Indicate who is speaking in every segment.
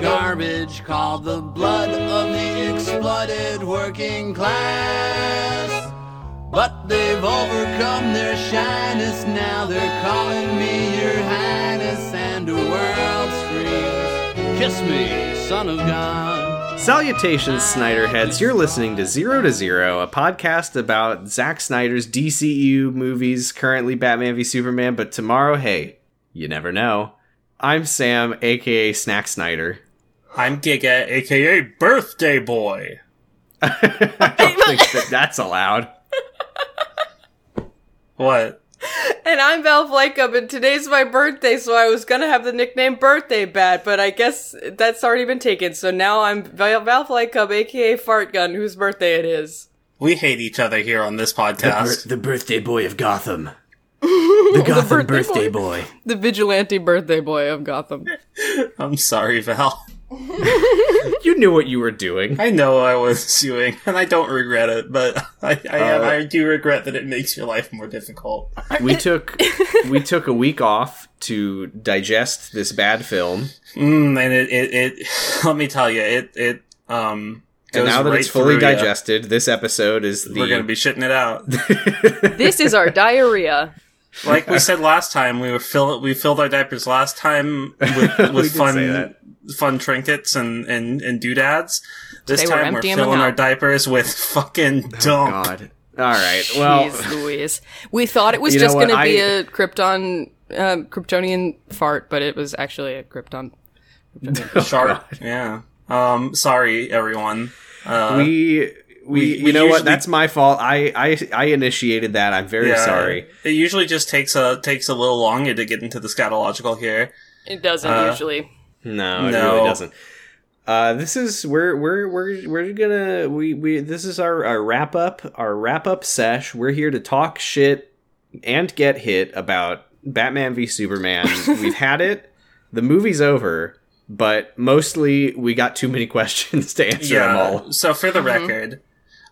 Speaker 1: garbage called the blood of the exploited working class. But they've overcome their shyness, now they're calling me your highness, and the world screams, Kiss me, son of God.
Speaker 2: Salutations, Snyderheads. You're listening to Zero to Zero, a podcast about Zack Snyder's DCU movies, currently Batman v Superman, but tomorrow, hey, you never know. I'm Sam, aka Snack Snyder.
Speaker 3: I'm Giga, aka Birthday Boy.
Speaker 2: I don't think that that's allowed.
Speaker 3: What?
Speaker 4: And I'm Val Vlakup, and today's my birthday, so I was gonna have the nickname Birthday Bat, but I guess that's already been taken, so now I'm Val, Val Vlakup, aka Fart Gun, whose birthday it is.
Speaker 3: We hate each other here on this podcast.
Speaker 1: the birthday boy of Gotham. The Gotham
Speaker 4: birthday
Speaker 1: boy.
Speaker 4: The vigilante birthday boy of Gotham.
Speaker 3: I'm sorry, Val.
Speaker 2: You knew what you were doing.
Speaker 3: I know I was doing, and I don't regret it, but I, I,
Speaker 2: Uh,
Speaker 3: am, I do regret that it makes your life more difficult.
Speaker 2: We took we took a week off to digest this bad film,
Speaker 3: Mm, and it, it, it, let me tell you, it, it, um,
Speaker 2: and
Speaker 3: goes
Speaker 2: now that
Speaker 3: right
Speaker 2: it's fully
Speaker 3: through ya.
Speaker 2: digested, this episode is the
Speaker 3: uh, we're gonna be shitting it out.
Speaker 4: this is our diarrhea.
Speaker 3: like we said last time, we were fill we filled our diapers last time with,
Speaker 2: We did
Speaker 3: with fun
Speaker 2: say that.
Speaker 3: fun trinkets and and and doodads. This
Speaker 4: Today we're
Speaker 3: time we're
Speaker 4: emptying them
Speaker 3: filling our
Speaker 4: out.
Speaker 3: diapers with fucking
Speaker 2: Oh,
Speaker 3: dump.
Speaker 2: God. All right. Well,
Speaker 4: Jeez Louise. We thought it was
Speaker 2: You know
Speaker 4: just
Speaker 2: what,
Speaker 4: gonna be
Speaker 2: I-
Speaker 4: a Krypton, uh, Kryptonian fart, but it was actually a Krypton.
Speaker 3: Sharp. Yeah. Um. Sorry, everyone. Uh,
Speaker 2: we we,
Speaker 3: we-
Speaker 2: you
Speaker 3: we
Speaker 2: know what
Speaker 3: usually-
Speaker 2: that's my fault i i i initiated that i'm very
Speaker 3: yeah,
Speaker 2: sorry
Speaker 3: It usually just takes a takes a little longer to get into the scatological here.
Speaker 4: It doesn't
Speaker 2: Uh.
Speaker 4: usually.
Speaker 2: no it
Speaker 3: No.
Speaker 2: really doesn't uh this is we're we're we're we're gonna we we this is our our wrap up our wrap up sesh we're here to talk shit and get hit about batman v superman we've had it the movie's over but mostly we got too many questions to answer them all
Speaker 3: So for the record,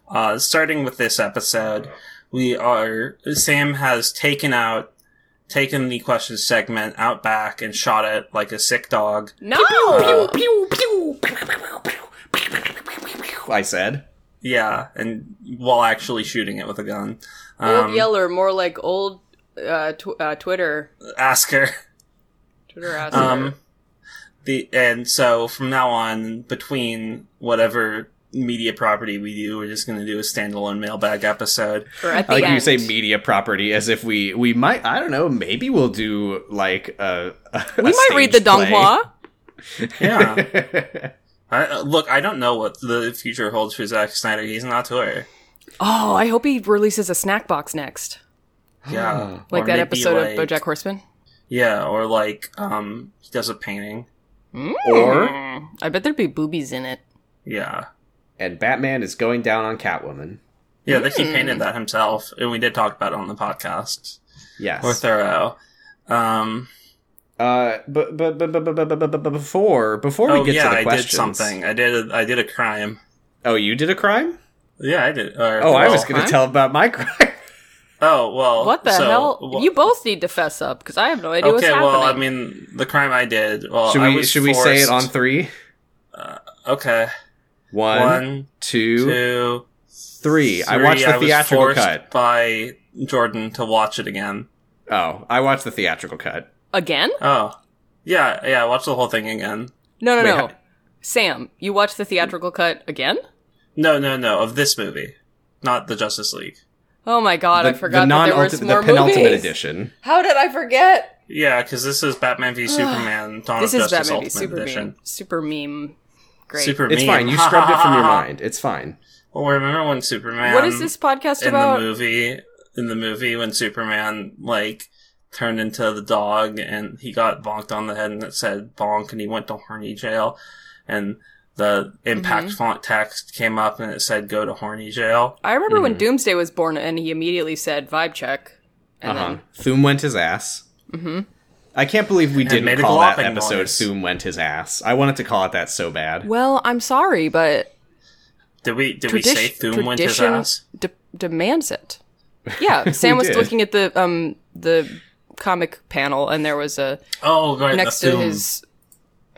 Speaker 3: uh, starting with this episode, we are Sam has taken out taken the question segment out back and shot it like a sick dog.
Speaker 4: No!
Speaker 2: i said
Speaker 3: Yeah, and while actually shooting it with a gun.
Speaker 4: old
Speaker 3: Um,
Speaker 4: Yeller, more like old uh, tw- uh, Twitter.
Speaker 3: ask her.
Speaker 4: Twitter ass.
Speaker 3: Um, the and so from now on, between whatever media property we do, we're just going to do a standalone mailbag episode.
Speaker 4: or at the
Speaker 2: I like
Speaker 4: end.
Speaker 2: you say media property as if we we might I don't know maybe we'll do like a, a
Speaker 4: we might read the Donghua.
Speaker 3: Yeah. I, uh, look, I don't know what the future holds for Zack Snyder. He's an auteur.
Speaker 4: Oh, I hope he releases a snack box next,
Speaker 2: Hmm.
Speaker 3: Yeah,
Speaker 4: like
Speaker 3: Or
Speaker 4: that
Speaker 3: maybe,
Speaker 4: episode of
Speaker 3: like-
Speaker 4: BoJack Horseman.
Speaker 3: Yeah, or like
Speaker 2: Oh.
Speaker 3: um, he does a painting.
Speaker 2: or
Speaker 4: Mm,
Speaker 3: Hmm.
Speaker 4: I bet there'd be boobies in it.
Speaker 3: Yeah,
Speaker 2: and Batman is going down on Catwoman.
Speaker 3: yeah, that he painted
Speaker 4: Hmm.
Speaker 3: that himself, and we did talk about it on the podcast.
Speaker 2: Yes.
Speaker 3: We're thorough. Um,
Speaker 2: uh but but but but but but- but but- but before before
Speaker 3: oh
Speaker 2: we get
Speaker 3: yeah,
Speaker 2: to the
Speaker 3: I did
Speaker 2: questions.
Speaker 3: something. I did. A, I did a crime.
Speaker 2: Oh, you did a crime?
Speaker 3: Yeah, I did. Or,
Speaker 2: Oh, I
Speaker 3: well-
Speaker 2: was going to
Speaker 4: crime?
Speaker 2: tell about my crime.
Speaker 3: Oh well.
Speaker 4: What the
Speaker 3: so-
Speaker 4: hell?
Speaker 3: well-
Speaker 4: you both need to fess up because I have no idea what's
Speaker 3: Okay,
Speaker 4: happening.
Speaker 3: well, I mean, the crime I did. Well,
Speaker 2: should
Speaker 3: I
Speaker 2: we
Speaker 3: was
Speaker 2: should we say it on
Speaker 3: forced-
Speaker 2: 3?
Speaker 3: okay,
Speaker 2: One,
Speaker 3: one,
Speaker 2: two, three.
Speaker 3: two,
Speaker 2: I watched the
Speaker 3: was
Speaker 2: theatrical
Speaker 3: forced
Speaker 2: cut.
Speaker 3: by Jordan to watch it again.
Speaker 2: Oh, I watched the theatrical cut.
Speaker 4: Again?
Speaker 3: Oh, yeah, yeah. Watch the whole thing again.
Speaker 4: No, no,
Speaker 2: Wait,
Speaker 4: no.
Speaker 2: ha-
Speaker 4: Sam, you watched the theatrical cut again?
Speaker 3: No, no, no. Of this movie, not the Justice League.
Speaker 4: Oh my god,
Speaker 2: the,
Speaker 4: I forgot
Speaker 2: the
Speaker 4: that
Speaker 2: non
Speaker 4: there was more
Speaker 2: the penultimate
Speaker 4: movies.
Speaker 2: edition.
Speaker 4: How did I forget?
Speaker 3: Yeah, because this is Batman v Superman. Dawn
Speaker 4: This
Speaker 3: of
Speaker 4: is
Speaker 3: Justice
Speaker 4: Batman v
Speaker 3: Ultimate
Speaker 4: Super
Speaker 3: Edition.
Speaker 4: Meme. Super meme. Great.
Speaker 3: Super
Speaker 2: It's
Speaker 3: meme.
Speaker 2: fine. You scrubbed it from your mind. It's fine.
Speaker 3: Well, remember when Superman?
Speaker 4: what is this podcast
Speaker 3: in
Speaker 4: about?
Speaker 3: the movie? In the movie, when Superman like turned into the dog and he got bonked on the head and it said bonk and he went to horny jail and the impact
Speaker 4: Mm-hmm.
Speaker 3: font text came up and it said go to horny jail.
Speaker 4: I remember when Doomsday was born and he immediately said vibe check.
Speaker 2: Uh
Speaker 4: And
Speaker 2: huh.
Speaker 4: then
Speaker 2: Thum went his ass. Mm-hmm. I can't believe we
Speaker 3: made
Speaker 2: didn't
Speaker 3: a
Speaker 2: call that
Speaker 3: glopping
Speaker 2: episode
Speaker 3: noise.
Speaker 2: "Thum went his ass." I wanted to call it that so bad.
Speaker 4: Well, I'm sorry, but
Speaker 3: Did we did we
Speaker 4: tradi-
Speaker 3: say Thum went his
Speaker 4: tradition
Speaker 3: ass?
Speaker 4: de- demands it. Yeah, Sam was
Speaker 2: did.
Speaker 4: looking at the um the comic panel and there was a
Speaker 3: Oh, right,
Speaker 4: next
Speaker 3: the
Speaker 4: to
Speaker 3: Thum.
Speaker 4: his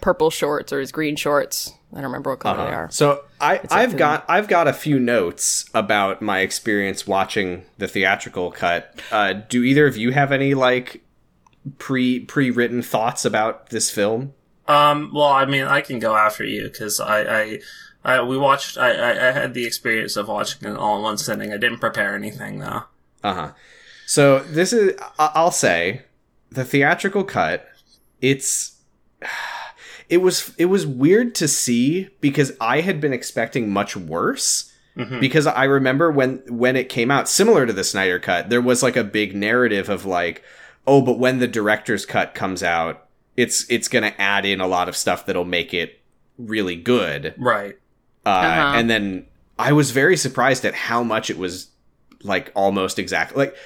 Speaker 4: purple shorts or his green shorts. I don't remember what color
Speaker 2: Uh-huh.
Speaker 4: they are.
Speaker 2: So I,
Speaker 4: like
Speaker 2: I've
Speaker 4: the-
Speaker 2: got I've got a few notes about my experience watching the theatrical cut. Uh, do either of you have any like pre pre written thoughts about this film?
Speaker 3: Um, well, I mean, I can go after you because I, I, I, we watched. I, I, I had the experience of watching it all in one sitting. I didn't prepare anything though.
Speaker 2: Uh huh. So this is I- I'll say the theatrical cut. It's it was it was weird to see because I had been expecting much worse.
Speaker 3: Mhm.
Speaker 2: because I remember when when it came out, similar to the Snyder Cut, there was like a big narrative of like, oh, but when the director's cut comes out, it's it's gonna add in a lot of stuff that'll make it really good.
Speaker 3: Right.
Speaker 2: Uh,
Speaker 4: Uh-huh.
Speaker 2: And then I was very surprised at how much it was like almost exactly like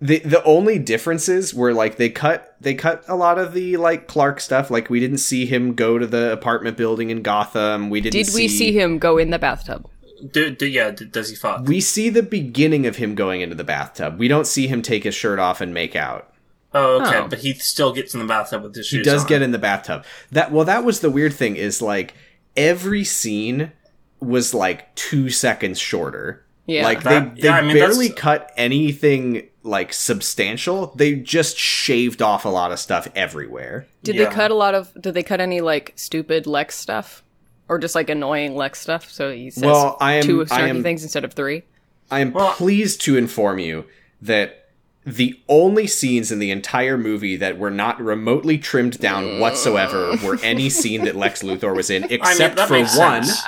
Speaker 2: the the only differences were like they cut they cut a lot of the like Clark stuff. Like we didn't see him go to the apartment building in Gotham. We didn't.
Speaker 4: Did we see him go in the bathtub?
Speaker 3: Do, do yeah? d does he fuck?
Speaker 2: We see the beginning of him going into the bathtub. We don't see him take his shirt off and make out.
Speaker 3: Oh, okay.
Speaker 4: Oh.
Speaker 3: But he still gets in the bathtub with his
Speaker 2: He
Speaker 3: shoes.
Speaker 2: does
Speaker 3: on.
Speaker 2: get in the bathtub. That well, that was the weird thing is like every scene was like two seconds shorter.
Speaker 4: Yeah.
Speaker 2: Like
Speaker 3: That-
Speaker 2: they, they
Speaker 3: yeah, I mean, that's-
Speaker 2: barely cut anything like substantial. They just shaved off a lot of stuff everywhere.
Speaker 4: Did
Speaker 3: Yeah.
Speaker 4: they cut a lot of? Did they cut any like stupid Lex stuff, or just like annoying Lex stuff? So he says
Speaker 2: Well, I am-
Speaker 4: two
Speaker 2: I
Speaker 4: snarky
Speaker 2: am-
Speaker 4: things instead of three.
Speaker 2: I am
Speaker 3: Well-
Speaker 2: pleased to inform you that the only scenes in the entire movie that were not remotely trimmed down whatsoever were any scene that Lex Luthor was in, except
Speaker 3: that makes
Speaker 2: for one.
Speaker 3: sense.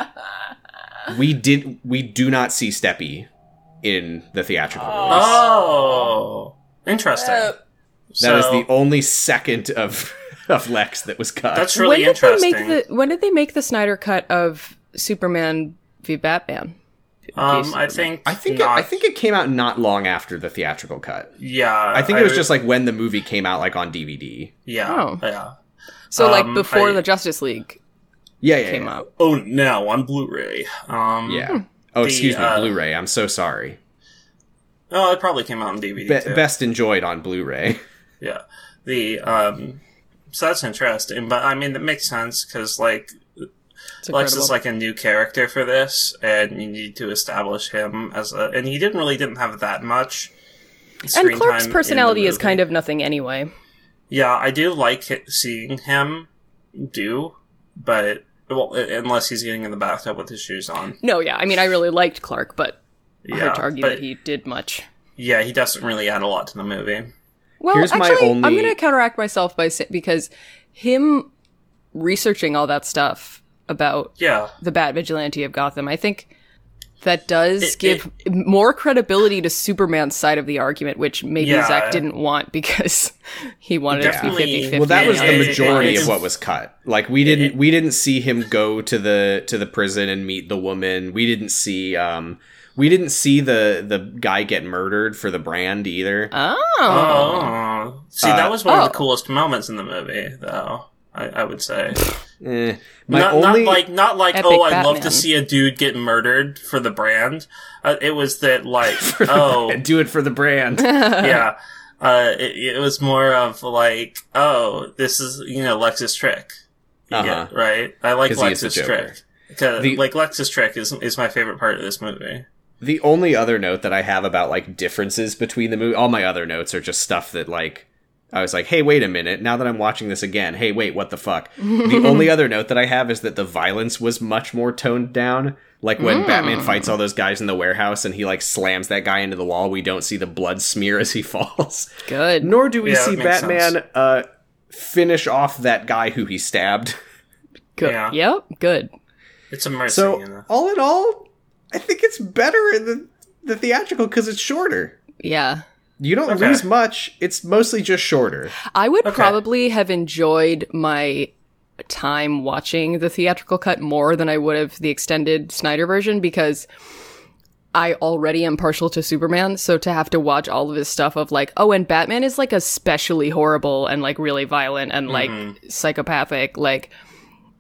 Speaker 2: We did. We do not see Steppy in the theatrical release.
Speaker 3: Oh, interesting.
Speaker 4: Uh,
Speaker 2: That is
Speaker 3: So,
Speaker 2: the only second of of Lex that was cut.
Speaker 3: That's really
Speaker 4: when did they
Speaker 3: interesting.
Speaker 4: make the? When did they make the Snyder cut of Superman v Batman?
Speaker 3: um, I think.
Speaker 2: I think. It,
Speaker 3: not-
Speaker 2: I think it came out not long after the theatrical cut.
Speaker 3: Yeah.
Speaker 2: I think it was just like when the movie came out, like on DVD.
Speaker 3: Yeah.
Speaker 4: Oh.
Speaker 3: Yeah.
Speaker 4: So
Speaker 3: Um,
Speaker 4: like before
Speaker 3: I-
Speaker 4: the Justice League
Speaker 2: Yeah, yeah,
Speaker 4: came
Speaker 2: yeah.
Speaker 4: out.
Speaker 3: Oh no, on Blu-ray. Um,
Speaker 2: Yeah. Oh,
Speaker 3: The,
Speaker 2: excuse me,
Speaker 3: uh,
Speaker 2: Blu-ray. I'm so sorry.
Speaker 3: Oh, it probably came out on DVD
Speaker 2: Be-
Speaker 3: too.
Speaker 2: best enjoyed on Blu-ray.
Speaker 3: Yeah. The um so that's interesting, but I mean that makes sense cuz like
Speaker 4: It's
Speaker 3: Lex
Speaker 4: incredible.
Speaker 3: is like a new character for this and you need to establish him as a and he didn't really didn't have that much
Speaker 4: and
Speaker 3: screen
Speaker 4: Clark's
Speaker 3: time in
Speaker 4: personality
Speaker 3: the
Speaker 4: is
Speaker 3: movie.
Speaker 4: kind of nothing anyway.
Speaker 3: Yeah, I do like it, seeing him do, but well, u- unless he's getting in the bathtub with his shoes on.
Speaker 4: No, yeah, I mean I really liked Clark, but
Speaker 3: Yeah.
Speaker 4: hard to argue
Speaker 3: but
Speaker 4: that he did much.
Speaker 3: yeah, he doesn't really add a lot to the movie.
Speaker 4: Well,
Speaker 2: Here's my
Speaker 4: actually, I'm
Speaker 2: only-
Speaker 4: going to counteract myself by sa- because him researching all that stuff about
Speaker 3: Yeah.
Speaker 4: the Bat Vigilante of Gotham, I think that does
Speaker 3: It-
Speaker 4: give more credibility to Superman's side of the argument, which maybe
Speaker 3: Yeah.
Speaker 4: Zach didn't want because he wanted it to be
Speaker 3: Definitely-
Speaker 4: 50 50.
Speaker 2: Well, that
Speaker 3: Yeah,
Speaker 2: was the
Speaker 3: it-
Speaker 2: majority
Speaker 3: it-
Speaker 2: of what was cut. Like we didn't we didn't see him go to the to the prison and meet the woman. We didn't see um we didn't see the the guy get murdered for the brand either.
Speaker 3: Uh,
Speaker 4: Oh.
Speaker 3: Oh. See, that was one of the
Speaker 4: oh.
Speaker 3: coolest moments in the movie, though. I, I would say.
Speaker 2: Eh. My
Speaker 3: Not,
Speaker 2: only
Speaker 3: not like not like
Speaker 4: Epic
Speaker 3: oh I love to
Speaker 4: Batman.
Speaker 3: see a dude get murdered for the brand. Uh, it was that like oh
Speaker 2: do it for the brand.
Speaker 3: yeah. Uh, it, it was more of like oh this is you know Lex's trick. You
Speaker 2: Uh-huh.
Speaker 3: get, right. I like
Speaker 2: 'Cause he is the
Speaker 3: Lex's
Speaker 2: Joker.
Speaker 3: trick. 'Cause,
Speaker 2: The-
Speaker 3: like Lex's trick is is my favorite part of this movie.
Speaker 2: The only other note that I have about like differences between the movie, all my other notes are just stuff that like I was like, hey, wait a minute. Now that I'm watching this again, hey, wait, what the fuck? the only other note that I have is that the violence was much more toned down. Like when Batman fights all those guys in the warehouse and he like slams that guy into the wall, we don't see the blood smear as he falls.
Speaker 4: Good.
Speaker 2: Nor do we
Speaker 3: Yeah,
Speaker 2: see
Speaker 3: that makes
Speaker 2: Batman
Speaker 3: sense.
Speaker 2: uh, finish off that guy who he stabbed.
Speaker 4: Good.
Speaker 3: Yeah.
Speaker 4: Yep. Good.
Speaker 3: It's immersive. you know?
Speaker 2: So all in all, I think it's better in the, the theatrical because it's shorter.
Speaker 4: Yeah.
Speaker 2: You don't
Speaker 3: Okay.
Speaker 2: lose much. It's mostly just shorter.
Speaker 4: I would
Speaker 3: Okay.
Speaker 4: probably have enjoyed my time watching the theatrical cut more than I would have the extended Snyder version because I already am partial to Superman, so to have to watch all of his stuff of like, oh, and Batman is like especially horrible and like really violent and like
Speaker 3: Mm-hmm.
Speaker 4: psychopathic, like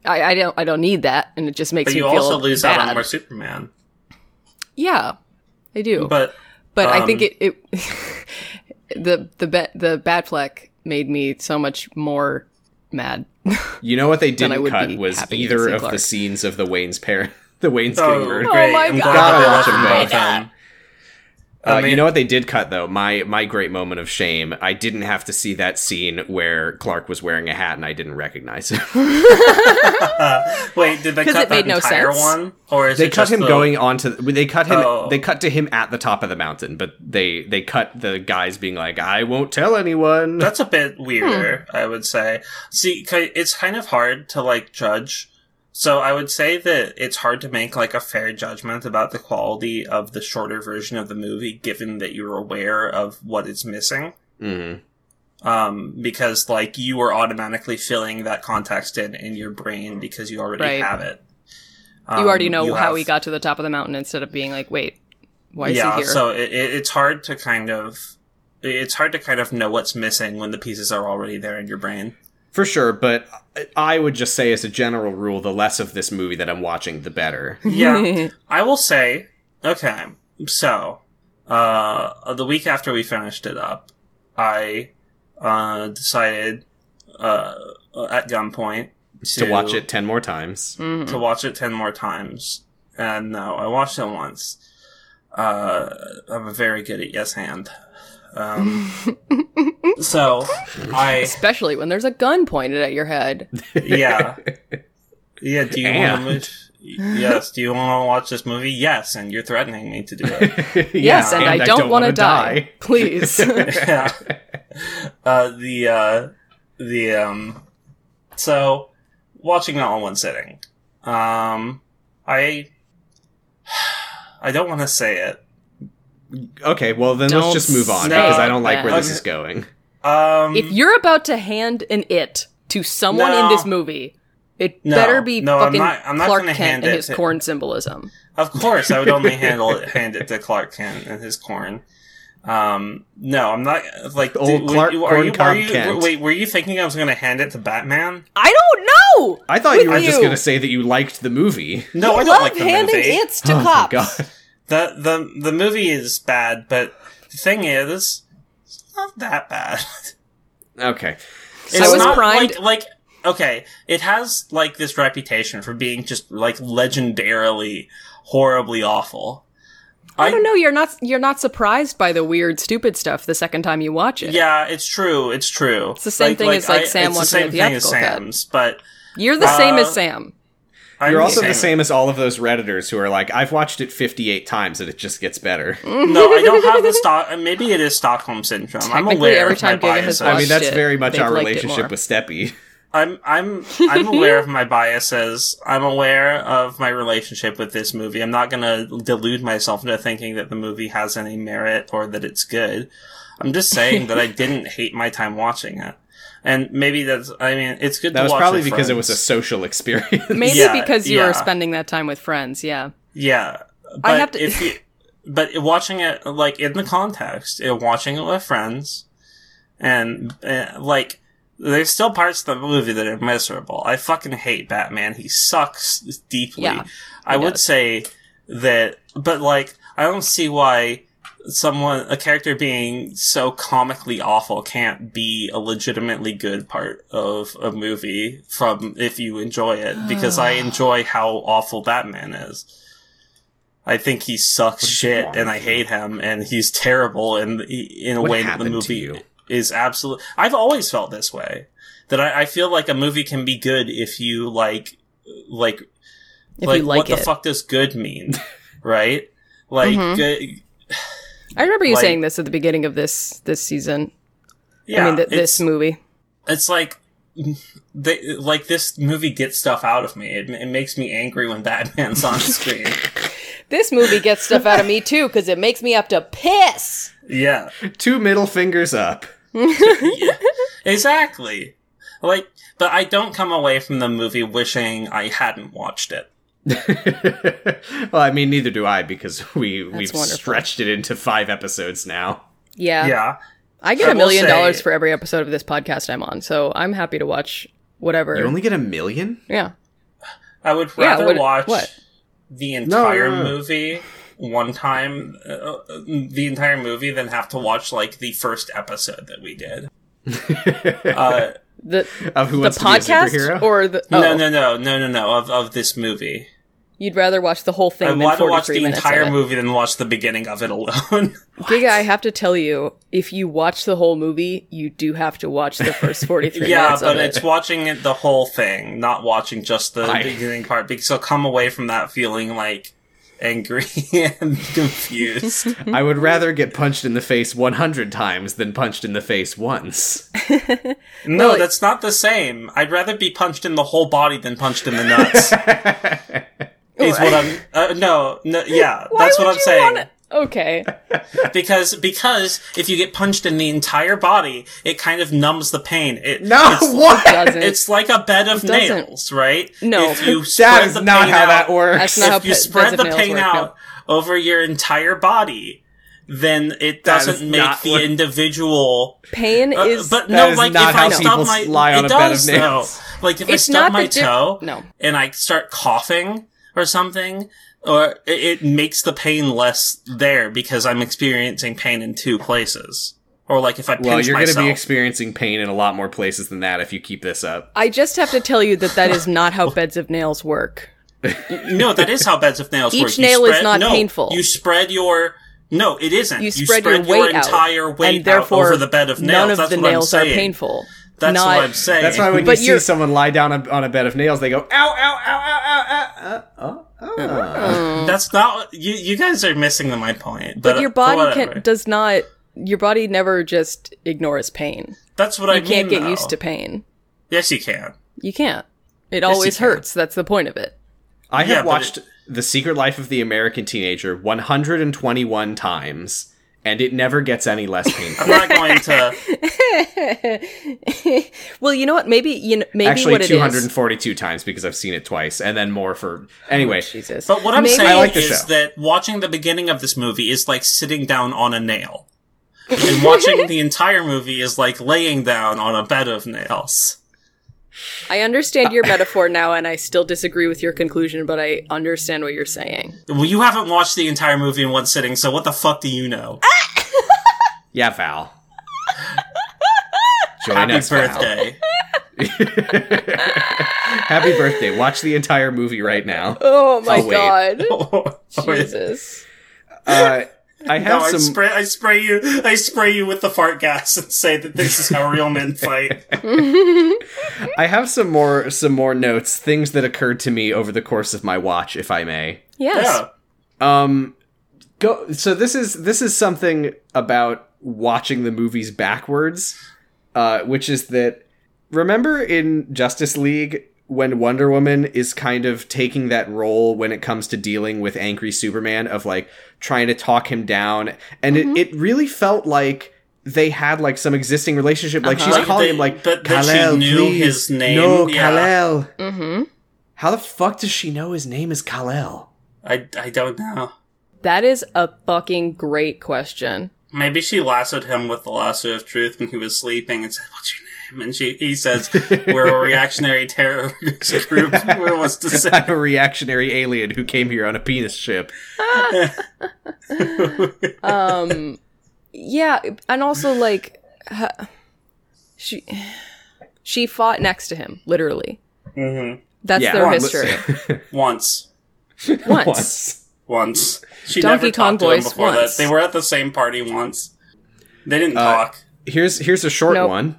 Speaker 4: I, I don't I don't need that, and it just makes
Speaker 3: but
Speaker 4: me
Speaker 3: you
Speaker 4: feel
Speaker 3: also lose out on
Speaker 4: bad.
Speaker 3: more Superman.
Speaker 4: Yeah, I
Speaker 2: Oh,
Speaker 4: do.
Speaker 3: But
Speaker 4: But I
Speaker 3: Um,
Speaker 4: think it, it the the bet the bad fleck made me so much more mad.
Speaker 2: You know what they
Speaker 4: Then I
Speaker 2: didn't
Speaker 4: would
Speaker 2: cut
Speaker 4: be
Speaker 2: was
Speaker 4: happy to
Speaker 2: either
Speaker 4: see
Speaker 2: of the
Speaker 4: Clark.
Speaker 2: scenes of the Wayne's parent, the Wayne's getting
Speaker 3: Oh,
Speaker 2: murdered.
Speaker 3: great.
Speaker 4: Oh my
Speaker 3: I'm
Speaker 4: God.
Speaker 3: glad they watched both of them.
Speaker 2: Uh,
Speaker 3: I mean-
Speaker 2: you know what they did cut though? My my great moment of shame. I didn't have to see that scene where Clark was wearing a hat and I didn't recognize him.
Speaker 3: Wait, did they
Speaker 4: 'Cause
Speaker 3: cut
Speaker 4: it made
Speaker 3: that
Speaker 4: no
Speaker 3: entire
Speaker 4: sense.
Speaker 3: one, or is
Speaker 2: they
Speaker 3: it
Speaker 2: cut
Speaker 3: just
Speaker 2: him
Speaker 3: the-
Speaker 2: going onto. They cut him.
Speaker 3: Oh.
Speaker 2: They cut to him at the top of the mountain, but they they cut the guys being like, "I won't tell anyone."
Speaker 3: That's a bit
Speaker 4: Hmm.
Speaker 3: weirder, I would say. See, ki- it's kind of hard to like judge. So I would say that it's hard to make like a fair judgment about the quality of the shorter version of the movie, given that you're aware of what is missing.
Speaker 2: Mhm.
Speaker 3: Um, because like you are automatically filling that context in in your brain because you already
Speaker 4: Right.
Speaker 3: have it. Um,
Speaker 4: you already know how
Speaker 3: we
Speaker 4: he got to the top of the mountain instead of being like, wait, why is
Speaker 3: yeah,
Speaker 4: he here?
Speaker 3: so it, it, it's hard to kind of it's hard to kind of know what's missing when the pieces are already there in your brain.
Speaker 2: For sure, but I- I would just say, as a general rule, the less of this movie that I'm watching, the better.
Speaker 3: Yeah, I will say. Okay, so uh, the week after we finished it up, I uh, decided uh, at gunpoint
Speaker 2: to watch it ten more times.
Speaker 4: Mhm.
Speaker 3: to watch it 10 more times. And no, I watched it once. Uh, I'm very good at yes hand. Um, so I,
Speaker 4: Especially when there's a gun pointed at your head.
Speaker 3: yeah. Yeah, do you want
Speaker 2: And-
Speaker 3: to move? Yes, do you want to watch this movie? Yes, and you're threatening me to do it.
Speaker 4: Yes, and, I don't, want to
Speaker 2: wanna
Speaker 4: die. Please.
Speaker 3: yeah. Uh, the, uh, the, um, so watching that in one sitting. Um, I, I don't want to say it.
Speaker 2: Okay, well then
Speaker 4: Don't
Speaker 2: let's just move on
Speaker 4: say
Speaker 2: because I don't like
Speaker 4: that.
Speaker 2: where this
Speaker 3: Okay.
Speaker 2: is going.
Speaker 3: Um,
Speaker 4: if you're about to hand an it to someone in
Speaker 3: No.
Speaker 4: this movie, it
Speaker 3: No.
Speaker 4: better be
Speaker 3: No, I'm
Speaker 4: fucking
Speaker 3: not- I'm not
Speaker 4: Clark
Speaker 3: gonna
Speaker 4: Kent
Speaker 3: hand
Speaker 4: and
Speaker 3: it
Speaker 4: his
Speaker 3: to-
Speaker 4: corn symbolism.
Speaker 3: Of course, I would only handle it, hand it to Clark Kent and his corn. Um, no, I'm not like
Speaker 2: Old
Speaker 3: did- were
Speaker 2: Clark
Speaker 3: you-
Speaker 2: corn
Speaker 3: you,
Speaker 2: cob
Speaker 3: you,
Speaker 2: Kent.
Speaker 3: Wait, were you thinking I was going to hand it to Batman?
Speaker 4: I don't know.
Speaker 2: I thought
Speaker 4: With
Speaker 2: you were just
Speaker 4: you.
Speaker 2: going to say that you liked the movie.
Speaker 3: No, I
Speaker 4: I
Speaker 3: don't
Speaker 4: love
Speaker 3: like the
Speaker 4: handing
Speaker 3: movie.
Speaker 4: its to
Speaker 2: oh my
Speaker 4: cops.
Speaker 2: god.
Speaker 3: The the the movie is bad, but the thing is, it's not that bad.
Speaker 2: Okay.
Speaker 3: It's
Speaker 4: I was
Speaker 3: not
Speaker 4: primed-
Speaker 3: like, like okay, it has like this reputation for being just like legendarily horribly awful.
Speaker 4: I don't know. You're not you're not surprised by the weird, stupid stuff the second time you watch it.
Speaker 3: Yeah, it's true. It's true. It's
Speaker 4: the same thing as, like, Sam
Speaker 3: it's the
Speaker 4: watching
Speaker 3: same
Speaker 4: the
Speaker 3: thing as
Speaker 4: theatrical cut.
Speaker 3: Sam's, but
Speaker 4: You're the same
Speaker 3: Uh,
Speaker 4: as Sam.
Speaker 3: I'm
Speaker 2: You're also the same as all of those redditors who are like, I've watched it 58 times and it just gets better.
Speaker 4: Mm,
Speaker 3: No, I don't have the stock. Maybe it is Stockholm syndrome. I'm
Speaker 4: Technically,
Speaker 3: aware
Speaker 4: every
Speaker 3: of my
Speaker 4: time Giga
Speaker 3: biases.
Speaker 4: has
Speaker 2: I mean,
Speaker 4: watched
Speaker 2: that's
Speaker 4: it,
Speaker 2: very much
Speaker 4: they've
Speaker 2: our
Speaker 4: liked it
Speaker 2: relationship
Speaker 4: more.
Speaker 2: with Steppy.
Speaker 3: I'm I'm I'm aware of my biases. I'm aware of my relationship with this movie. I'm not going to delude myself into thinking that the movie has any merit or that it's good. I'm just saying that I didn't hate my time watching it. And maybe that's. I mean, it's good.
Speaker 2: That
Speaker 3: to
Speaker 2: was
Speaker 3: watch
Speaker 2: probably
Speaker 3: with
Speaker 2: because it was
Speaker 3: friends.
Speaker 2: a social experience.
Speaker 4: Maybe
Speaker 3: yeah,
Speaker 4: because you
Speaker 3: yeah.
Speaker 4: were spending that time with friends. Yeah.
Speaker 3: Yeah, but
Speaker 4: I have to-
Speaker 3: if you, but watching it like in the context, it, watching it with friends, and uh, like there's still parts of the movie that are miserable. I fucking hate Batman. He sucks deeply.
Speaker 4: Yeah,
Speaker 3: I would
Speaker 4: does.
Speaker 3: say that, but like I don't see why someone a character being so comically awful can't be a legitimately good part of a movie from if you enjoy it because i enjoy how awful batman is i think he
Speaker 2: What
Speaker 3: sucks
Speaker 2: is
Speaker 3: shit
Speaker 2: wrong
Speaker 3: and i
Speaker 2: with
Speaker 3: hate him and he's terrible and he, in a
Speaker 2: What
Speaker 3: way that the
Speaker 2: happened to
Speaker 3: movie
Speaker 2: you?
Speaker 3: is absolute i've always felt this way that I, I feel like a movie can be good if you like like
Speaker 4: If
Speaker 3: like,
Speaker 4: you like
Speaker 3: what
Speaker 4: it.
Speaker 3: the fuck does good mean right like
Speaker 4: Mhm.
Speaker 3: good,
Speaker 4: I remember you
Speaker 3: Like-
Speaker 4: saying this at the beginning of this this season.
Speaker 3: yeah
Speaker 4: I mean, th-
Speaker 3: it's-
Speaker 4: this movie.
Speaker 3: it's like they, like this movie gets stuff out of me. It, it makes me angry when Batman's on screen.
Speaker 4: This movie gets stuff out of me too because it makes me have to piss.
Speaker 3: Yeah,
Speaker 2: Two middle fingers up.
Speaker 3: exactly. Like, but I don't come away from the movie wishing I hadn't watched it.
Speaker 2: well, I mean, neither do I because we, we've
Speaker 4: wonderful.
Speaker 2: stretched it into five episodes now.
Speaker 4: Yeah.
Speaker 3: Yeah,
Speaker 4: I
Speaker 3: I
Speaker 4: get a
Speaker 3: will
Speaker 4: million
Speaker 3: say-
Speaker 4: dollars for every episode of this podcast I'm on, so I'm happy to watch whatever.
Speaker 2: You only get a million?
Speaker 4: yeah.
Speaker 3: I would
Speaker 4: Yeah,
Speaker 3: rather
Speaker 4: what-
Speaker 3: watch
Speaker 4: what?
Speaker 3: the
Speaker 2: no,
Speaker 3: entire
Speaker 2: no.
Speaker 3: movie one time, uh, the entire movie, than have to watch like the first episode that we did. uh,
Speaker 4: The
Speaker 2: Of who
Speaker 4: the
Speaker 2: wants to be a
Speaker 4: podcast
Speaker 2: superhero?
Speaker 4: or the oh,
Speaker 3: No, no, no, no, no, no. Of of this movie,
Speaker 4: you'd rather watch the whole thing
Speaker 3: I'd
Speaker 4: than
Speaker 3: rather watch
Speaker 4: 43
Speaker 3: the
Speaker 4: minutes
Speaker 3: entire
Speaker 4: of it.
Speaker 3: movie than watch the beginning of it alone.
Speaker 4: Giga, I have to tell you, if you watch the whole movie, you do have to watch the first 43
Speaker 3: yeah,
Speaker 4: minutes
Speaker 3: but
Speaker 4: of it.
Speaker 3: it's watching it the whole thing, not watching just the
Speaker 2: I-
Speaker 3: beginning part, because I'll come away from that feeling like angry and confused.
Speaker 2: I would rather get punched in the face 100 times than punched in the face once.
Speaker 3: No,
Speaker 4: Well, it-
Speaker 3: that's not the same. I'd rather be punched in the whole body than punched in the nuts. is what I'm. Uh, no, no, yeah,
Speaker 4: Why
Speaker 3: that's what
Speaker 4: would
Speaker 3: I'm
Speaker 4: you
Speaker 3: saying.
Speaker 4: wanna- Okay.
Speaker 3: Because because if you get punched in the entire body, it kind of numbs the pain. It,
Speaker 2: No,
Speaker 3: it's,
Speaker 2: what?
Speaker 4: Doesn't.
Speaker 3: it's like a bed of
Speaker 4: doesn't.
Speaker 3: nails, right?
Speaker 4: No.
Speaker 3: if you
Speaker 2: That
Speaker 3: spread
Speaker 2: is
Speaker 3: the
Speaker 2: not
Speaker 3: pain
Speaker 2: how
Speaker 3: out,
Speaker 2: that works.
Speaker 4: That's not how
Speaker 3: if you
Speaker 4: pe- beds
Speaker 3: spread
Speaker 4: of
Speaker 3: the
Speaker 4: nails
Speaker 3: pain
Speaker 4: work, no.
Speaker 3: out over your entire body, then it
Speaker 2: That is
Speaker 3: doesn't make
Speaker 2: not
Speaker 3: the
Speaker 2: what-
Speaker 3: individual.
Speaker 4: Pain
Speaker 3: Uh,
Speaker 4: is.
Speaker 3: but
Speaker 2: That
Speaker 3: no,
Speaker 2: is
Speaker 3: like if
Speaker 2: not how
Speaker 3: I
Speaker 2: people
Speaker 3: stub my
Speaker 2: lie on
Speaker 3: it
Speaker 2: a bed of
Speaker 3: does,
Speaker 2: nails.
Speaker 3: Though. Like if
Speaker 4: It's
Speaker 3: I stub
Speaker 4: not
Speaker 3: my
Speaker 4: the di-
Speaker 3: toe
Speaker 4: No.
Speaker 3: and I start coughing or something, or it, it makes the pain less there because I'm experiencing pain in two places. Or like if I pinch
Speaker 2: Well, you're going to
Speaker 3: myself.
Speaker 2: be experiencing pain in a lot more places than that if you keep this up.
Speaker 4: I just have to tell you that that is not how beds of nails work.
Speaker 3: no, that is how beds of nails
Speaker 4: Each
Speaker 3: work. You
Speaker 4: nail is
Speaker 3: spread-
Speaker 4: not
Speaker 3: no,
Speaker 4: painful.
Speaker 3: You spread your no, it isn't.
Speaker 4: You spread, your weight
Speaker 3: entire
Speaker 4: out,
Speaker 3: weight
Speaker 4: and
Speaker 3: out
Speaker 4: therefore
Speaker 3: over the bed of nails.
Speaker 4: none of
Speaker 3: That's
Speaker 4: the
Speaker 3: what I'm
Speaker 4: nails are
Speaker 3: saying.
Speaker 4: painful.
Speaker 3: That's
Speaker 4: not,
Speaker 3: what I'm saying.
Speaker 2: That's why when you
Speaker 4: But
Speaker 2: see
Speaker 4: you're-
Speaker 2: someone lie down a, on a bed of nails, they go, ow, ow, ow, ow, ow, ow, ow, ow.
Speaker 3: That's not you. You guys are missing the, my point. But,
Speaker 4: But your
Speaker 3: uh,
Speaker 4: body
Speaker 3: whatever.
Speaker 4: can, does not. Your body never just ignores pain.
Speaker 3: That's what I
Speaker 4: You can't
Speaker 3: mean,
Speaker 4: get
Speaker 3: though.
Speaker 4: used to pain.
Speaker 3: Yes, you can.
Speaker 4: You can't. It always
Speaker 3: can.
Speaker 4: hurts. That's the point of it.
Speaker 2: I
Speaker 3: Yeah,
Speaker 2: have
Speaker 3: but
Speaker 2: watched The Secret Life of the American Teenager 121 times, and it never gets any less painful.
Speaker 3: I'm not going to.
Speaker 4: well, you know what? Maybe you know, maybe
Speaker 2: Actually,
Speaker 4: what it is.
Speaker 2: 242 times because I've seen it twice, and then more for. Anyway,
Speaker 4: Jesus.
Speaker 3: But what I'm
Speaker 4: Maybe-
Speaker 3: saying
Speaker 2: I like the
Speaker 3: is
Speaker 2: show.
Speaker 3: that watching the beginning of this movie is like sitting down on a nail, and watching the entire movie is like laying down on a bed of nails.
Speaker 4: I understand your metaphor now, and I still disagree with your conclusion, but I understand what you're saying.
Speaker 3: Well, you haven't watched the entire movie in one sitting, so what the fuck do you know?
Speaker 2: yeah, Val. Join
Speaker 3: Happy
Speaker 2: us, Val.
Speaker 3: birthday!
Speaker 2: Happy birthday. Watch the entire movie right now.
Speaker 4: Oh my
Speaker 2: I'll wait.
Speaker 4: god,
Speaker 3: Oh, no,
Speaker 4: Jesus!
Speaker 2: Uh, I have
Speaker 3: I
Speaker 2: some.
Speaker 3: spray, I spray you, I spray you with the fart gas and say that this is how real men fight.
Speaker 2: I have some more. Some more notes. Things that occurred to me over the course of my watch, if I may.
Speaker 4: Yes,
Speaker 3: Yeah.
Speaker 2: Um, go. So this is this is something about watching the movies backwards, uh, which is that remember in Justice League when Wonder Woman is kind of taking that role when it comes to dealing with angry Superman of like trying to talk him down, and
Speaker 3: Mm-hmm.
Speaker 2: it, it really felt like they had like some existing relationship. Like she's
Speaker 3: Like
Speaker 2: calling
Speaker 3: Uh-huh. they-
Speaker 2: him like
Speaker 3: but that she
Speaker 2: Kal-El,
Speaker 3: knew
Speaker 2: please.
Speaker 3: his name,
Speaker 2: No,
Speaker 3: yeah.
Speaker 2: Kal-El.
Speaker 4: Mhm.
Speaker 2: How the fuck does she know his name is Kal-El?
Speaker 3: I, I don't know.
Speaker 4: that is a fucking great question.
Speaker 3: Maybe she lassoed him with the lasso of truth when he was sleeping and said, "What's your name?" And she he says, "We're a reactionary terrorist group." Where was to say?
Speaker 2: I'm a reactionary alien who came here on a penis ship.
Speaker 4: Um, yeah, and also like, ha- she she fought next to him, literally.
Speaker 3: hmm
Speaker 4: That's
Speaker 2: Yeah.
Speaker 4: their
Speaker 3: Well,
Speaker 4: history.
Speaker 3: Once,
Speaker 4: Once.
Speaker 2: Once.
Speaker 3: once she
Speaker 4: Donkey
Speaker 3: never
Speaker 4: Kong
Speaker 3: talked to him
Speaker 4: voice
Speaker 3: before
Speaker 4: once.
Speaker 3: that. They were at the same party once. They didn't talk.
Speaker 2: Here's here's a short
Speaker 4: Nope.
Speaker 2: one.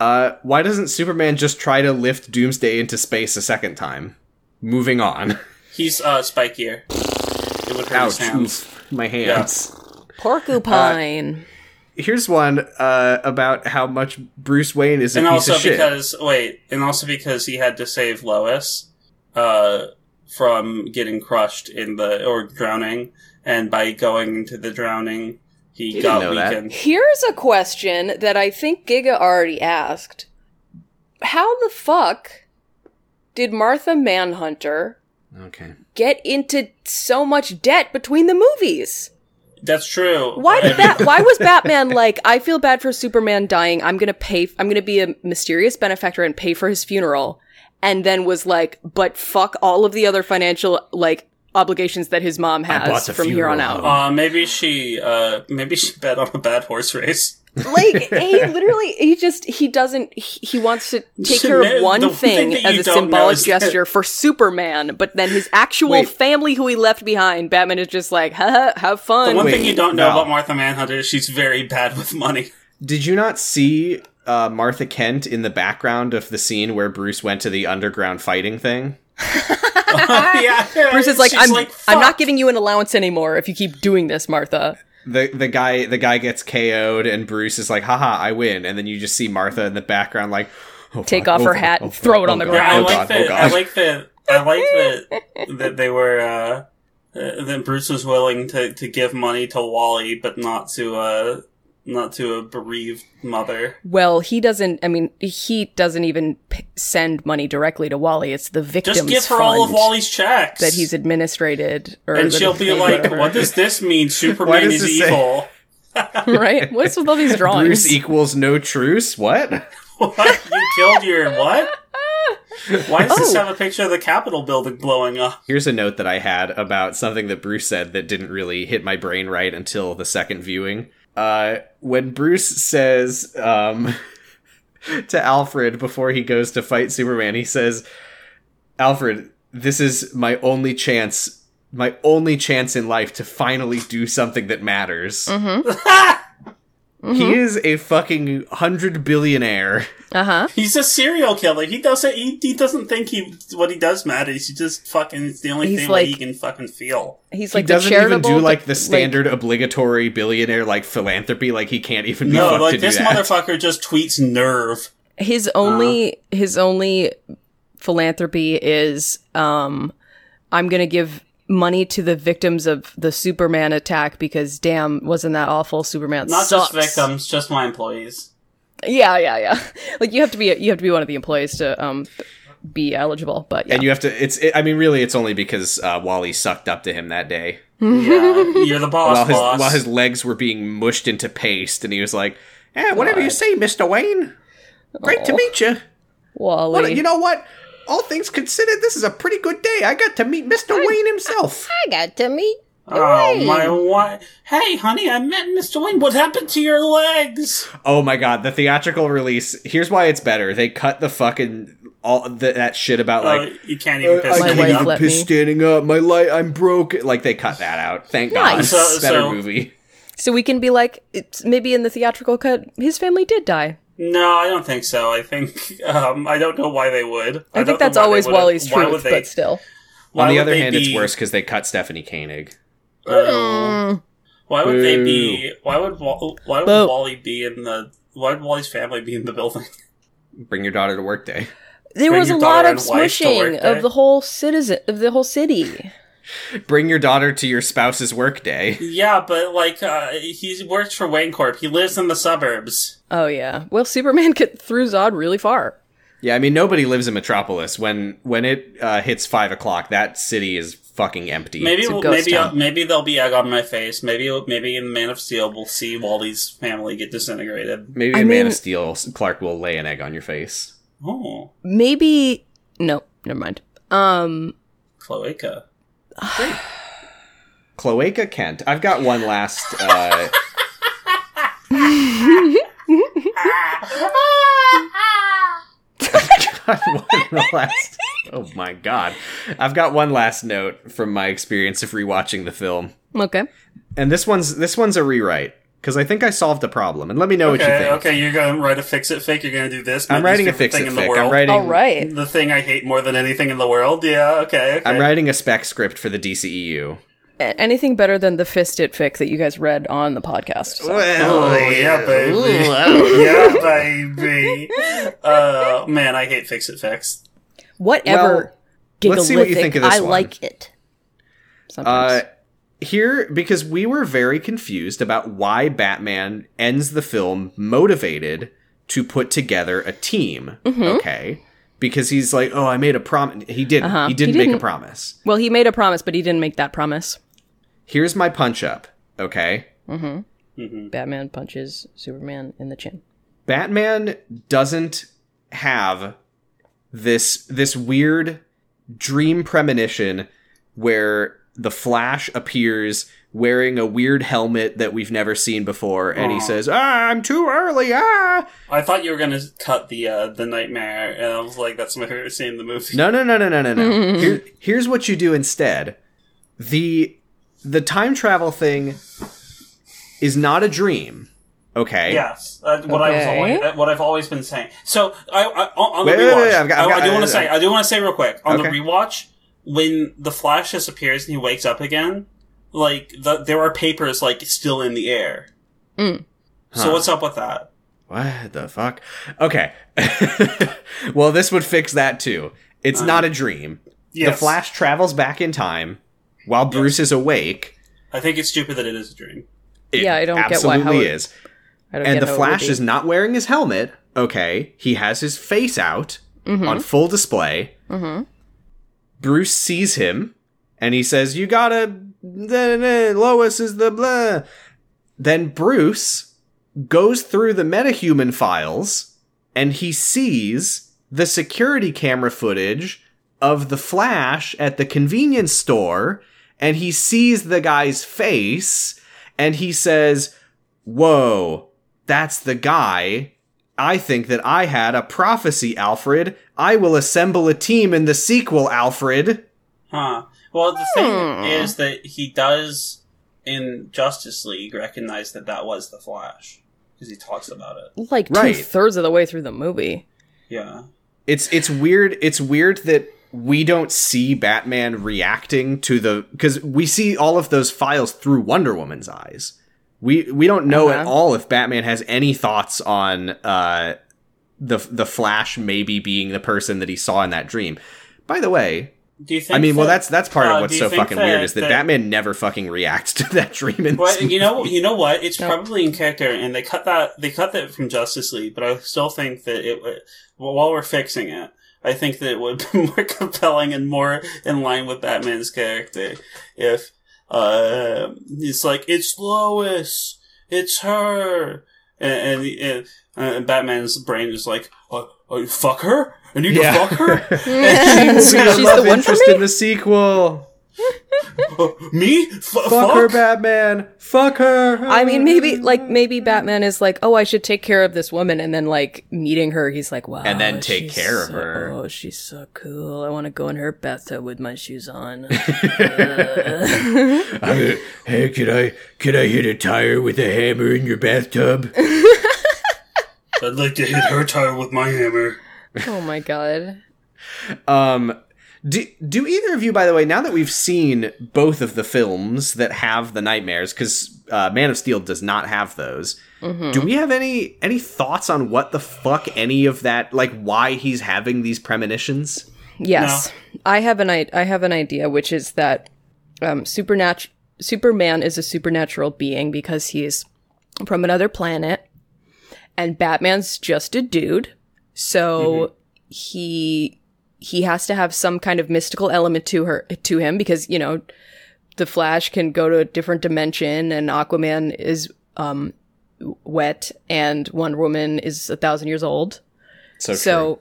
Speaker 2: Uh, why doesn't Superman just try to lift Doomsday into space a second time? Moving on.
Speaker 3: He's uh, spikier. It would hurt his
Speaker 2: Ouch!
Speaker 3: hands.
Speaker 2: Oof, my hands.
Speaker 4: Porcupine.
Speaker 2: Here's one uh, about how much Bruce Wayne is a
Speaker 3: and
Speaker 2: piece
Speaker 3: also
Speaker 2: of shit.
Speaker 3: because wait, and also because he had to save Lois uh, from getting crushed in the or drowning, and by going into the drowning, he,
Speaker 2: didn't
Speaker 3: got
Speaker 2: know that.
Speaker 3: weakened.
Speaker 4: Here's a question that I think Giga already asked. How the fuck did Martha Manhunter
Speaker 2: okay.
Speaker 4: get into so much debt between the movies?
Speaker 3: That's true.
Speaker 4: Why
Speaker 3: I
Speaker 4: did
Speaker 3: mean,
Speaker 4: that why was Batman like, I feel bad for Superman dying. I'm going to pay I'm going to be a mysterious benefactor and pay for his funeral and then was like, but fuck all of the other financial like obligations that his mom
Speaker 2: bought
Speaker 4: has
Speaker 2: the
Speaker 4: from here on
Speaker 2: funeral
Speaker 4: out.
Speaker 2: home.
Speaker 3: Uh, maybe she, uh, maybe she bet on a bad horse race.
Speaker 4: Like he literally, he just he doesn't. He, he wants to take
Speaker 3: Should
Speaker 4: care
Speaker 3: know-
Speaker 4: of
Speaker 3: the
Speaker 4: one
Speaker 3: one
Speaker 4: thing,
Speaker 3: thing that
Speaker 4: as
Speaker 3: you
Speaker 4: a
Speaker 3: don't know
Speaker 4: symbolic
Speaker 3: is that-
Speaker 4: gesture for Superman, but then his actual
Speaker 2: Wait.
Speaker 4: family, who he left behind, Batman is just like, "Haha, have
Speaker 3: The
Speaker 4: fun."
Speaker 3: one
Speaker 2: Wait,
Speaker 3: thing you don't know
Speaker 2: Val.
Speaker 3: about Martha Manhunter is she's very bad with money.
Speaker 2: Did you not see uh, Martha Kent in the background of the scene where Bruce went to the underground fighting thing?
Speaker 3: yeah,
Speaker 4: Bruce is like,
Speaker 3: she's
Speaker 4: "I'm, I'm
Speaker 3: "Fuck."
Speaker 4: not giving you an allowance anymore if you keep doing this, Martha."
Speaker 2: The the guy the guy gets KO'd and Bruce is like, haha, I win. And then you just see Martha in the background like oh,
Speaker 4: Take
Speaker 2: fuck,
Speaker 4: off
Speaker 2: oh,
Speaker 4: her
Speaker 2: fuck,
Speaker 4: hat
Speaker 2: oh,
Speaker 4: and
Speaker 2: fuck,
Speaker 4: throw it
Speaker 2: oh
Speaker 4: on the
Speaker 2: God,
Speaker 4: ground.
Speaker 3: Yeah,
Speaker 2: oh
Speaker 3: I like
Speaker 2: God, oh
Speaker 3: that.
Speaker 2: God.
Speaker 3: I like that. I like that that they were uh, uh, that Bruce was willing to, to give money to Wally, but not to uh not to a bereaved mother.
Speaker 4: Well, he doesn't. I mean, he doesn't even p- send money directly to Wally. It's the victims.
Speaker 3: Just give her all of
Speaker 4: fund
Speaker 3: Wally's checks
Speaker 4: that he's administrated, or
Speaker 3: and
Speaker 4: that
Speaker 3: she'll
Speaker 4: he
Speaker 3: be
Speaker 4: paid,
Speaker 3: like,
Speaker 4: whatever.
Speaker 3: "What does this mean? Superman
Speaker 2: does
Speaker 3: is
Speaker 2: this say-
Speaker 3: evil."
Speaker 4: right? What's with all these drawings?
Speaker 2: Bruce E. equals no truce? What?
Speaker 3: What? You killed your what? Why does this
Speaker 4: Oh.
Speaker 3: have a picture of the Capitol building blowing up?
Speaker 2: Here's a note that I had about something that Bruce said that didn't really hit my brain right until the second viewing. Uh, when Bruce says um, to Alfred before he goes to fight Superman, he says, Alfred, this is my only chance, my only chance in life to finally do something that matters.
Speaker 4: Mm-hmm.
Speaker 2: He is a fucking hundred billionaire.
Speaker 4: Uh huh.
Speaker 3: He's a serial killer. He doesn't. He, he doesn't think he what he does matters. He just fucking. It's the only
Speaker 4: He's
Speaker 3: thing
Speaker 4: like-
Speaker 3: that he can fucking feel.
Speaker 4: He's
Speaker 2: He
Speaker 4: like the
Speaker 2: doesn't even do
Speaker 4: charitable-
Speaker 2: like the standard obligatory billionaire like philanthropy. Like he can't even be
Speaker 3: No,
Speaker 2: fucked
Speaker 3: like
Speaker 2: to do
Speaker 3: this
Speaker 2: that.
Speaker 3: motherfucker just tweets nerve.
Speaker 4: his only
Speaker 2: Uh-huh.
Speaker 4: his only philanthropy is um i'm gonna give money to the victims of the superman attack because damn wasn't that awful superman
Speaker 3: Not
Speaker 4: sucks.
Speaker 3: just victims, just my employees.
Speaker 4: yeah yeah yeah like you have to be you have to be one of the employees to um be eligible but yeah
Speaker 2: And you have to. It's. It, I mean, really, it's only because uh, Wally sucked up to him that day
Speaker 3: yeah, you're the boss,
Speaker 2: while his
Speaker 3: boss.
Speaker 2: while his legs were being mushed into paste, and he was like, "Eh, whatever you say, Mister Wayne. Great to
Speaker 4: Aw.
Speaker 2: meet you.
Speaker 4: wally
Speaker 2: What, you know what? All things considered, this is a pretty good day. I got to meet Mister Wayne himself.
Speaker 4: i got to meet
Speaker 3: oh my wife. Hey, honey, I met Mr. Wayne. What happened to your legs?
Speaker 2: Oh my god, the theatrical release. Here's why it's better. They cut the fucking all the, that shit about like." uh,
Speaker 3: oh, you can't even piss
Speaker 4: my
Speaker 3: me
Speaker 4: wife
Speaker 3: up.
Speaker 4: let- me.
Speaker 2: standing up. My light, I'm broke. Like they cut that out. Thank
Speaker 4: Nice.
Speaker 2: God.
Speaker 3: So-
Speaker 2: Better
Speaker 3: so-
Speaker 2: movie.
Speaker 4: so we can be like it's maybe in the theatrical cut his family did die
Speaker 3: No, I don't think so. I think um, I don't know why they would.
Speaker 4: i,
Speaker 3: don't know
Speaker 4: think that's
Speaker 3: why they
Speaker 4: always
Speaker 3: would've-
Speaker 4: wally's
Speaker 3: why
Speaker 4: truth
Speaker 3: would they-
Speaker 4: but still
Speaker 3: why
Speaker 2: On the
Speaker 3: would
Speaker 2: other
Speaker 3: they
Speaker 2: hand, it's
Speaker 3: be-
Speaker 2: worse because they cut Stephanie Koenig.
Speaker 4: Mm.
Speaker 3: Oh. Why would they be? Why would Wa- why would
Speaker 4: Boo.
Speaker 3: Wally be in the? Why would Wally's family be in the building?
Speaker 2: Bring your daughter to work day.
Speaker 4: There
Speaker 3: Bring
Speaker 4: was a
Speaker 3: your
Speaker 4: lot
Speaker 3: daughter
Speaker 4: of
Speaker 3: and wife to work
Speaker 4: smushing
Speaker 3: day.
Speaker 4: of the whole citizen of the whole city.
Speaker 2: Bring your daughter to your spouse's work day.
Speaker 3: Yeah, but like uh, he works for Wayne Corp. He lives in the suburbs.
Speaker 4: Oh yeah. Well, Superman get threw Zod really far.
Speaker 2: Yeah, I mean nobody lives in Metropolis. When when it uh, hits five o'clock, that city is fucking empty.
Speaker 3: Maybe
Speaker 4: a
Speaker 3: we'll-
Speaker 4: ghost
Speaker 3: maybe
Speaker 4: town.
Speaker 3: I'll- maybe there'll be egg on my face. Maybe maybe in Man of Steel we'll see Wally's family get disintegrated.
Speaker 2: Maybe
Speaker 4: I
Speaker 2: in Man
Speaker 4: mean-
Speaker 2: of Steel, Clark will lay an egg on your face.
Speaker 3: Oh,
Speaker 4: Maybe no, never mind. Um,
Speaker 3: cloaca.
Speaker 2: Cloaca Kent. I've got one last. Uh, got one last. Oh my god! I've got one last note from my experience of rewatching the film,
Speaker 4: okay.
Speaker 2: and this one's this one's a rewrite because I think I solved a problem. And let me know what you
Speaker 3: Okay,
Speaker 2: think.
Speaker 3: okay, you're gonna write a fix it fic. You're gonna do this.
Speaker 2: I'm
Speaker 3: my least
Speaker 2: writing a
Speaker 3: favorite
Speaker 2: fix
Speaker 3: thing
Speaker 2: it
Speaker 3: in the
Speaker 2: fic. I'm
Speaker 3: world.
Speaker 2: writing.
Speaker 4: All right.
Speaker 3: the thing I hate more than anything in the world. Yeah. Okay. okay.
Speaker 2: I'm writing a spec script for the E DCEU.
Speaker 4: A- Anything better than the fisted fic that you guys read on the podcast? so.
Speaker 3: Oh yeah, baby. yeah, baby. Uh, man, I hate fix it fix.
Speaker 4: Whatever.
Speaker 2: let's see what you
Speaker 4: Gigalithic,
Speaker 2: think of this
Speaker 4: I
Speaker 2: one.
Speaker 4: like it.
Speaker 2: Uh,
Speaker 4: Sometimes.
Speaker 2: here, because we were very confused about why Batman ends the film motivated to put together a team.
Speaker 4: Mm-hmm.
Speaker 2: Okay. Because he's like, oh, I made a promise. He didn't.
Speaker 4: Uh-huh.
Speaker 2: He didn't
Speaker 4: He
Speaker 2: make a
Speaker 4: didn't.
Speaker 2: promise.
Speaker 4: well, he made a promise, but he didn't make that promise.
Speaker 2: Here's my punch up. Okay.
Speaker 4: Batman punches Superman in the chin.
Speaker 2: Batman doesn't have this this weird dream premonition where the Flash appears wearing a weird helmet that we've never seen before, and he
Speaker 3: Aw.
Speaker 2: says, "Ah, I'm too early." Ah,
Speaker 3: I thought you were gonna cut the uh, the nightmare, and I was like, "That's my favorite scene in the movie."
Speaker 2: no, no, no, no, no, no, no. Here, here's what you do instead: the the time travel thing is not a dream. Okay.
Speaker 3: Yes, uh, what I was
Speaker 4: Okay.
Speaker 3: always, that- what I've always been saying. So I, I on on the
Speaker 2: Wait, wait,
Speaker 3: rewatch,
Speaker 2: wait, I've got- I've
Speaker 3: I- I
Speaker 2: got- uh,
Speaker 3: do want to say, I do want to say real quick on
Speaker 2: Okay.
Speaker 3: the rewatch when the Flash disappears and he wakes up again, like the, there are papers like still in the air.
Speaker 4: Mm.
Speaker 2: Huh.
Speaker 3: So what's up with that?
Speaker 2: What the fuck? Okay. well, this would fix that too. It's not a dream. The
Speaker 3: Yes.
Speaker 2: Flash travels back in time while Bruce is awake.
Speaker 3: I think it's stupid that it is a dream.
Speaker 4: Yeah, I don't get why-
Speaker 2: absolutely
Speaker 4: how it-
Speaker 2: is.
Speaker 4: I don't
Speaker 2: And
Speaker 4: get
Speaker 2: the
Speaker 4: how it
Speaker 2: Flash
Speaker 4: would be.
Speaker 2: is not wearing his helmet. Okay, he has his face out
Speaker 4: Mm-hmm.
Speaker 2: on full display.
Speaker 4: Mhm.
Speaker 2: Bruce sees him, and he says, "You gotta." nah, nah, Lois is the blah. Then Bruce goes through the metahuman files, and he sees the security camera footage of the Flash at the convenience store, and he sees the guy's face, and he says, Whoa, that's the guy. I think that I had a prophecy, Alfred. I will assemble a team in the sequel, Alfred.
Speaker 3: Huh. Well, the thing
Speaker 4: Hmm.
Speaker 3: is that he does in Justice League recognize that that was the Flash because he talks about it.
Speaker 4: like
Speaker 2: Right.
Speaker 4: two thirds of the way through the movie.
Speaker 3: Yeah.
Speaker 2: It's it's weird. It's weird that we don't see Batman reacting to the because we see all of those files through Wonder Woman's eyes. We we don't know at
Speaker 4: Uh-huh.
Speaker 2: all if Batman has any thoughts on uh, the the Flash maybe being the person that he saw in that dream. By the way,
Speaker 3: Do you think?
Speaker 2: I mean, well,
Speaker 3: that-
Speaker 2: that's that's part
Speaker 3: uh,
Speaker 2: of what's
Speaker 3: do you
Speaker 2: so
Speaker 3: think
Speaker 2: fucking weird is that,
Speaker 3: that-
Speaker 2: Batman never fucking reacts to that dream. In
Speaker 3: Well,
Speaker 2: this
Speaker 3: you know, you know what? It's
Speaker 4: No.
Speaker 3: probably in character, and they cut that. They cut that from Justice League, but I still think that it. would- Well, while we're fixing it, I think that it would be more compelling and more in line with Batman's character if uh, it's like it's Lois, it's her, and and, and, and Batman's brain is like, oh, oh, fuck her, and you
Speaker 2: Yeah.
Speaker 3: can fuck her.
Speaker 2: She's
Speaker 4: She's
Speaker 2: the
Speaker 4: the
Speaker 2: love
Speaker 4: one for
Speaker 2: interest
Speaker 4: me.
Speaker 2: in the sequel.
Speaker 3: Oh, me? F- fuck,
Speaker 2: Fuck, her, Batman. Fuck her.
Speaker 4: I mean, maybe like maybe Batman is like, oh, I should take care of this woman, and then like meeting her, he's like, wow,
Speaker 2: And then take
Speaker 4: she's
Speaker 2: care of
Speaker 4: so-
Speaker 2: her.
Speaker 4: Oh, she's so cool. I want to go in her bathtub with my shoes on.
Speaker 2: hey, could I could I hit a tire with a hammer in your bathtub?
Speaker 3: I'd like to hit her tire with my hammer.
Speaker 4: oh my god.
Speaker 2: Um, do do either of you, by the way, now that we've seen both of the films that have the nightmares, because uh, Man of Steel does not have those. Do we have any any thoughts on what the fuck any of that like why he's having these premonitions?
Speaker 4: Yes, I have an I, I have an idea, which is that um, supernat- Superman is a supernatural being because he's from another planet, and Batman's just a dude. So he he has to have some kind of mystical element to her to him because you know the Flash can go to a different dimension, and Aquaman is um, wet, and Wonder Woman is a thousand years old
Speaker 2: So,
Speaker 4: so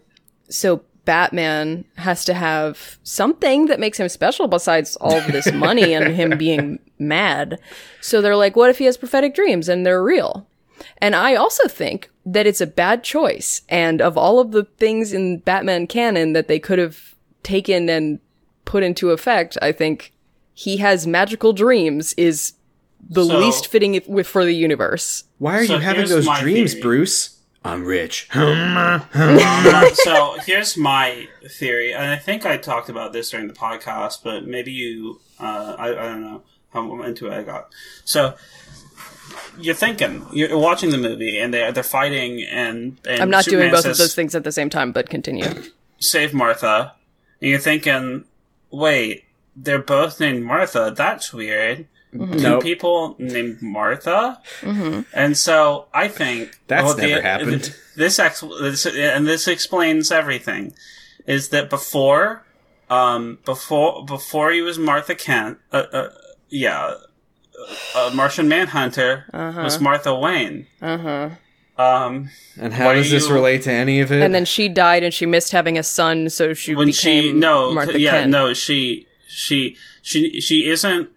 Speaker 4: so batman has to have something that makes him special besides all of this money and him being mad so they're like what if he has prophetic dreams and they're real and i also think that it's a bad choice and of all of the things in batman canon that they could have taken and put into effect i think he has magical dreams is the
Speaker 3: So-
Speaker 4: least fitting it with for the universe
Speaker 2: why are
Speaker 3: So
Speaker 2: you having
Speaker 3: here's
Speaker 2: those
Speaker 3: my
Speaker 2: dreams,
Speaker 3: theory.
Speaker 2: Bruce? I'm rich.
Speaker 3: Um, so here's my theory, and I think I talked about this during the podcast, but maybe you, uh, I, I don't know how into it I got. So you're thinking, you're watching the movie, and they're they're fighting, and, and
Speaker 4: i'm not
Speaker 3: Superman
Speaker 4: doing both
Speaker 3: says,
Speaker 4: of those things at the same time but continue
Speaker 3: Save Martha, and you're thinking, wait, they're both named Martha. That's weird. Two
Speaker 2: Nope.
Speaker 3: people named Martha,
Speaker 4: Mm-hmm.
Speaker 3: and so I think e-,
Speaker 2: That's never happened.
Speaker 3: This, ex- this and this explains everything. Is that before, um, before before he was Martha Kent? Uh, uh, yeah, uh, Martian Manhunter was Martha Wayne.
Speaker 4: uh-huh
Speaker 3: Um,
Speaker 2: And how
Speaker 3: Why
Speaker 2: does
Speaker 3: you-
Speaker 2: this relate to any of it?
Speaker 4: and then she died and she missed having a son so she
Speaker 3: when
Speaker 4: became
Speaker 3: she no
Speaker 4: Martha
Speaker 3: yeah
Speaker 4: Kent.
Speaker 3: no she she she she isn't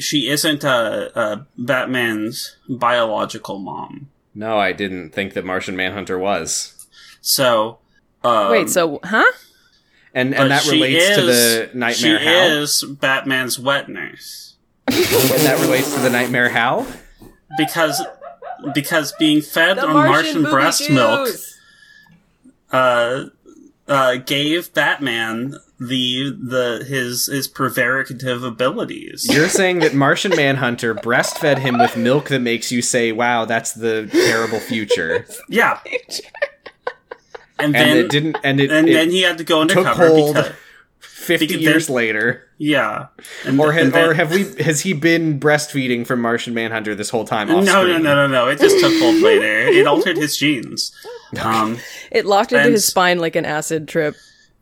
Speaker 3: she isn't uh, uh, Batman's biological mom.
Speaker 2: No, I didn't think that Martian Manhunter was.
Speaker 3: So um,
Speaker 4: Wait, so huh?
Speaker 2: And and
Speaker 3: but
Speaker 2: that
Speaker 3: she
Speaker 2: relates to
Speaker 3: is-
Speaker 2: the Nightmare
Speaker 3: She
Speaker 2: How.
Speaker 3: is Batman's wet nurse
Speaker 2: And that relates to the Nightmare How.
Speaker 3: because because being fed on Martian,
Speaker 4: booby
Speaker 3: breast
Speaker 4: juice.
Speaker 3: milk uh, uh, gave Batman the the his his prevaricative abilities.
Speaker 2: You're saying that Martian Manhunter breastfed him with milk that makes you say, "Wow, that's the terrible future,"
Speaker 3: yeah, and
Speaker 2: and
Speaker 3: then
Speaker 2: it didn't. And it,
Speaker 3: and
Speaker 2: it
Speaker 3: then he had to go
Speaker 2: took
Speaker 3: undercover.
Speaker 2: hold.
Speaker 3: Because,
Speaker 2: Fifty
Speaker 3: because
Speaker 2: years
Speaker 3: then-
Speaker 2: later,
Speaker 3: yeah, and,
Speaker 2: or have,
Speaker 3: and then-
Speaker 2: or have we? Has he been breastfeeding from Martian Manhunter this whole time?
Speaker 3: No,
Speaker 2: Off
Speaker 3: no, no,
Speaker 2: screen?
Speaker 3: no, no! It just took hold later. It altered his genes. Um,
Speaker 4: It locked into
Speaker 3: And-
Speaker 4: his spine like an acid trip.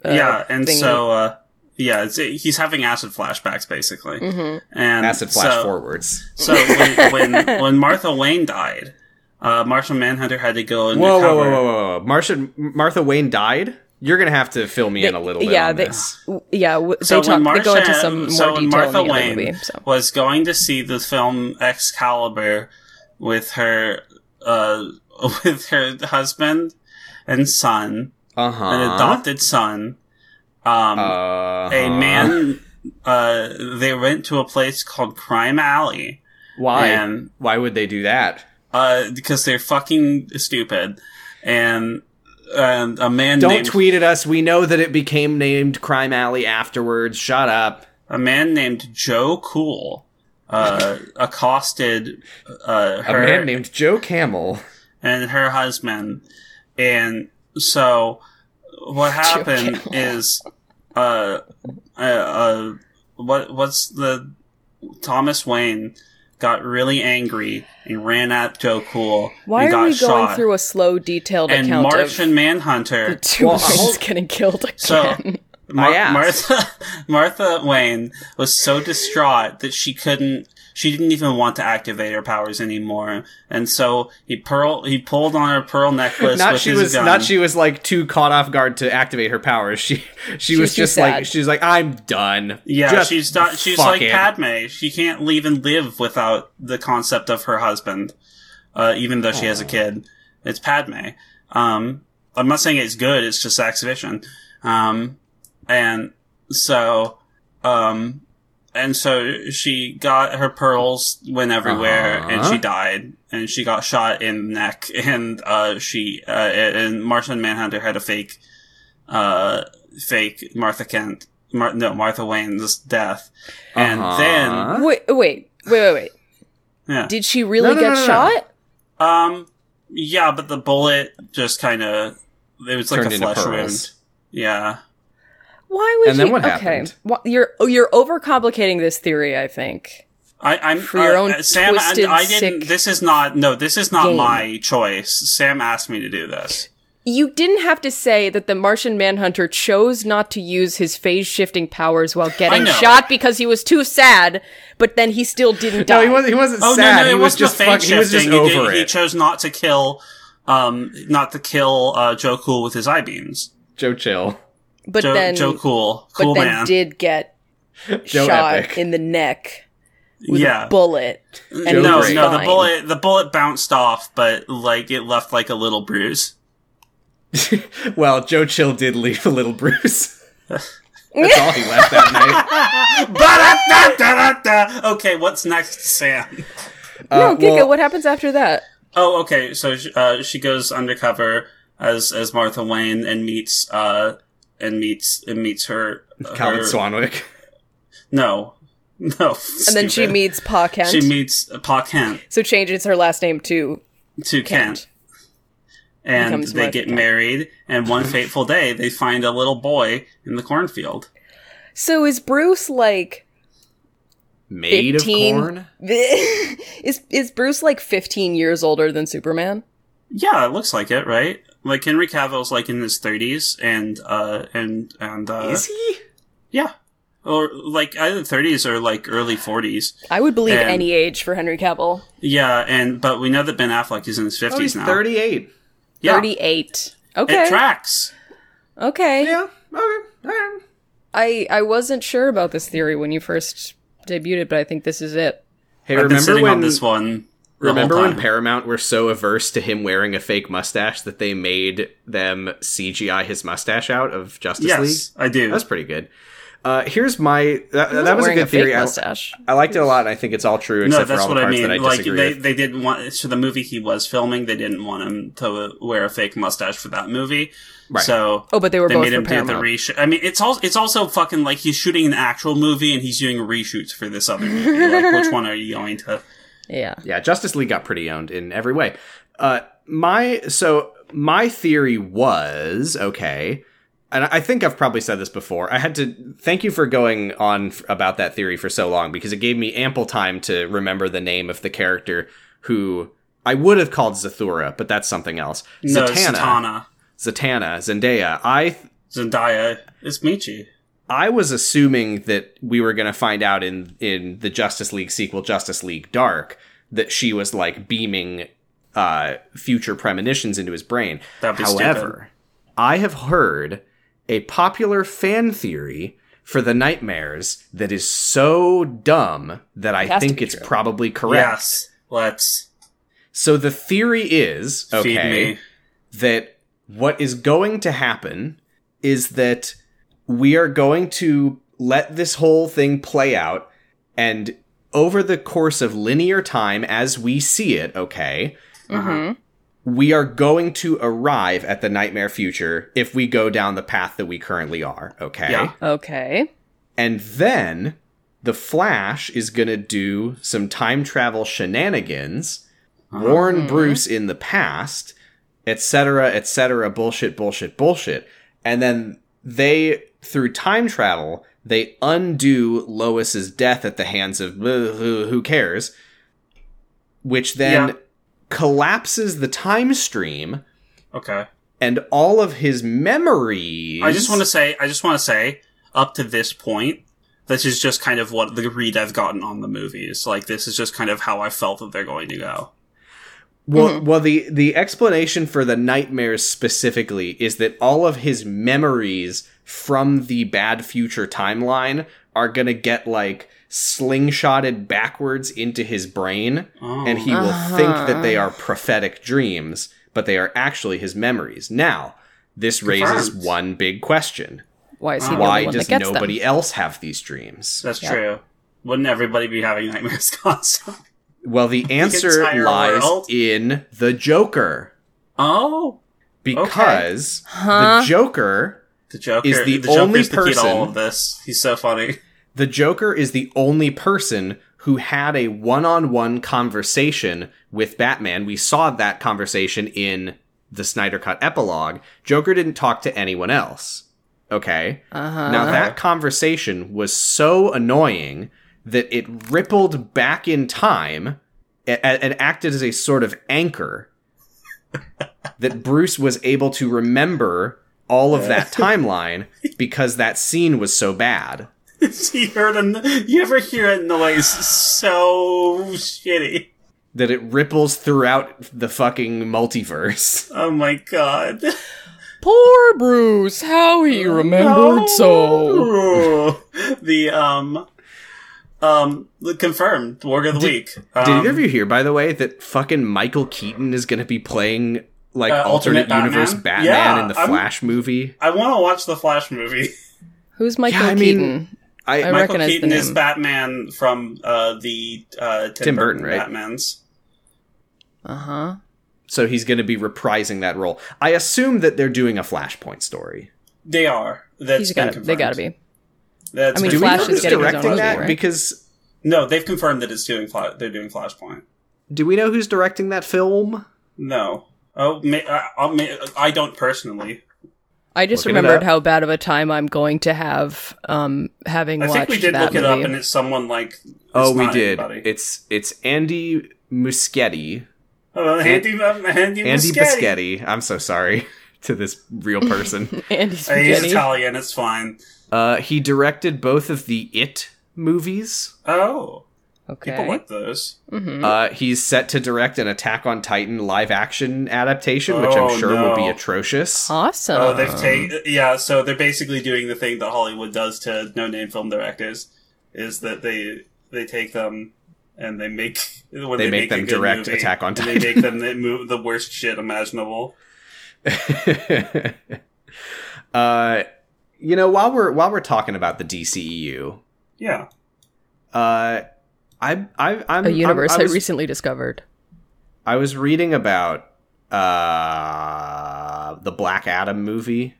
Speaker 4: uh,
Speaker 3: yeah, and
Speaker 4: thingy.
Speaker 3: so uh, yeah, it's, he's having acid flashbacks basically.
Speaker 4: Mm-hmm.
Speaker 3: And
Speaker 2: Acid flash
Speaker 3: so,
Speaker 2: forwards.
Speaker 3: So when, when when Martha Wayne died, uh, Marshall Manhunter had to go and
Speaker 2: Whoa, whoa,
Speaker 3: recover.
Speaker 2: whoa, whoa, whoa! Martian Martha Wayne died. You're gonna have to fill me in a little bit.
Speaker 4: yeah,
Speaker 2: on
Speaker 4: they,
Speaker 2: this.
Speaker 4: w- yeah, w-
Speaker 3: So
Speaker 4: they talk.
Speaker 3: when Martha,
Speaker 4: they go into some more
Speaker 3: so when
Speaker 4: detail
Speaker 3: Martha
Speaker 4: in the
Speaker 3: Wayne
Speaker 4: other movie. So
Speaker 3: was going to see the film Excalibur with her uh, with her husband and son,
Speaker 2: Uh-huh.
Speaker 3: an adopted son. Um,
Speaker 2: Uh-huh.
Speaker 3: a man uh they went to a place called crime alley
Speaker 2: Why?
Speaker 3: and
Speaker 2: Why would they do that?
Speaker 3: uh because they're fucking stupid and and a man
Speaker 2: Don't
Speaker 3: named
Speaker 2: tweet at us. We know that it became named Crime Alley afterwards. Shut up.
Speaker 3: a man named joe cool uh accosted uh
Speaker 2: A
Speaker 3: her
Speaker 2: man named Joe Camel.
Speaker 3: and her husband and so what happened
Speaker 4: Camel.
Speaker 3: is uh, uh uh what what's the Thomas Wayne got really angry and ran at Joe Cool.
Speaker 4: why
Speaker 3: and got
Speaker 4: are we going
Speaker 3: shot.
Speaker 4: through a slow, detailed
Speaker 3: and
Speaker 4: account
Speaker 3: Martian
Speaker 4: of
Speaker 3: Manhunter?
Speaker 4: two
Speaker 2: Well,
Speaker 4: Waynes
Speaker 2: hold-
Speaker 4: getting killed again?
Speaker 3: So Mar-
Speaker 2: asked.
Speaker 3: Martha Martha Wayne was so distraught that she couldn't. She didn't even want to activate her powers anymore, and so he pearl he pulled on her pearl necklace.
Speaker 2: Not
Speaker 3: with
Speaker 2: she
Speaker 3: his
Speaker 2: was
Speaker 3: gun.
Speaker 2: not she was like too caught off guard to activate her powers. She she, was
Speaker 4: was too
Speaker 2: just like
Speaker 4: sad.
Speaker 2: she was like I'm done.
Speaker 3: Yeah,
Speaker 2: Just
Speaker 3: she's not. She's
Speaker 2: fuck
Speaker 3: like
Speaker 2: it.
Speaker 3: Padme. She can't leave and live without the concept of her husband, uh, even though she has a kid. It's Padme. Um, I'm not saying it's good. It's just exhibition. Um, and so, um, and so she got her pearls went everywhere, and
Speaker 2: Uh-huh.
Speaker 3: she died, and she got shot in the neck, and uh, she uh, and Martian Manhunter had a fake, uh, fake Martha Kent, Mar- no Martha Wayne's death, and
Speaker 2: Uh-huh.
Speaker 3: then
Speaker 4: wait, wait, wait, wait, wait.
Speaker 3: Yeah.
Speaker 4: Did she really
Speaker 2: No, no,
Speaker 4: get
Speaker 2: no, no, no.
Speaker 4: shot?
Speaker 3: um, yeah, but the bullet just kind of it was like
Speaker 2: Turned
Speaker 3: a
Speaker 2: into
Speaker 3: flesh wound.
Speaker 2: pearls.
Speaker 3: Yeah,
Speaker 4: Why would
Speaker 2: And
Speaker 4: you?
Speaker 2: then what
Speaker 4: okay,
Speaker 2: happened?
Speaker 4: Wha- you're oh, you're overcomplicating this theory. I think.
Speaker 3: I, I'm uh,
Speaker 4: For your own
Speaker 3: Sam. I-
Speaker 4: twisted,
Speaker 3: I, didn't.
Speaker 4: sick
Speaker 3: This is not. No, this is not
Speaker 4: game.
Speaker 3: my choice. Sam asked me to do this.
Speaker 4: You didn't have to say that the Martian Manhunter chose not to use his phase shifting powers while getting
Speaker 3: know.
Speaker 4: shot because he was too sad, but then he still didn't die.
Speaker 2: No, he wasn't. He wasn't
Speaker 3: Oh
Speaker 2: sad.
Speaker 3: no, no, it
Speaker 2: he was
Speaker 3: wasn't
Speaker 2: just
Speaker 3: the fake
Speaker 2: fuck, He was just
Speaker 3: shifting. He, did-
Speaker 2: over
Speaker 3: he
Speaker 2: it.
Speaker 3: chose not to kill, um, not to kill uh, Joe Cool with his eye beams.
Speaker 2: Joe Chill.
Speaker 4: but
Speaker 3: Joe,
Speaker 4: then,
Speaker 3: Joe Cool,
Speaker 4: but
Speaker 3: cool
Speaker 4: then
Speaker 3: man.
Speaker 4: did get
Speaker 2: Joe
Speaker 4: shot
Speaker 2: Epic.
Speaker 4: in the neck with
Speaker 3: yeah,
Speaker 4: a bullet. And
Speaker 2: Joe
Speaker 4: he
Speaker 3: no,
Speaker 4: was
Speaker 2: Great.
Speaker 3: no, the
Speaker 4: fine.
Speaker 3: bullet, the bullet bounced off, but like it left like a little bruise.
Speaker 2: well, Joe Chill did leave a little bruise. That's all he left that night.
Speaker 3: Ba-da-da-da-da-da. okay, what's next, Sam?
Speaker 2: Uh,
Speaker 4: no, Giga,
Speaker 2: well,
Speaker 4: what happens after that?
Speaker 3: Oh, okay. So sh- uh, she goes undercover as as Martha Wayne and meets uh and meets and meets her.
Speaker 2: Colin
Speaker 3: her-
Speaker 2: Swanwick.
Speaker 3: No, no.
Speaker 4: And then she meets Pa Kent.
Speaker 3: She meets uh, Pa Kent
Speaker 4: so changes her last name to
Speaker 3: to Kent.
Speaker 4: Kent.
Speaker 3: and
Speaker 4: Becomes
Speaker 3: they
Speaker 4: Martha
Speaker 3: get
Speaker 4: Kent.
Speaker 3: married. And one fateful day, they find a little boy in the cornfield.
Speaker 4: So is Bruce like
Speaker 2: Made of
Speaker 4: 15.
Speaker 2: corn.
Speaker 4: is is Bruce like 15 years older than Superman?
Speaker 3: Yeah, it looks like it, right? Like Henry Cavill's like in his thirties, and uh, and and uh,
Speaker 2: Is he?
Speaker 3: yeah, or like either thirties or like early forties.
Speaker 4: I would believe
Speaker 3: And-
Speaker 4: any age for Henry Cavill.
Speaker 3: Yeah, and but we know that Ben Affleck is in his
Speaker 2: Oh,
Speaker 3: fifties
Speaker 2: he's
Speaker 3: now.
Speaker 2: 38.
Speaker 3: Yeah,
Speaker 4: 38. Okay.
Speaker 3: it tracks.
Speaker 4: okay.
Speaker 2: Yeah. Okay. All right.
Speaker 4: I I wasn't sure about this theory when you first debuted it, but I think this is it.
Speaker 2: Hey,
Speaker 3: I've been
Speaker 2: remember
Speaker 3: sitting
Speaker 2: when
Speaker 3: on this one. the whole
Speaker 2: remember when
Speaker 3: time.
Speaker 2: Paramount were so averse to him wearing a fake mustache that they made them CGI his mustache out of Justice League?
Speaker 3: Yes, I do.
Speaker 2: That's pretty good. Uh, here's my that, that
Speaker 4: He wasn't
Speaker 2: was a
Speaker 4: wearing
Speaker 2: good theory.
Speaker 4: Fake
Speaker 2: I,
Speaker 4: mustache.
Speaker 2: I liked it a lot, and I think it's all true
Speaker 3: no,
Speaker 2: except for
Speaker 3: that's
Speaker 2: all the
Speaker 3: what I
Speaker 2: parts
Speaker 3: mean.
Speaker 2: that I
Speaker 3: like
Speaker 2: disagree
Speaker 3: they,
Speaker 2: with.
Speaker 3: they didn't want so the movie he was filming. They didn't want him to wear a fake mustache for that movie.
Speaker 2: Right.
Speaker 3: So
Speaker 4: Oh, but they were
Speaker 3: they
Speaker 4: both
Speaker 3: made
Speaker 4: for
Speaker 3: him do the
Speaker 4: Paramount.
Speaker 3: reshoot. I mean, it's also it's also fucking like he's shooting an actual movie and he's doing reshoots for this other movie. like, which one are you going to?
Speaker 4: yeah.
Speaker 2: yeah, Justice League got pretty owned in every way. Uh, my so my theory was okay, and I think I've probably said this before. I had to thank you for going on f- about that theory for so long because it gave me ample time to remember the name of the character who I would have called Zathura, but that's something else.
Speaker 3: No,
Speaker 2: Zatanna,
Speaker 3: Satana,
Speaker 2: Zatanna, Zendaya. I th-
Speaker 3: Zendaya, it's Michi.
Speaker 2: I was assuming that we were going to find out in in the Justice League sequel, Justice League Dark, that she was like beaming uh, future premonitions into his brain.
Speaker 3: That'd be
Speaker 2: However, I have heard a popular fan theory for the nightmares that is so dumb that I
Speaker 4: It has to
Speaker 2: think
Speaker 4: be
Speaker 2: it's
Speaker 4: true.
Speaker 2: probably correct.
Speaker 3: Yes, let's
Speaker 2: So the theory is okay
Speaker 3: feed me.
Speaker 2: that what is going to happen is that we are going to let this whole thing play out and over the course of linear time as we see it, okay,
Speaker 4: hmm
Speaker 2: we are going to arrive at the nightmare future if we go down the path that we currently are, okay?
Speaker 3: Yeah.
Speaker 4: Okay.
Speaker 2: And then the Flash is going to do some time travel shenanigans, warn Bruce in the past, etc., etc., bullshit, bullshit, bullshit. And then they, through time travel, they undo Lois's death at the hands of blah, who who cares, which then
Speaker 3: Yeah.
Speaker 2: collapses the time stream
Speaker 3: Okay.
Speaker 2: and all of his memories.
Speaker 3: I just want to say, I just want to say, up to this point, this is just kind of what the read I've gotten on the movie. It's like this is just kind of how I felt that they're going to go.
Speaker 2: Well,
Speaker 4: Mm-hmm.
Speaker 2: well, the the explanation for the nightmares specifically is that all of his memories from the bad future timeline are gonna get like slingshotted backwards into his brain,
Speaker 3: Oh.
Speaker 2: and he will
Speaker 4: Uh-huh.
Speaker 2: think that they are prophetic dreams, but they are actually his memories. Now, this raises
Speaker 3: Confirmed.
Speaker 2: one big question:
Speaker 4: Why is he the only
Speaker 2: Why
Speaker 4: one
Speaker 2: does
Speaker 4: that gets
Speaker 2: nobody
Speaker 4: them?
Speaker 2: else have these dreams?
Speaker 3: That's
Speaker 4: Yeah.
Speaker 3: true. Wouldn't everybody be having nightmares constantly?
Speaker 2: Well, the answer
Speaker 3: entire
Speaker 2: lies
Speaker 3: world?
Speaker 2: in the Joker
Speaker 3: Oh,
Speaker 2: because
Speaker 4: Huh?
Speaker 2: the Joker
Speaker 3: the Joker
Speaker 2: Is the
Speaker 3: Joker's
Speaker 2: only
Speaker 3: the key to all
Speaker 2: person-
Speaker 3: of this. He's so funny.
Speaker 2: the Joker is the only person who had a one-on-one conversation with Batman. We saw that conversation in the Snyder Cut epilogue. Joker didn't talk to anyone else. Okay.
Speaker 4: Uh-huh.
Speaker 2: Now that conversation was so annoying that it rippled back in time and, and acted as a sort of anchor that Bruce was able to remember all of that timeline because that scene was so bad.
Speaker 3: you heard a, you ever hear a noise so shitty?
Speaker 2: that it ripples throughout the fucking multiverse.
Speaker 3: Oh my god!
Speaker 4: Poor Bruce, how he remembered so.
Speaker 3: so the um um confirmed Warg of the week. Um,
Speaker 2: Did either of you hear, by the way, that fucking Michael Keaton is going to be playing like
Speaker 3: Uh,
Speaker 2: alternate,
Speaker 3: Ultimate Batman?
Speaker 2: universe Batman
Speaker 3: Yeah,
Speaker 2: in the
Speaker 3: I'm-
Speaker 2: Flash movie?
Speaker 3: I want to watch the Flash movie.
Speaker 4: Who's Michael
Speaker 2: Yeah, I mean-
Speaker 4: Keaton?
Speaker 2: I,
Speaker 4: I-
Speaker 3: Michael
Speaker 4: recognize the
Speaker 3: Keaton is
Speaker 4: name.
Speaker 3: Batman from uh, the uh, Tim,
Speaker 2: Tim Burton,
Speaker 3: Burton,
Speaker 2: right?
Speaker 3: Batman's.
Speaker 4: Uh huh.
Speaker 2: so he's going to be reprising that role. I assume that they're doing a Flashpoint story.
Speaker 3: They are. That's
Speaker 4: He's
Speaker 3: been
Speaker 4: gotta, they
Speaker 3: confirmed.
Speaker 4: gotta be.
Speaker 3: That's
Speaker 4: I mean,
Speaker 3: been
Speaker 2: Do we
Speaker 4: Flash
Speaker 2: know
Speaker 4: is
Speaker 2: who's
Speaker 4: getting his own
Speaker 2: directing
Speaker 4: movie,
Speaker 2: that?
Speaker 4: right?
Speaker 2: Because
Speaker 3: No, they've confirmed that it's doing. Fla- they're doing Flashpoint.
Speaker 2: do we know who's directing that film?
Speaker 3: No. Oh, ma- I, I'll ma- I don't personally.
Speaker 4: I just
Speaker 2: Looking it
Speaker 4: remembered
Speaker 2: up.
Speaker 4: how bad of a time I'm going to have um, having
Speaker 3: I think
Speaker 4: watched
Speaker 3: we did
Speaker 4: that
Speaker 3: look it
Speaker 4: movie.
Speaker 3: up, and it's someone like. it's
Speaker 2: oh, we
Speaker 3: not
Speaker 2: did.
Speaker 3: anybody.
Speaker 2: It's it's Andy Muschietti.
Speaker 3: Oh, Andy, Andy,
Speaker 2: Andy
Speaker 3: Muschietti.
Speaker 2: Muschietti. I'm so sorry to this real person.
Speaker 4: Andy
Speaker 3: Uh, He's
Speaker 4: Spaghetti.
Speaker 3: Italian. It's fine.
Speaker 2: Uh, he directed both of the It movies.
Speaker 3: Oh,
Speaker 4: Okay.
Speaker 3: People like those.
Speaker 4: Mhm.
Speaker 2: Uh, he's set to direct an Attack on Titan live action adaptation, which
Speaker 3: Oh,
Speaker 2: I'm sure will be
Speaker 3: no.
Speaker 2: atrocious.
Speaker 4: awesome.
Speaker 3: Oh, they've taken yeah. So they're basically doing the thing that Hollywood does to no-name film directors, is that they they take them and they make when
Speaker 2: They
Speaker 3: they,
Speaker 2: make
Speaker 3: a
Speaker 2: them
Speaker 3: good
Speaker 2: direct
Speaker 3: movie,
Speaker 2: Attack on
Speaker 3: and They
Speaker 2: Titan.
Speaker 3: make them the, move, the worst shit imaginable.
Speaker 2: uh, you know, while we're while we're talking about the DCEU,
Speaker 3: Yeah.
Speaker 2: uh, I I
Speaker 3: Um,
Speaker 2: I'm
Speaker 4: a universe
Speaker 2: I'm,
Speaker 4: I,
Speaker 2: I, was,
Speaker 4: recently discovered.
Speaker 2: I was reading about uh the Black Adam movie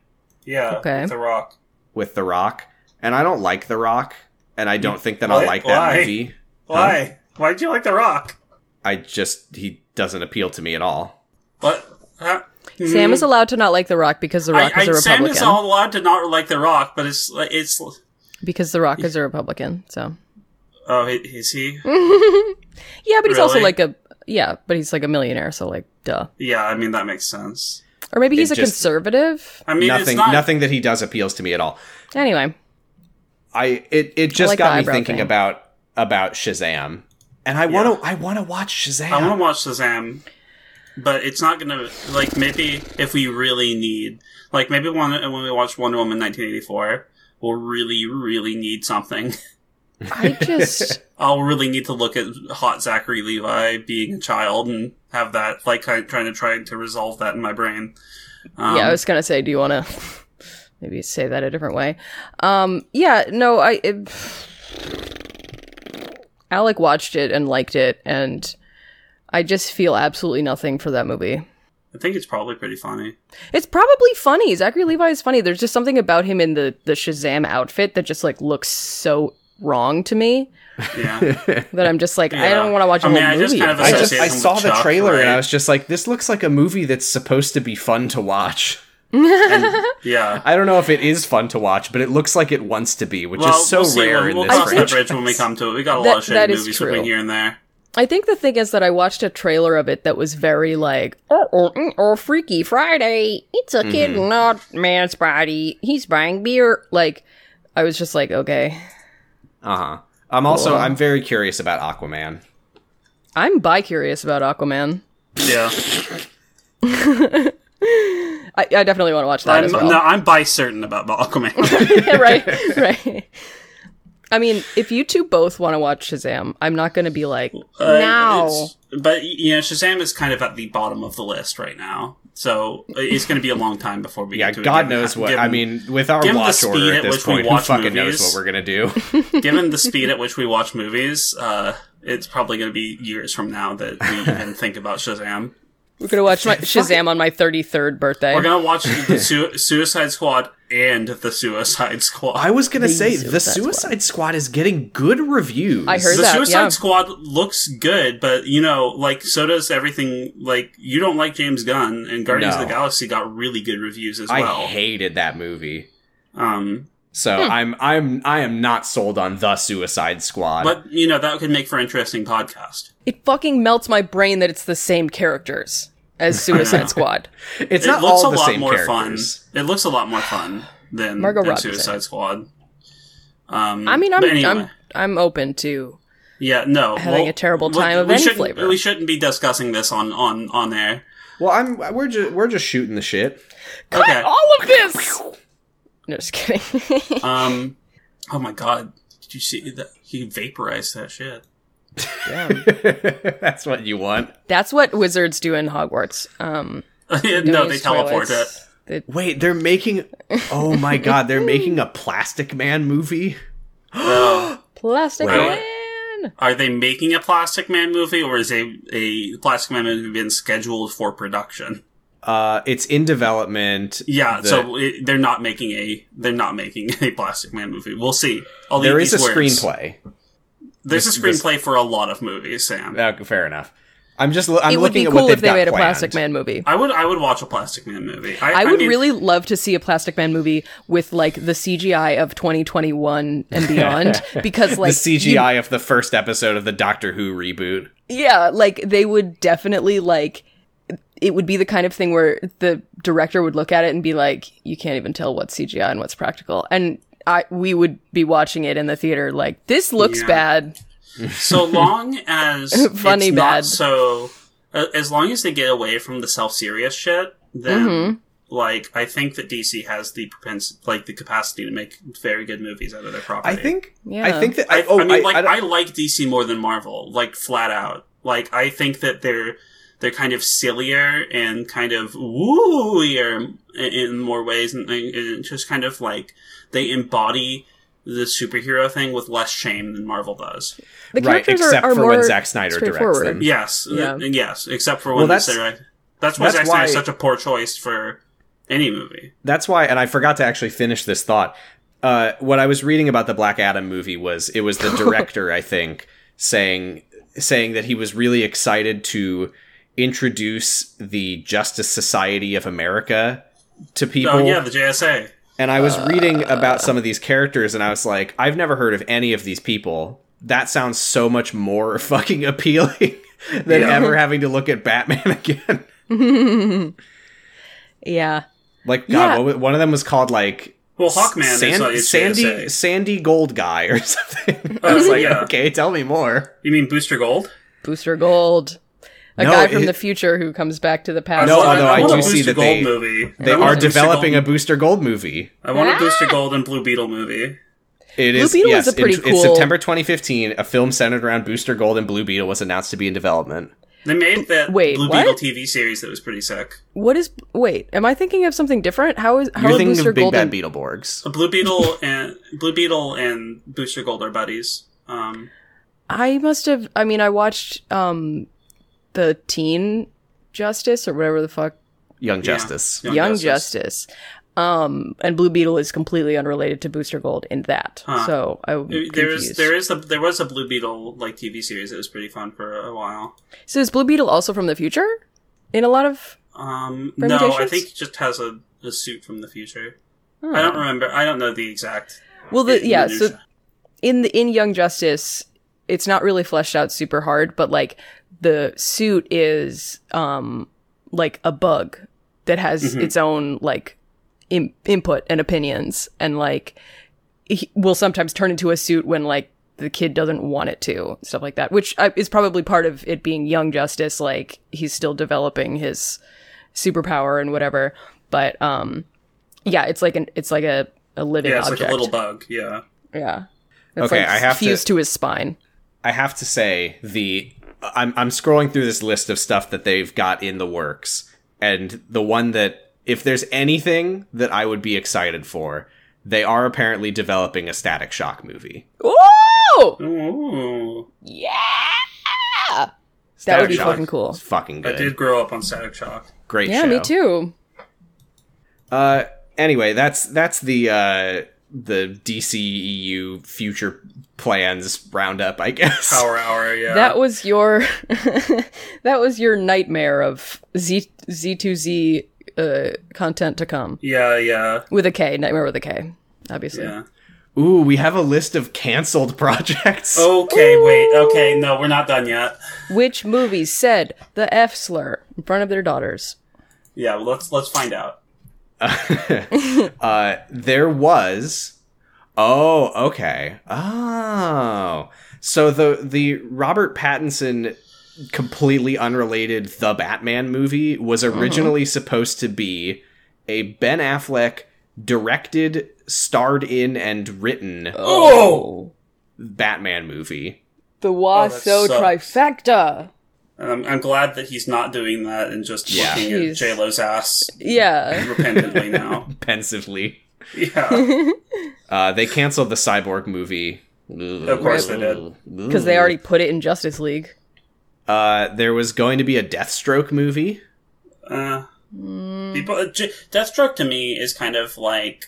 Speaker 3: Yeah.
Speaker 4: Okay.
Speaker 3: The Rock.
Speaker 2: with The Rock, and I don't like The Rock, and I don't think that I'll
Speaker 3: Why-
Speaker 2: like that
Speaker 3: why?
Speaker 2: movie.
Speaker 3: Why? Why'd you like The Rock?
Speaker 2: I just he doesn't appeal to me at all.
Speaker 3: What? Huh?
Speaker 4: Sam is allowed to not like The Rock because The Rock
Speaker 3: uh, Mm-hmm. I,
Speaker 4: is a
Speaker 3: I, Sam
Speaker 4: Republican.
Speaker 3: is all allowed to not like The Rock, but it's like it's.
Speaker 4: Because The Rock is a Republican, so
Speaker 3: Oh, he- is he?
Speaker 4: yeah, but he's also
Speaker 3: Really?
Speaker 4: like a yeah, but he's like a millionaire, so like duh.
Speaker 3: Yeah, I mean that makes sense.
Speaker 4: Or maybe he's
Speaker 2: It
Speaker 4: a
Speaker 2: just-
Speaker 4: conservative.
Speaker 3: I mean,
Speaker 2: nothing
Speaker 3: it's not,
Speaker 2: nothing that he does appeals to me at all.
Speaker 4: Anyway,
Speaker 2: I it it just
Speaker 4: like the
Speaker 2: got me
Speaker 4: eyebrow
Speaker 2: thinking
Speaker 4: thing.
Speaker 2: about about Shazam. And I want to I want to watch Shazam.
Speaker 3: I want to watch Shazam, but it's not gonna like maybe if we really need like maybe when when we watch Wonder Woman 1984, we'll really really need something.
Speaker 4: I just
Speaker 3: I'll really need to look at hot Zachary Levi being a child and have that like kind of trying to try to resolve that in my brain. Um,
Speaker 4: yeah, I was gonna say, do you want to maybe say that a different way? Um, yeah, no, I. It, Alec watched it and liked it, and I just feel absolutely nothing for that movie.
Speaker 3: I think it's probably pretty funny.
Speaker 4: It's probably funny. Zachary Levi is funny. There's just something about him in the the Shazam outfit that just like looks so wrong to me
Speaker 3: Yeah.
Speaker 4: that I'm just like, I
Speaker 3: Yeah.
Speaker 4: don't want to watch a
Speaker 3: I
Speaker 4: whole
Speaker 3: mean, I just
Speaker 4: movie.
Speaker 3: kind of
Speaker 4: of
Speaker 2: I
Speaker 4: this.
Speaker 2: just
Speaker 3: associate
Speaker 2: I
Speaker 3: him
Speaker 2: saw
Speaker 3: with
Speaker 2: the
Speaker 3: Chuck,
Speaker 2: trailer and
Speaker 3: right?
Speaker 2: I was just like, this looks like a movie that's supposed to be fun to watch.
Speaker 3: yeah.
Speaker 2: I don't know if it is fun to watch, but it looks like it wants to be, which is so
Speaker 3: we'll see.
Speaker 2: rare
Speaker 3: We'll-
Speaker 2: in
Speaker 3: we'll
Speaker 2: this
Speaker 3: cross
Speaker 2: franchise.
Speaker 3: the bridge when we come to it. We got a
Speaker 4: That-
Speaker 3: lot of
Speaker 4: that
Speaker 3: shitty
Speaker 4: is
Speaker 3: movies
Speaker 4: true.
Speaker 3: between here and there.
Speaker 4: I think the thing is that I watched a trailer of it that was very like, oh, oh, mm, oh Freaky Friday. It's a kid
Speaker 3: Mm-hmm.
Speaker 4: in a man's body. He's buying beer. Like, I was just like, okay,
Speaker 2: Uh huh. I'm also I'm very curious about Aquaman.
Speaker 4: I'm bi curious about Aquaman.
Speaker 3: Yeah.
Speaker 4: I, I definitely want to watch that
Speaker 3: I'm,
Speaker 4: as well.
Speaker 3: No, I'm bi certain about Aquaman.
Speaker 4: Yeah, right, right. I mean, if you two both want to watch Shazam, I'm not going to be like,
Speaker 3: Uh,
Speaker 4: now.
Speaker 3: it's- But you know, Shazam is kind of at the bottom of the list right now, so uh, it's going to be a long time before we.
Speaker 2: Yeah,
Speaker 3: get to
Speaker 2: God
Speaker 3: it,
Speaker 2: knows what. I mean, with our
Speaker 3: given the
Speaker 2: watch
Speaker 3: speed
Speaker 2: order at
Speaker 3: at
Speaker 2: this
Speaker 3: which we
Speaker 2: point, who
Speaker 3: watch
Speaker 2: fucking knows
Speaker 3: movies.
Speaker 2: what we're gonna do?
Speaker 3: given the speed at which we watch movies, uh, it's probably going to be years from now that we even think about Shazam.
Speaker 4: we're going to watch my Shazam on my 33rd birthday.
Speaker 3: We're going to watch the Su- Suicide Squad and the Suicide Squad.
Speaker 2: I was gonna say the
Speaker 4: Suicide
Speaker 2: Suicide Squad is getting good reviews.
Speaker 4: I heard
Speaker 3: the
Speaker 4: that,
Speaker 3: Suicide
Speaker 4: yeah.
Speaker 3: Squad looks good, but you know, like so does everything. Like you don't like James Gunn, and Guardians
Speaker 2: No.
Speaker 3: of the Galaxy got really good reviews as
Speaker 2: I
Speaker 3: well.
Speaker 2: hated that movie.
Speaker 3: um,
Speaker 2: So
Speaker 4: Hmm.
Speaker 2: I'm I'm I am not sold on the Suicide Squad.
Speaker 3: but you know that could make for interesting podcast.
Speaker 4: it fucking melts my brain that it's the same characters as Suicide Squad.
Speaker 2: it's
Speaker 3: it
Speaker 2: not
Speaker 3: looks
Speaker 2: all
Speaker 3: a
Speaker 2: the
Speaker 3: lot
Speaker 2: same
Speaker 3: more
Speaker 2: characters.
Speaker 3: fun. It looks a lot more fun than,
Speaker 4: Margot
Speaker 3: than
Speaker 4: Robbie said.
Speaker 3: Suicide Squad. Um,
Speaker 4: I mean, I'm
Speaker 3: but anyway,
Speaker 4: I'm I'm open to.
Speaker 3: yeah, no,
Speaker 4: having
Speaker 3: well,
Speaker 4: a terrible
Speaker 3: we-
Speaker 4: time of
Speaker 3: we
Speaker 4: any
Speaker 3: shouldn't-
Speaker 4: flavor.
Speaker 3: We shouldn't be discussing this on on on air.
Speaker 2: Well, I'm we're just we're just shooting the shit.
Speaker 3: Okay.
Speaker 4: all of this. No, just kidding.
Speaker 3: Um. Oh my god, did you see that? He vaporized that shit.
Speaker 2: That's what you want.
Speaker 4: That's what wizards do in Hogwarts. Um,
Speaker 3: no, they teleport it.
Speaker 4: it.
Speaker 2: Wait, they're making Oh my god, they're making a Plastic Man movie?
Speaker 4: Plastic
Speaker 2: Wait.
Speaker 4: Man.
Speaker 3: Are they making a Plastic Man movie, or is a a Plastic Man movie been scheduled for production?
Speaker 2: Uh it's in development.
Speaker 3: Yeah,
Speaker 2: The-
Speaker 3: so it, they're not making a they're not making a Plastic Man movie. We'll see. I'll leave
Speaker 2: there is a
Speaker 3: these words.
Speaker 2: screenplay.
Speaker 3: There's
Speaker 2: This-
Speaker 3: a screenplay for a lot of movies, Sam.
Speaker 2: Okay, fair enough. I'm just lo- I'm
Speaker 4: It would
Speaker 2: looking
Speaker 4: be
Speaker 2: at
Speaker 4: cool
Speaker 2: what
Speaker 4: if they made a
Speaker 2: planned.
Speaker 4: Plastic Man movie.
Speaker 3: I would I would watch a Plastic Man movie. I,
Speaker 4: I would
Speaker 3: mean,
Speaker 4: really love to see a Plastic Man movie with like the CGI of 2021 and beyond because like
Speaker 2: the CGI of the first episode of the Doctor Who reboot.
Speaker 4: Yeah, like they would definitely like it would be the kind of thing where the director would look at it and be like, "You can't even tell what's CGI and what's practical," and I we would be watching it in the theater like, "This looks
Speaker 3: Yeah.
Speaker 4: bad."
Speaker 3: so long as
Speaker 4: Funny
Speaker 3: it's
Speaker 4: bad.
Speaker 3: not so uh, as long as they get away from the self-serious shit then
Speaker 4: Mhm.
Speaker 3: like i think that dc has the propens- like the capacity to make very good movies out of their property
Speaker 2: I think.
Speaker 4: Yeah.
Speaker 2: I think that.
Speaker 3: i,
Speaker 2: I, oh,
Speaker 3: I mean like
Speaker 2: don't-
Speaker 3: I, like dc more than marvel like flat out like i think that they're they're kind of sillier and kind of wooier in, in more ways and, they- and just kind of like they embody the superhero thing with less shame than marvel does
Speaker 4: the
Speaker 2: right,
Speaker 4: characters
Speaker 2: except
Speaker 4: are, are
Speaker 2: for
Speaker 4: more
Speaker 2: when Zack Snyder directs
Speaker 4: straightforward.
Speaker 2: them.
Speaker 3: Yes,
Speaker 4: Yeah.
Speaker 3: th- yes, except for
Speaker 2: Well,
Speaker 3: when they
Speaker 2: that's-
Speaker 3: say right. That's why
Speaker 2: that's
Speaker 3: Zack Snyder is
Speaker 2: why-
Speaker 3: such a poor choice for any movie.
Speaker 2: That's why, and I forgot to actually finish this thought. Uh, what I was reading about the Black Adam movie was it was the director, I think, saying saying that he was really excited to introduce the Justice Society of America to people.
Speaker 3: Oh yeah, the JSA.
Speaker 2: And I was
Speaker 3: Uh,
Speaker 2: reading about some of these characters, and I was like, I've never heard of any of these people. That sounds so much more fucking appealing than
Speaker 3: Yeah.
Speaker 2: ever having to look at Batman again.
Speaker 4: yeah.
Speaker 2: Like, God,
Speaker 4: Yeah.
Speaker 2: what, wa- one of them was called like
Speaker 3: Well, Hawkman is,
Speaker 2: San-
Speaker 3: uh, is
Speaker 2: Sandy
Speaker 3: JSA.
Speaker 2: Sandy Gold guy or something. I was like,
Speaker 3: Oh, yeah.
Speaker 2: okay, tell me more.
Speaker 3: You mean Booster Gold?
Speaker 4: Booster Gold. A
Speaker 2: No,
Speaker 4: guy from
Speaker 2: it-
Speaker 4: the future who comes back to the past.
Speaker 2: No,
Speaker 3: want-
Speaker 2: although I
Speaker 3: want a
Speaker 2: do see
Speaker 3: Booster
Speaker 2: that they-
Speaker 3: Gold movie.
Speaker 2: They
Speaker 3: I want
Speaker 2: are
Speaker 3: a Booster
Speaker 2: developing
Speaker 3: Gold-
Speaker 2: a Booster Gold movie.
Speaker 3: I want
Speaker 4: Ah!
Speaker 3: a Booster Gold and Blue Beetle movie.
Speaker 2: It
Speaker 4: Blue
Speaker 2: is
Speaker 4: Beetle
Speaker 2: yes,
Speaker 4: is a pretty
Speaker 2: in-
Speaker 4: cool-
Speaker 2: it's September 2015. A film centered around Booster Gold and Blue Beetle was announced to be in development.
Speaker 3: They made that
Speaker 4: Wait,
Speaker 3: Blue
Speaker 4: what?
Speaker 3: Beetle TV series that was pretty sick.
Speaker 4: What is? Wait, am I thinking of something different? How is? How
Speaker 2: You're
Speaker 4: are
Speaker 2: thinking
Speaker 4: Booster
Speaker 2: of Big
Speaker 4: Gold?
Speaker 2: Bad
Speaker 4: and-
Speaker 2: Beetleborgs.
Speaker 3: So Blue Beetle and Blue Beetle and Booster Gold are buddies. Um,
Speaker 4: I must have. I mean, I watched um, the Teen Justice or whatever the fuck
Speaker 2: Young Justice.
Speaker 3: Young
Speaker 4: Young
Speaker 3: Justice.
Speaker 4: Justice. Um, and Blue Beetle is completely unrelated to Booster Gold in that.
Speaker 3: Huh.
Speaker 4: So I am
Speaker 3: there is
Speaker 4: confused.
Speaker 3: there is a there was a Blue Beetle like TV series that was pretty fun for a while.
Speaker 4: So is Blue Beetle also from the future? In a lot of
Speaker 3: Um, no, I
Speaker 4: Permutations?
Speaker 3: think he just has a, a suit from the future. I don't remember. I don't know the exact.
Speaker 4: well, the, yeah. So
Speaker 3: minutia.
Speaker 4: in the in Young Justice, it's not really fleshed out super hard, but like the suit is um like a bug that has
Speaker 3: Mhm.
Speaker 4: its own like Im- input and opinions, and like he will sometimes turn into a suit when like the kid doesn't want it to stuff like that, which I, is probably part of it being Young Justice. Like he's still developing his superpower and whatever, but um yeah, it's like an it's like a a living
Speaker 3: yeah, it's
Speaker 4: object.
Speaker 3: like a little bug. Yeah,
Speaker 4: Yeah.
Speaker 2: Okay, I have to-
Speaker 4: fused to, his spine.
Speaker 2: I have to say the I'm I'm scrolling through this list of stuff that they've got in the works, and the one that if there's anything that I would be excited for, they are apparently developing a Static Shock movie.
Speaker 4: Ooh!
Speaker 3: Ooh,
Speaker 4: Yeah!
Speaker 2: Static
Speaker 4: would be
Speaker 2: Shock
Speaker 4: fucking cool.
Speaker 2: is fucking
Speaker 3: I
Speaker 2: good.
Speaker 3: did grow up on Static Shock.
Speaker 2: Great
Speaker 4: Yeah,
Speaker 2: show.
Speaker 4: me too.
Speaker 2: Uh, anyway, that's that's the uh, the DCEU future plans roundup, I guess.
Speaker 3: Power Hour. Yeah,
Speaker 4: That was your that was your nightmare of Z Z2Z uh, content to come.
Speaker 3: yeah, yeah,
Speaker 4: With a K, nightmare with a K, obviously.
Speaker 3: yeah.
Speaker 2: Ooh, we have a list of canceled
Speaker 3: Oh,
Speaker 2: projects.
Speaker 3: Okay, wait. Okay, no, we're not done yet.
Speaker 4: Which movie said the F slur in front of their daughters?
Speaker 3: Yeah, well, let's let's find out.
Speaker 2: uh, there was. Oh, okay. Oh, so the the Robert Pattinson completely unrelated The Batman movie was
Speaker 3: Uh-huh.
Speaker 2: originally supposed to be a Ben Affleck directed, starred in, and written
Speaker 3: Oh!
Speaker 2: Batman movie.
Speaker 4: The
Speaker 3: Oh,
Speaker 4: Waso
Speaker 3: that sucks.
Speaker 4: trifecta.
Speaker 3: And I'm, I'm glad that he's not doing that and just
Speaker 2: Yeah.
Speaker 3: looking at
Speaker 4: Jeez.
Speaker 3: J Lo's ass
Speaker 4: Yeah.
Speaker 3: repentantly now.
Speaker 2: Pensively,
Speaker 3: Yeah,
Speaker 2: uh, they canceled the Cyborg movie. Of
Speaker 3: course they did.
Speaker 4: Because they already put it in Justice League.
Speaker 2: Uh, there was going to be a Deathstroke movie.
Speaker 3: uh, people. uh, J- Deathstroke to me is kind of like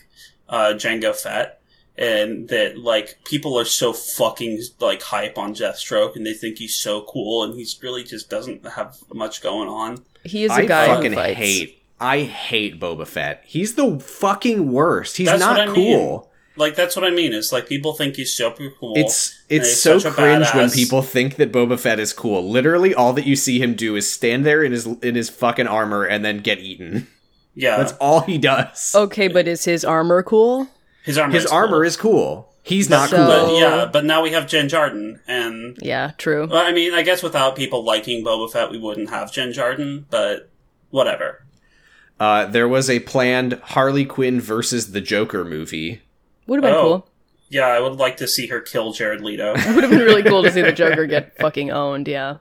Speaker 3: uh, Django Fett. and that like people are so fucking like hype on Deathstroke and they think he's so cool and he's really just doesn't have much going on.
Speaker 4: He is a
Speaker 2: I
Speaker 4: guy
Speaker 2: fucking
Speaker 4: who fights.
Speaker 2: hate. I hate Boba Fett. He's the fucking worst. He's
Speaker 3: That's
Speaker 2: not
Speaker 3: what I mean.
Speaker 2: cool.
Speaker 3: Like that's what I mean. It's like people think he's super cool.
Speaker 2: It's
Speaker 3: and
Speaker 2: it's
Speaker 3: he's
Speaker 2: so
Speaker 3: such a
Speaker 2: cringe when
Speaker 3: badass.
Speaker 2: people think that Boba Fett is cool. Literally, all that you see him do is stand there in his in his fucking armor and then get eaten.
Speaker 3: yeah
Speaker 2: That's all he does.
Speaker 4: Oh, Okay, but is his armor cool?
Speaker 3: his armor
Speaker 2: his
Speaker 3: is
Speaker 2: armor
Speaker 3: cool.
Speaker 2: is cool. He's not
Speaker 4: So-
Speaker 2: cool.
Speaker 3: But yeah, but now we have Jen Jardin, and
Speaker 4: Yeah, true.
Speaker 3: well, I mean, I guess without people liking Boba Fett, we wouldn't have Jen Jardin. But whatever.
Speaker 2: Uh, there was a planned Harley Quinn versus the Joker movie.
Speaker 4: Would have been
Speaker 3: Oh.
Speaker 4: cool.
Speaker 3: Yeah, I would like to see her kill Jared Leto.
Speaker 4: It would have been really cool to see the Joker get fucking owned. Yeah.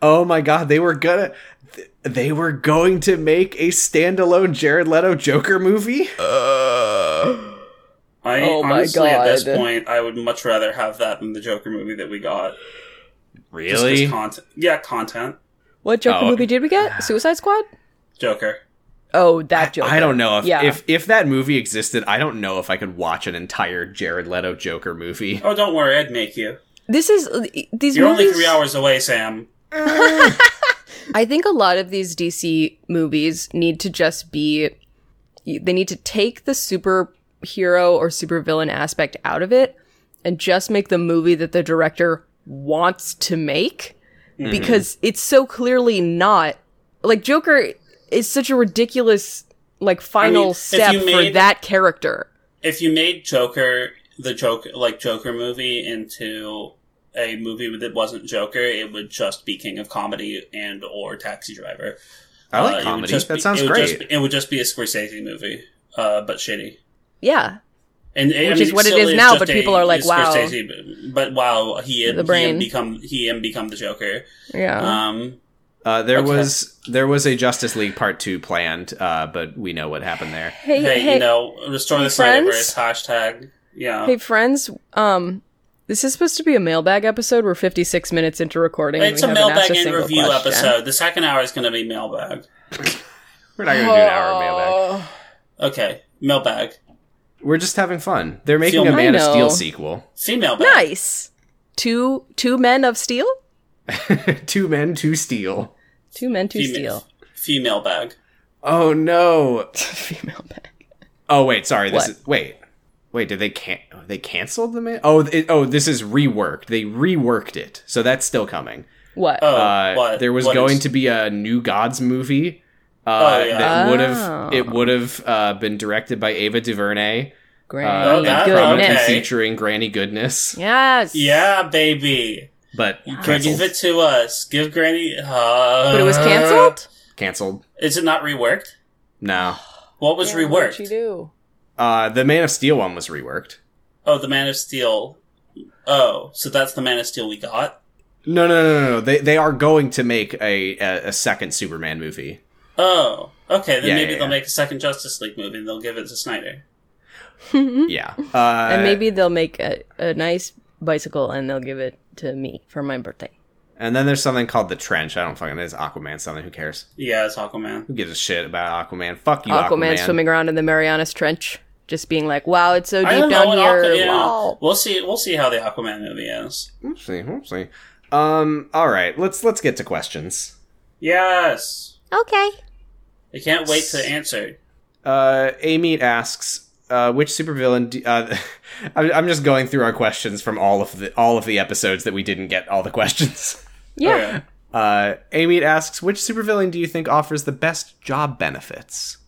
Speaker 2: Oh my god, they were gonna th- they were going to make a standalone Jared Leto Joker movie?
Speaker 3: I
Speaker 4: Oh my
Speaker 3: honestly, at this
Speaker 4: God.
Speaker 3: point, I would much rather have that than the Joker movie that we got. Just 'cause
Speaker 2: Really?
Speaker 3: content. Yeah, content.
Speaker 4: What Joker
Speaker 2: Oh.
Speaker 4: movie did we get? Suicide Squad?
Speaker 3: Joker.
Speaker 4: Oh, that Joker.
Speaker 2: I don't know if,
Speaker 4: Yeah.
Speaker 2: if if that movie existed, I don't know if I could watch an entire Jared Leto Joker movie.
Speaker 3: Oh, don't worry, I'd make you.
Speaker 4: This is these
Speaker 3: You're
Speaker 4: movies.
Speaker 3: only three hours away, Sam.
Speaker 4: I think a lot of these DC movies need to just be they need to take the superhero or supervillain aspect out of it and just make the movie that the director wants to make because
Speaker 3: Mm-hmm.
Speaker 4: it's so clearly not like Joker is such a ridiculous like final
Speaker 3: if
Speaker 4: step
Speaker 3: you
Speaker 4: for
Speaker 3: made-
Speaker 4: that character.
Speaker 3: If you made Joker the Joker, like Joker movie, into a movie that wasn't Joker, it would just be King of Comedy and or Taxi Driver.
Speaker 2: I
Speaker 3: Uh, it
Speaker 2: like
Speaker 3: would
Speaker 2: comedy.
Speaker 3: just
Speaker 2: That
Speaker 3: be-
Speaker 2: sounds
Speaker 3: it would
Speaker 2: great.
Speaker 3: just be- it would just be a Scorsese movie, uh, but shitty.
Speaker 4: Yeah.
Speaker 3: And I
Speaker 4: Which
Speaker 3: mean,
Speaker 4: is what it
Speaker 3: still
Speaker 4: is now,
Speaker 3: just
Speaker 4: but
Speaker 3: a-
Speaker 4: people are like,
Speaker 3: it's
Speaker 4: wow.
Speaker 3: Scorsese, but wow, he had,
Speaker 4: The
Speaker 3: he
Speaker 4: brain. Uh-huh.
Speaker 3: had become he and become the Joker.
Speaker 4: Yeah.
Speaker 3: Um,
Speaker 2: Uh, there
Speaker 3: Okay.
Speaker 2: was there was a Justice League Part Two planned, uh, but we know what happened there.
Speaker 4: hey,
Speaker 3: hey, you know, restore the
Speaker 4: friends?
Speaker 3: Snyderverse hashtag. Yeah,
Speaker 4: Hey friends, um, this is supposed to be a mailbag episode. We're 56 minutes into recording.
Speaker 3: it's
Speaker 4: and
Speaker 3: a
Speaker 4: we haven't
Speaker 3: mailbag
Speaker 4: asked
Speaker 3: and
Speaker 4: single
Speaker 3: review
Speaker 4: question.
Speaker 3: episode. The second hour is going to be mailbag.
Speaker 2: We're not gonna do an hour of
Speaker 4: Oh.
Speaker 2: mailbag.
Speaker 3: Okay, mailbag,
Speaker 2: We're just having fun. They're making
Speaker 3: Feel-
Speaker 2: a Man of
Speaker 4: I know.
Speaker 2: Steel sequel.
Speaker 3: female bag.
Speaker 4: Nice. Two two men of steel.
Speaker 2: two men, two steel.
Speaker 4: Two men, two
Speaker 3: female,
Speaker 4: steel.
Speaker 3: female bag.
Speaker 2: Oh no!
Speaker 4: Female bag.
Speaker 2: Oh wait, sorry. This
Speaker 4: What?
Speaker 2: is wait, wait. Did they can they canceled the man? Oh, it, oh, this is reworked. They reworked it, so that's still coming.
Speaker 4: What?
Speaker 3: Oh,
Speaker 2: Uh,
Speaker 3: what?
Speaker 2: There was
Speaker 3: What
Speaker 2: going
Speaker 3: is-
Speaker 2: to be a New Gods movie. Uh,
Speaker 3: Oh, yeah.
Speaker 2: That would
Speaker 4: Oh.
Speaker 2: have it would have uh, been directed by Ava DuVernay.
Speaker 4: Great.
Speaker 2: Uh,
Speaker 3: Oh, that-
Speaker 2: and probably
Speaker 4: Goodness.
Speaker 3: okay.
Speaker 2: featuring Granny Goodness,
Speaker 4: Yes.
Speaker 3: Yeah, baby.
Speaker 2: but
Speaker 3: Give it
Speaker 2: canceled.
Speaker 3: to us. Give Granny. Uh,
Speaker 4: Ah. But it was canceled.
Speaker 2: Canceled.
Speaker 3: Is it not reworked?
Speaker 2: No,
Speaker 3: What was reworked?
Speaker 4: do?
Speaker 2: uh, the Man of Steel one was reworked.
Speaker 3: Oh, the Man of Steel. Oh, so that's the Man of Steel we got.
Speaker 2: No, no, no, no, no. They they are going to make a a, a second Superman movie.
Speaker 3: Oh, okay. Then
Speaker 2: Yeah,
Speaker 3: maybe
Speaker 2: yeah,
Speaker 3: they'll
Speaker 2: yeah.
Speaker 3: make a second Justice League movie and they'll give it to Snyder.
Speaker 2: Yeah, uh,
Speaker 4: Hmm? and maybe they'll make a, a nice bicycle and they'll give it to me for my birthday.
Speaker 2: and then there's something called the Trench. I don't fucking. It's Aquaman. Something. Who cares?
Speaker 3: Yeah, it's Aquaman.
Speaker 2: Who gives a shit about Aquaman? Fuck you,
Speaker 4: Aquaman,
Speaker 2: Aquaman.
Speaker 4: swimming around in the Marianas Trench, just being like, "Wow, it's so
Speaker 3: I
Speaker 4: deep
Speaker 3: don't know
Speaker 4: down
Speaker 3: what
Speaker 4: here."
Speaker 3: Aqua- yeah.
Speaker 4: Wow.
Speaker 3: We'll see. We'll see how the Aquaman movie is.
Speaker 2: Oopsie, oopsie. Um. All right. Let's let's get to questions.
Speaker 3: Yes,
Speaker 4: Okay.
Speaker 3: I can't wait to answer.
Speaker 2: Uh, Amy asks, uh, which supervillain? Do, uh, I'm, I'm just going through our questions from all of the all of the episodes that we didn't get all the questions.
Speaker 4: Yeah.
Speaker 3: Okay.
Speaker 2: Uh, Amy asks, which supervillain do you think offers the best job benefits?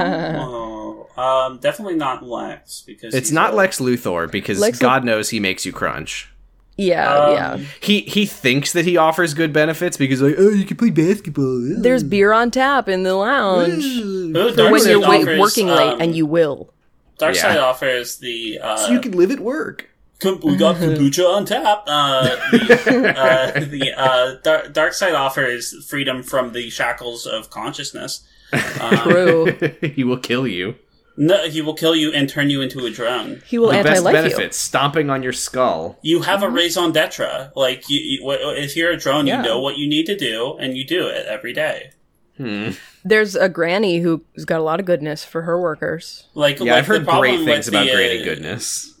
Speaker 3: Oh, um, definitely not Lex because
Speaker 2: It's
Speaker 3: he's
Speaker 2: not
Speaker 3: a-
Speaker 2: Lex Luthor because
Speaker 4: Lex Lu-
Speaker 2: God knows he makes you crunch.
Speaker 4: Yeah,
Speaker 3: Um,
Speaker 4: yeah.
Speaker 2: He he thinks that he offers good benefits because like oh you can play basketball. Ugh.
Speaker 4: There's beer on tap in the lounge.
Speaker 2: Ugh.
Speaker 3: Who
Speaker 4: For when
Speaker 3: Darkseid
Speaker 4: you're wait,
Speaker 3: offers,
Speaker 4: working late,
Speaker 3: um,
Speaker 4: and you will.
Speaker 3: Darkseid
Speaker 2: Yeah.
Speaker 3: offers the uh,
Speaker 2: So you can live at work.
Speaker 3: Com- we got kombucha on tap. Uh, the uh, the uh, dar- dark side offers freedom from the shackles of consciousness. Um,
Speaker 4: True.
Speaker 2: he will kill you.
Speaker 3: no, he will kill you and turn you into a drone.
Speaker 4: He will
Speaker 2: the best
Speaker 4: anti-life you.
Speaker 2: benefits: stomping on your skull.
Speaker 3: You have a raison d'etre. Like you, you, wh- if you're a drone,
Speaker 4: Yeah.
Speaker 3: you know what you need to do, and you do it every day.
Speaker 2: Hmm.
Speaker 4: There's a granny who's got a lot of goodness for her workers.
Speaker 3: Like,
Speaker 2: Yeah,
Speaker 3: like
Speaker 2: I've heard
Speaker 3: the problem
Speaker 2: great things
Speaker 3: with the,
Speaker 2: about Granny
Speaker 3: uh,
Speaker 2: Goodness.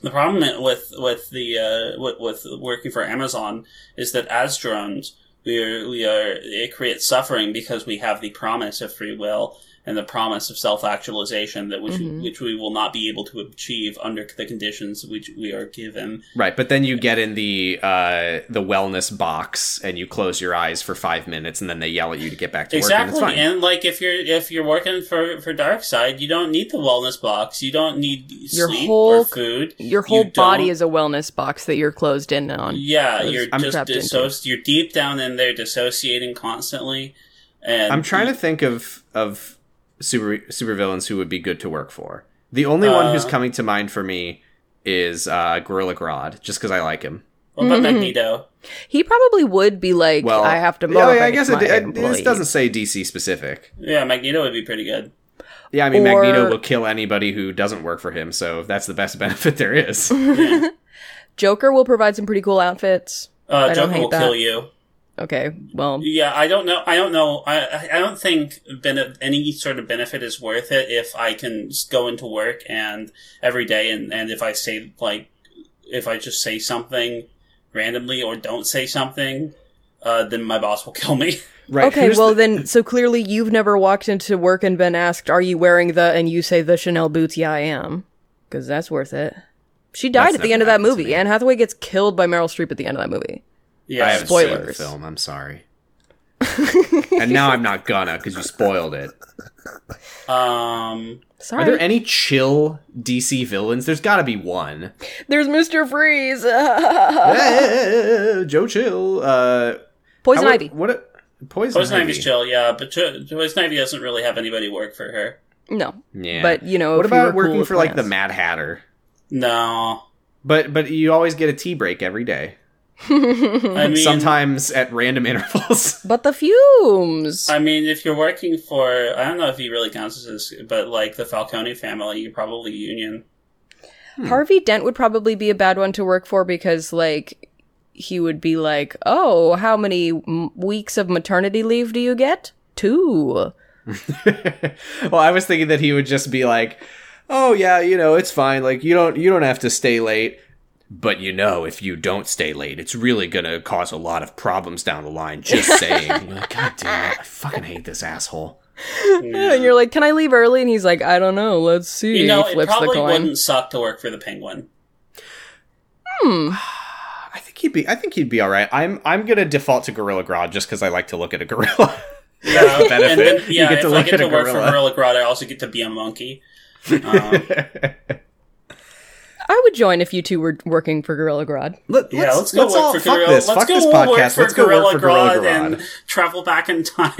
Speaker 3: The problem with with the uh, with, with working for Amazon is that as drones, we are we are it creates suffering because we have the promise of free will, and the promise of self actualization that which
Speaker 4: Mhm.
Speaker 3: which we will not be able to achieve under the conditions which we are given.
Speaker 2: Right, but then you get in the uh, the wellness box and you close your eyes for five minutes, and then they yell at you to get back to work, and it's
Speaker 3: Exactly,
Speaker 2: fine.
Speaker 3: and like if you're if you're working for for Dark Side, you don't need the wellness box. You don't need
Speaker 4: Your
Speaker 3: sleep
Speaker 4: whole-
Speaker 3: or food.
Speaker 4: Your whole
Speaker 3: don't-
Speaker 4: body is a wellness box that you're closed in on.
Speaker 3: Yeah,
Speaker 4: Those-
Speaker 3: you're
Speaker 4: I'm
Speaker 3: just
Speaker 4: trapped into.
Speaker 3: disso- You're deep down in there, dissociating constantly. And
Speaker 2: I'm trying to think of of super supervillains who would be good to work for. The only one who's
Speaker 3: Uh,
Speaker 2: coming to mind for me is uh, Gorilla Grodd, just because I like him.
Speaker 3: What about Magneto?
Speaker 4: He probably would be like,
Speaker 2: Well, oh,
Speaker 4: I have to
Speaker 2: Yeah,
Speaker 4: motivate
Speaker 2: I guess it,
Speaker 4: my
Speaker 2: it,
Speaker 4: employees.
Speaker 2: this doesn't say DC specific.
Speaker 3: Yeah, Magneto would be pretty good.
Speaker 2: Yeah, I mean
Speaker 4: Or-
Speaker 2: Magneto will kill anybody who doesn't work for him, so that's the best benefit there is.
Speaker 4: Joker will provide some pretty cool outfits.
Speaker 3: Uh,
Speaker 4: don't
Speaker 3: Joker
Speaker 4: hate
Speaker 3: will
Speaker 4: that.
Speaker 3: kill you.
Speaker 4: Okay, well,
Speaker 3: Yeah, I don't know. I don't know. I I- I don't think bene- any sort of benefit is worth it if I can s- go into work and every day and and if I say like if I just say something randomly or don't say something, uh, then my boss will kill me.
Speaker 2: Right.
Speaker 4: okay,
Speaker 2: who's
Speaker 4: well
Speaker 2: the-
Speaker 4: then, so clearly you've never walked into work and been asked, "Are you wearing the?" and you say the Chanel boots. Yeah, I am, because that's worth it. She died
Speaker 2: That's
Speaker 4: at the
Speaker 2: never
Speaker 4: end of that
Speaker 2: happened to
Speaker 4: movie.
Speaker 2: me.
Speaker 4: Anne Hathaway gets killed by Meryl Streep at the end of that
Speaker 2: I
Speaker 4: movie.
Speaker 3: Yeah,
Speaker 2: haven't seen the
Speaker 4: spoilers.
Speaker 2: film. I'm sorry. and now I'm not gonna because you spoiled it.
Speaker 3: um,
Speaker 4: Sorry,
Speaker 2: Are there any chill DC villains? There's got to be one.
Speaker 4: there's Mister Freeze,
Speaker 2: Eh, Joe Chill. Uh,
Speaker 4: Poison
Speaker 2: how-
Speaker 4: Ivy.
Speaker 2: What? a- Poison,
Speaker 3: Poison Ivy's chill. Yeah, but Jo- Poison Ivy doesn't really have anybody work for her.
Speaker 4: No,
Speaker 2: Yeah.
Speaker 4: but you know,
Speaker 2: what
Speaker 4: if you were
Speaker 2: about
Speaker 4: cool
Speaker 2: working
Speaker 4: with
Speaker 2: for like the
Speaker 4: plants.
Speaker 2: Mad Hatter?
Speaker 3: No,
Speaker 2: But but you always get a tea break every day.
Speaker 3: I mean
Speaker 2: Sometimes at random intervals.
Speaker 4: But the fumes.
Speaker 3: I mean, if you're working for, I don't know if he really counts as this, but like the Falcone family, you're probably union. Hmm.
Speaker 4: Harvey Dent would probably be a bad one to work for because, like, he would be like, "Oh, how many m- weeks of maternity leave do you get? Two.
Speaker 2: well, I was thinking that he would just be like, "Oh yeah, you know, it's fine. Like you don't you don't have to stay late." But you know, if you don't stay late, it's really gonna cause a lot of problems down the line. Just saying. God damn it! I fucking hate this asshole.
Speaker 4: And you're like, "Can I leave early?" And he's like, "I don't know. Let's see."
Speaker 3: You know,
Speaker 4: he
Speaker 3: it
Speaker 4: flips the
Speaker 3: probably
Speaker 4: coin.
Speaker 3: wouldn't suck to work for the Penguin.
Speaker 4: Hmm.
Speaker 2: I think he'd be. I think he'd be all right. I'm. I'm gonna default to Gorilla Grodd just because I like to look at a gorilla.
Speaker 3: Yeah,
Speaker 2: benefit.
Speaker 3: and then,
Speaker 2: You
Speaker 3: yeah,
Speaker 2: get to
Speaker 3: if I
Speaker 2: look
Speaker 3: get
Speaker 2: at
Speaker 3: to
Speaker 2: a
Speaker 3: work for
Speaker 2: gorilla.
Speaker 3: Gorilla Grodd, I also get to be a monkey. Um,
Speaker 4: I would join if you two were working for Gorilla Grodd.
Speaker 2: Let,
Speaker 3: yeah, let's, go
Speaker 2: all-
Speaker 3: work for
Speaker 2: fuck
Speaker 3: Gorilla.
Speaker 2: this.
Speaker 3: Let's
Speaker 2: fuck
Speaker 3: go
Speaker 2: this
Speaker 3: work
Speaker 2: podcast.
Speaker 3: for
Speaker 2: Let's go
Speaker 3: Gorilla
Speaker 2: work for Gorilla
Speaker 3: Grodd
Speaker 2: Grodd.
Speaker 3: and travel back in time.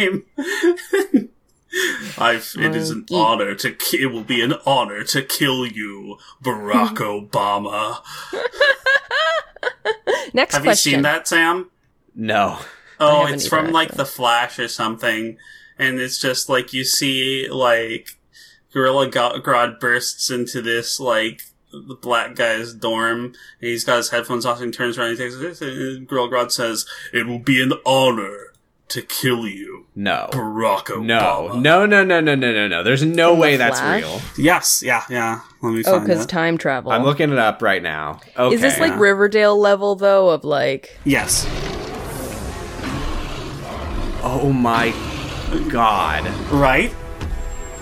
Speaker 5: I've, it is an honor to. ki- It will be an honor to kill you, Barack Obama.
Speaker 4: Next
Speaker 3: Have you
Speaker 4: question.
Speaker 3: seen that, Sam?
Speaker 2: No.
Speaker 3: Oh,
Speaker 4: haven't
Speaker 3: it's
Speaker 4: either,
Speaker 3: from like
Speaker 4: actually.
Speaker 3: The Flash or something, and it's just like you see like Gorilla Go- Grodd bursts into this like the black guy's dorm, and he's got his headphones off and turns around and he takes this, and Gorilla Grodd says, "It will be an honor to kill you,
Speaker 2: No.
Speaker 5: Barack Obama.
Speaker 2: No. No. No. No. No. No. No. No. There's no
Speaker 4: From The
Speaker 2: way that's
Speaker 4: Flash?
Speaker 2: real.
Speaker 3: Yes, yeah, yeah. Let me
Speaker 4: Oh,
Speaker 3: find
Speaker 4: because
Speaker 3: it.
Speaker 4: time travel.
Speaker 2: I'm looking it up right now. Okay.
Speaker 4: Is this like Riverdale level though? Of like,
Speaker 3: yes,
Speaker 2: Oh my god.
Speaker 3: right.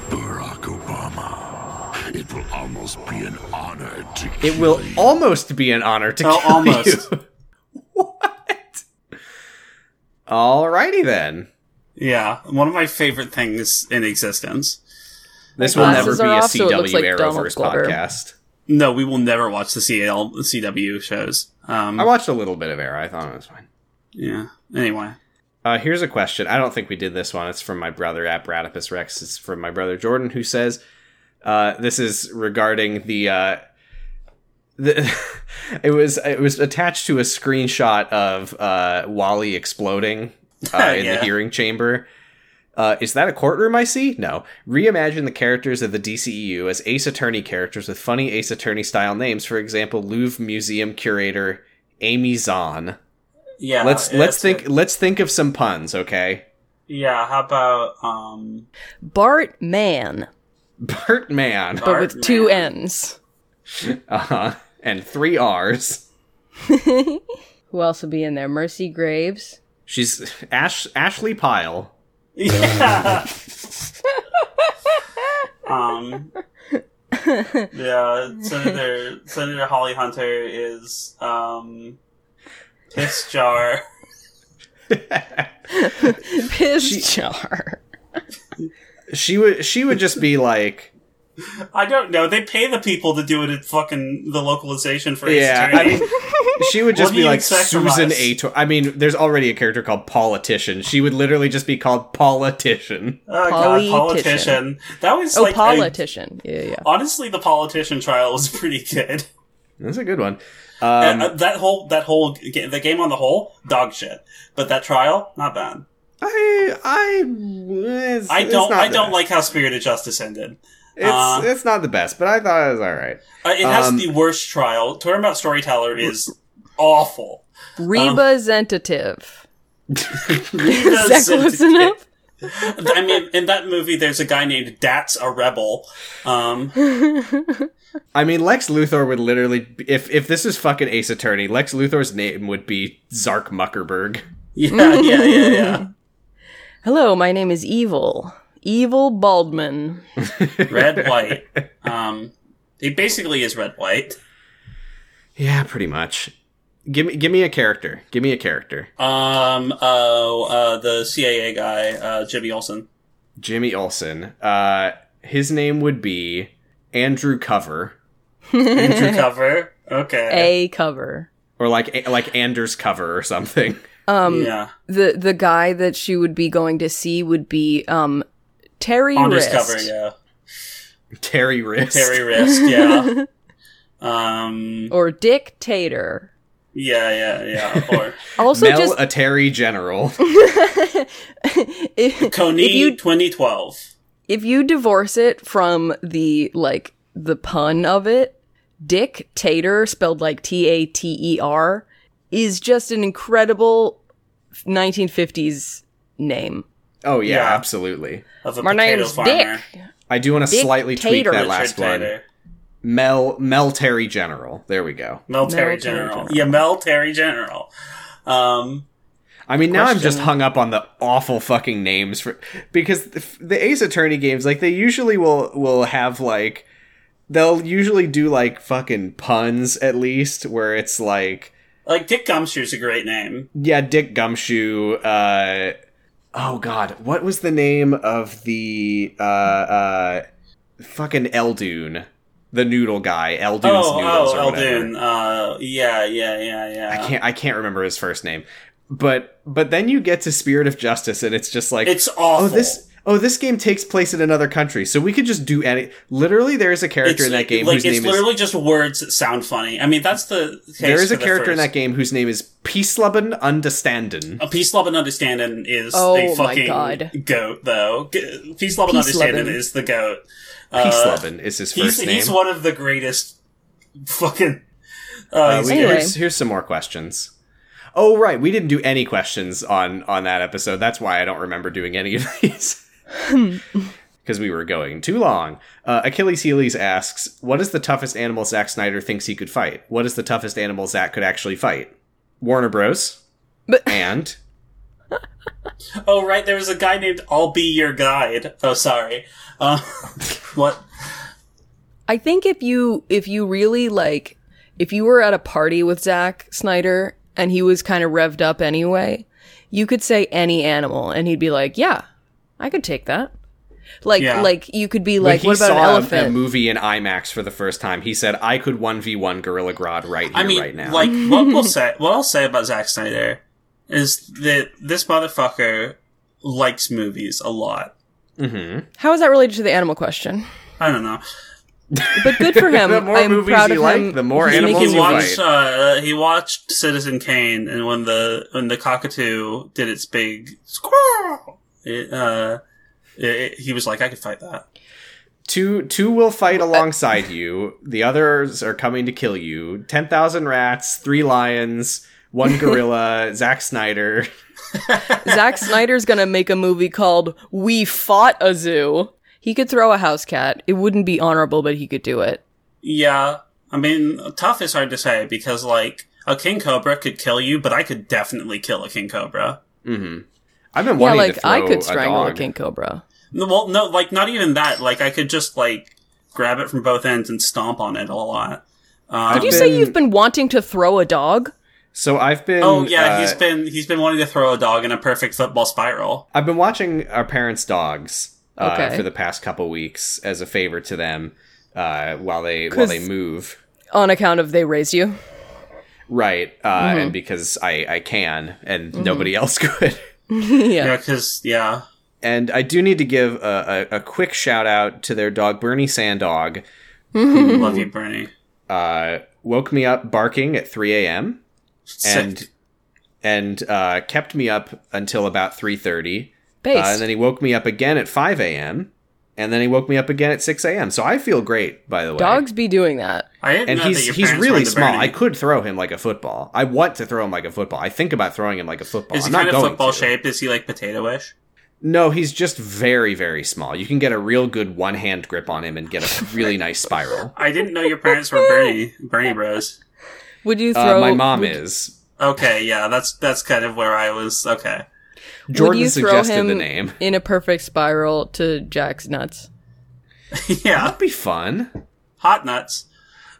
Speaker 1: Barack Obama. It will almost be an honor to
Speaker 2: It will almost be an honor to
Speaker 3: Oh,
Speaker 2: kill
Speaker 3: almost.
Speaker 2: you. what? Alrighty then.
Speaker 3: Yeah, one of my favorite things in existence.
Speaker 2: This
Speaker 4: My
Speaker 2: will never
Speaker 4: glasses
Speaker 2: be a
Speaker 4: are off, so it looks
Speaker 2: CW
Speaker 4: like Donald
Speaker 2: Arrowverse
Speaker 4: Glover.
Speaker 2: podcast.
Speaker 3: No, we will never watch the CL CW shows. Um,
Speaker 2: I watched a little bit of Arrow. I thought it was fine.
Speaker 3: yeah. Anyway.
Speaker 2: Uh, here's a question. I don't think we did this one. It's from my brother at Bradipus Rex. It's from my brother Jordan, who says, uh, "This is regarding the." Uh, the it was it was attached to a screenshot of uh, Wally exploding uh, in
Speaker 3: Yeah.
Speaker 2: the hearing chamber. Uh, is that a courtroom I see? No. Reimagine the characters of the DCEU as Ace Attorney characters with funny Ace Attorney style names. For example, Louvre Museum curator Amy Zahn.
Speaker 3: Yeah.
Speaker 2: let's
Speaker 3: yeah,
Speaker 2: let's
Speaker 3: that's
Speaker 2: think
Speaker 3: good.
Speaker 2: let's think of some puns, okay?
Speaker 3: Yeah, how about um
Speaker 4: Bart Man,
Speaker 2: Bert Man.
Speaker 4: but with two
Speaker 3: Bartman.
Speaker 4: N's.
Speaker 2: Uh-huh. And three R's.
Speaker 4: Who else would be in there? Mercy Graves.
Speaker 2: She's Ash Ashley Pyle.
Speaker 3: Yeah. Um, yeah, Senator Senator Holly Hunter is um, piss jar.
Speaker 4: Piss jar.
Speaker 2: She would she would just be like
Speaker 3: I don't know. They pay the people to do it at fucking the localization for
Speaker 2: Yeah,
Speaker 3: yeah,
Speaker 2: I mean, she would just
Speaker 3: What do
Speaker 2: be
Speaker 3: you
Speaker 2: like
Speaker 3: expect from
Speaker 2: Susan
Speaker 3: us?
Speaker 2: A. I mean, there's already a character called politician. She would literally just be called politician.
Speaker 3: oh,
Speaker 4: Politician.
Speaker 3: God, politician. That was
Speaker 4: Oh,
Speaker 3: like a-
Speaker 4: politician. Yeah, yeah.
Speaker 3: honestly, the politician trial was pretty good.
Speaker 2: That's a good one.
Speaker 3: And,
Speaker 2: Um,
Speaker 3: uh, that whole that whole ga- the game on the whole dog shit, but that trial not bad.
Speaker 2: I I it's,
Speaker 3: I
Speaker 2: it's
Speaker 3: don't
Speaker 2: not
Speaker 3: I
Speaker 2: the
Speaker 3: don't
Speaker 2: best.
Speaker 3: like how Spirit of Justice ended.
Speaker 2: it's
Speaker 3: uh,
Speaker 2: it's not the best, but I thought it was all right.
Speaker 3: Uh, it has
Speaker 2: Um,
Speaker 3: the worst trial. Talking about storyteller is awful.
Speaker 4: Representative. Is that
Speaker 3: Because-
Speaker 4: close enough?
Speaker 3: I mean, in that movie, there's a guy named Dats a rebel. Um,
Speaker 2: I mean, Lex Luthor would literally if if this is fucking Ace Attorney, Lex Luthor's name would be Zark Muckerberg.
Speaker 3: yeah, yeah, yeah, yeah.
Speaker 4: Hello, my name is Evil. Evil Baldman.
Speaker 3: red white. Um, it basically is red white.
Speaker 2: Yeah, pretty much. Give me give me a character. Give me a character.
Speaker 3: Um, oh, uh, the CAA guy, uh, Jimmy Olsen.
Speaker 2: Jimmy Olsen. Uh, his name would be Andrew Cover
Speaker 3: Andrew Cover. Okay.
Speaker 4: A cover.
Speaker 2: or like like Anders Cover or something.
Speaker 4: Um,
Speaker 3: yeah.
Speaker 4: the the guy that she would be going to see would be um Terry
Speaker 3: Anders
Speaker 4: Wrist.
Speaker 3: Cover. Yeah.
Speaker 2: Terry Wrist.
Speaker 3: Terry Risk. Yeah. um.
Speaker 4: Or Dictator.
Speaker 3: Yeah. Yeah. Yeah. Or
Speaker 4: Also,
Speaker 2: Mel, uh,
Speaker 4: just
Speaker 2: a Terry General.
Speaker 4: if,
Speaker 3: Coney
Speaker 4: if you
Speaker 3: 2012.
Speaker 4: if you divorce it from the like the pun of it, Dictator spelled like T A T E R is just an incredible 1950s name.
Speaker 2: Oh yeah,
Speaker 3: Yeah.
Speaker 2: absolutely.
Speaker 3: Of a
Speaker 4: My
Speaker 3: potato
Speaker 4: name's
Speaker 3: farmer.
Speaker 4: Dick.
Speaker 2: I do want to slightly tweak
Speaker 4: Dictator.
Speaker 2: that
Speaker 3: Richard
Speaker 2: last one.
Speaker 3: Taylor.
Speaker 2: Mel Mel Terry General. There we go.
Speaker 3: Mel
Speaker 4: Terry
Speaker 3: Terry General. Yeah, Mel Terry General. Um,
Speaker 2: I mean, now I'm just
Speaker 4: Question.
Speaker 2: hung up on the awful fucking names for because the, f- the Ace Attorney games, like they usually will will have like they'll usually do like fucking puns at least where it's like
Speaker 3: like Dick Gumshoe's a great name.
Speaker 2: yeah, Dick Gumshoe. Uh, oh God, what was the name of the uh, uh, fucking Eldoon, the noodle guy? Eldoon's
Speaker 3: Oh,
Speaker 2: noodles
Speaker 3: oh,
Speaker 2: or whatever.
Speaker 3: Elden. Uh, yeah, yeah, yeah, yeah.
Speaker 2: I can't. I can't remember his first name. But but then you get to Spirit of Justice, and it's just like
Speaker 3: It's awful.
Speaker 2: Oh, this. Oh, this game takes place in another country, so we could just do any. Literally, there is a character
Speaker 3: It's-
Speaker 2: in that game
Speaker 3: like
Speaker 2: whose
Speaker 3: it's
Speaker 2: name is.
Speaker 3: literally just words that sound funny. I mean, that's the case
Speaker 2: There is
Speaker 3: for
Speaker 2: a
Speaker 3: the
Speaker 2: character in
Speaker 3: first. Uh,
Speaker 2: that game whose name is Peacelubben Understanden.
Speaker 3: A Peace Love and Understanding is
Speaker 4: Oh my
Speaker 3: a fucking
Speaker 4: God.
Speaker 3: goat, though. G- Peace Love and
Speaker 4: Peace Lovin'.
Speaker 3: Understanding is the goat. Uh,
Speaker 2: Peacelubben is his
Speaker 3: he's
Speaker 2: first name.
Speaker 3: he's one of the greatest fucking. Uh,
Speaker 2: Uh,
Speaker 3: he's
Speaker 2: we-
Speaker 4: Anyway.
Speaker 2: here's, here's some more questions. Oh right, we didn't do any questions on on that episode. That's why I don't remember doing any of these because we were going too long. Uh, Achilles Healy's asks, "What is the toughest animal Zack Snyder thinks he could fight? What is the toughest animal Zack could actually fight? Warner Bros.
Speaker 4: But-
Speaker 2: and
Speaker 3: Oh right, there was a guy named I'll Be Your Guide. Oh sorry. Uh, what?
Speaker 4: I think if you if you really like if you were at a party with Zack Snyder and he was kind of revved up anyway, you could say any animal and he'd be like, "Yeah, I could take that." Like
Speaker 3: Yeah.
Speaker 4: like you could be
Speaker 2: when
Speaker 4: like,
Speaker 2: he
Speaker 4: "What about
Speaker 2: saw
Speaker 4: an
Speaker 2: a-
Speaker 4: elephant?"
Speaker 2: a movie in IMAX for the first time, he said, "I could one v one Gorilla Grodd right here,
Speaker 3: I mean,
Speaker 2: right now."
Speaker 3: like what we'll say, what I'll say about Zack Snyder is that this motherfucker likes movies a lot.
Speaker 2: hmm
Speaker 4: How is that related to the animal question?
Speaker 3: I don't know.
Speaker 4: But good for him.
Speaker 2: the more
Speaker 4: I'm
Speaker 2: movies
Speaker 4: proud
Speaker 2: you
Speaker 4: of
Speaker 2: like,
Speaker 4: him.
Speaker 2: the more
Speaker 4: He's
Speaker 2: animals
Speaker 3: He
Speaker 4: making-
Speaker 2: you like.
Speaker 3: watched uh, he watched Citizen Kane, and when the when the cockatoo did its big squirrel, it, uh, it, it- he was like, I could fight that.
Speaker 2: Two two will fight
Speaker 4: uh,
Speaker 2: alongside you. The others are coming to kill you. Ten thousand rats, three lions, one gorilla, Zack Snyder.
Speaker 4: Zack Snyder's gonna make a movie called "We Fought a Zoo." He could throw a house cat. It wouldn't be honorable, but he could do it.
Speaker 3: Yeah, I mean, tough is hard to say because like a king cobra could kill you, but I could definitely kill a king cobra.
Speaker 2: Mm-hmm. I've been wanting
Speaker 4: yeah, like
Speaker 2: to throw
Speaker 4: I could strangle a,
Speaker 2: dog.
Speaker 4: king cobra.
Speaker 3: No, Well, no, like not even that. Like I could just like grab it from both ends and stomp on it a lot. Um,
Speaker 4: Did you say you've been wanting to throw a dog?
Speaker 2: So I've been.
Speaker 3: oh yeah,
Speaker 2: uh,
Speaker 3: he's been he's been wanting to throw a dog in a perfect football spiral.
Speaker 2: I've been watching our parents' dogs uh,
Speaker 4: Okay.
Speaker 2: for the past couple weeks as a favor to them uh, while they while they
Speaker 4: 'Cause-
Speaker 2: move.
Speaker 4: On account of they raised you.
Speaker 2: Uh, Right, uh,
Speaker 4: Mm-hmm.
Speaker 2: and because I I can, and nobody else could.
Speaker 3: Yeah, because yeah,
Speaker 2: And I do need to give a, a, a quick shout out to their dog Bernie Sandog, Mm-hmm.
Speaker 3: love you, Bernie.
Speaker 2: uh, woke me up barking at 3 a.m. and
Speaker 3: Sick.
Speaker 2: and uh, kept me up until about 3:30. Uh,
Speaker 4: Based.
Speaker 2: and then he woke me up again at 5 a.m. And then he woke me up again at 6 a.m. So I feel great, by the way.
Speaker 4: Dogs be doing that.
Speaker 3: I didn't
Speaker 2: And
Speaker 3: know that
Speaker 2: he's
Speaker 3: your
Speaker 2: he's
Speaker 3: parents
Speaker 2: really
Speaker 3: went to
Speaker 2: small.
Speaker 3: Bernie.
Speaker 2: I could throw him like a football. I want to throw him like a football. I think about throwing him like a football.
Speaker 3: Is he
Speaker 2: I'm
Speaker 3: kind
Speaker 2: not
Speaker 3: of
Speaker 2: going
Speaker 3: football
Speaker 2: to.
Speaker 3: shaped? Is he like potato-ish?
Speaker 2: No, he's just very very small. You can get a real good one hand grip on him and get a really nice spiral.
Speaker 3: I didn't know your parents were Bernie Bernie Bros.
Speaker 4: Would you
Speaker 2: Uh,
Speaker 4: throw
Speaker 2: my mom is.
Speaker 3: Okay, yeah, that's that's kind of where I was. Okay,
Speaker 2: Jordan
Speaker 4: would you throw
Speaker 2: suggested
Speaker 4: him
Speaker 2: the name.
Speaker 4: in a perfect spiral to Jack's nuts?
Speaker 3: yeah,
Speaker 2: That'd be fun.
Speaker 3: hot nuts.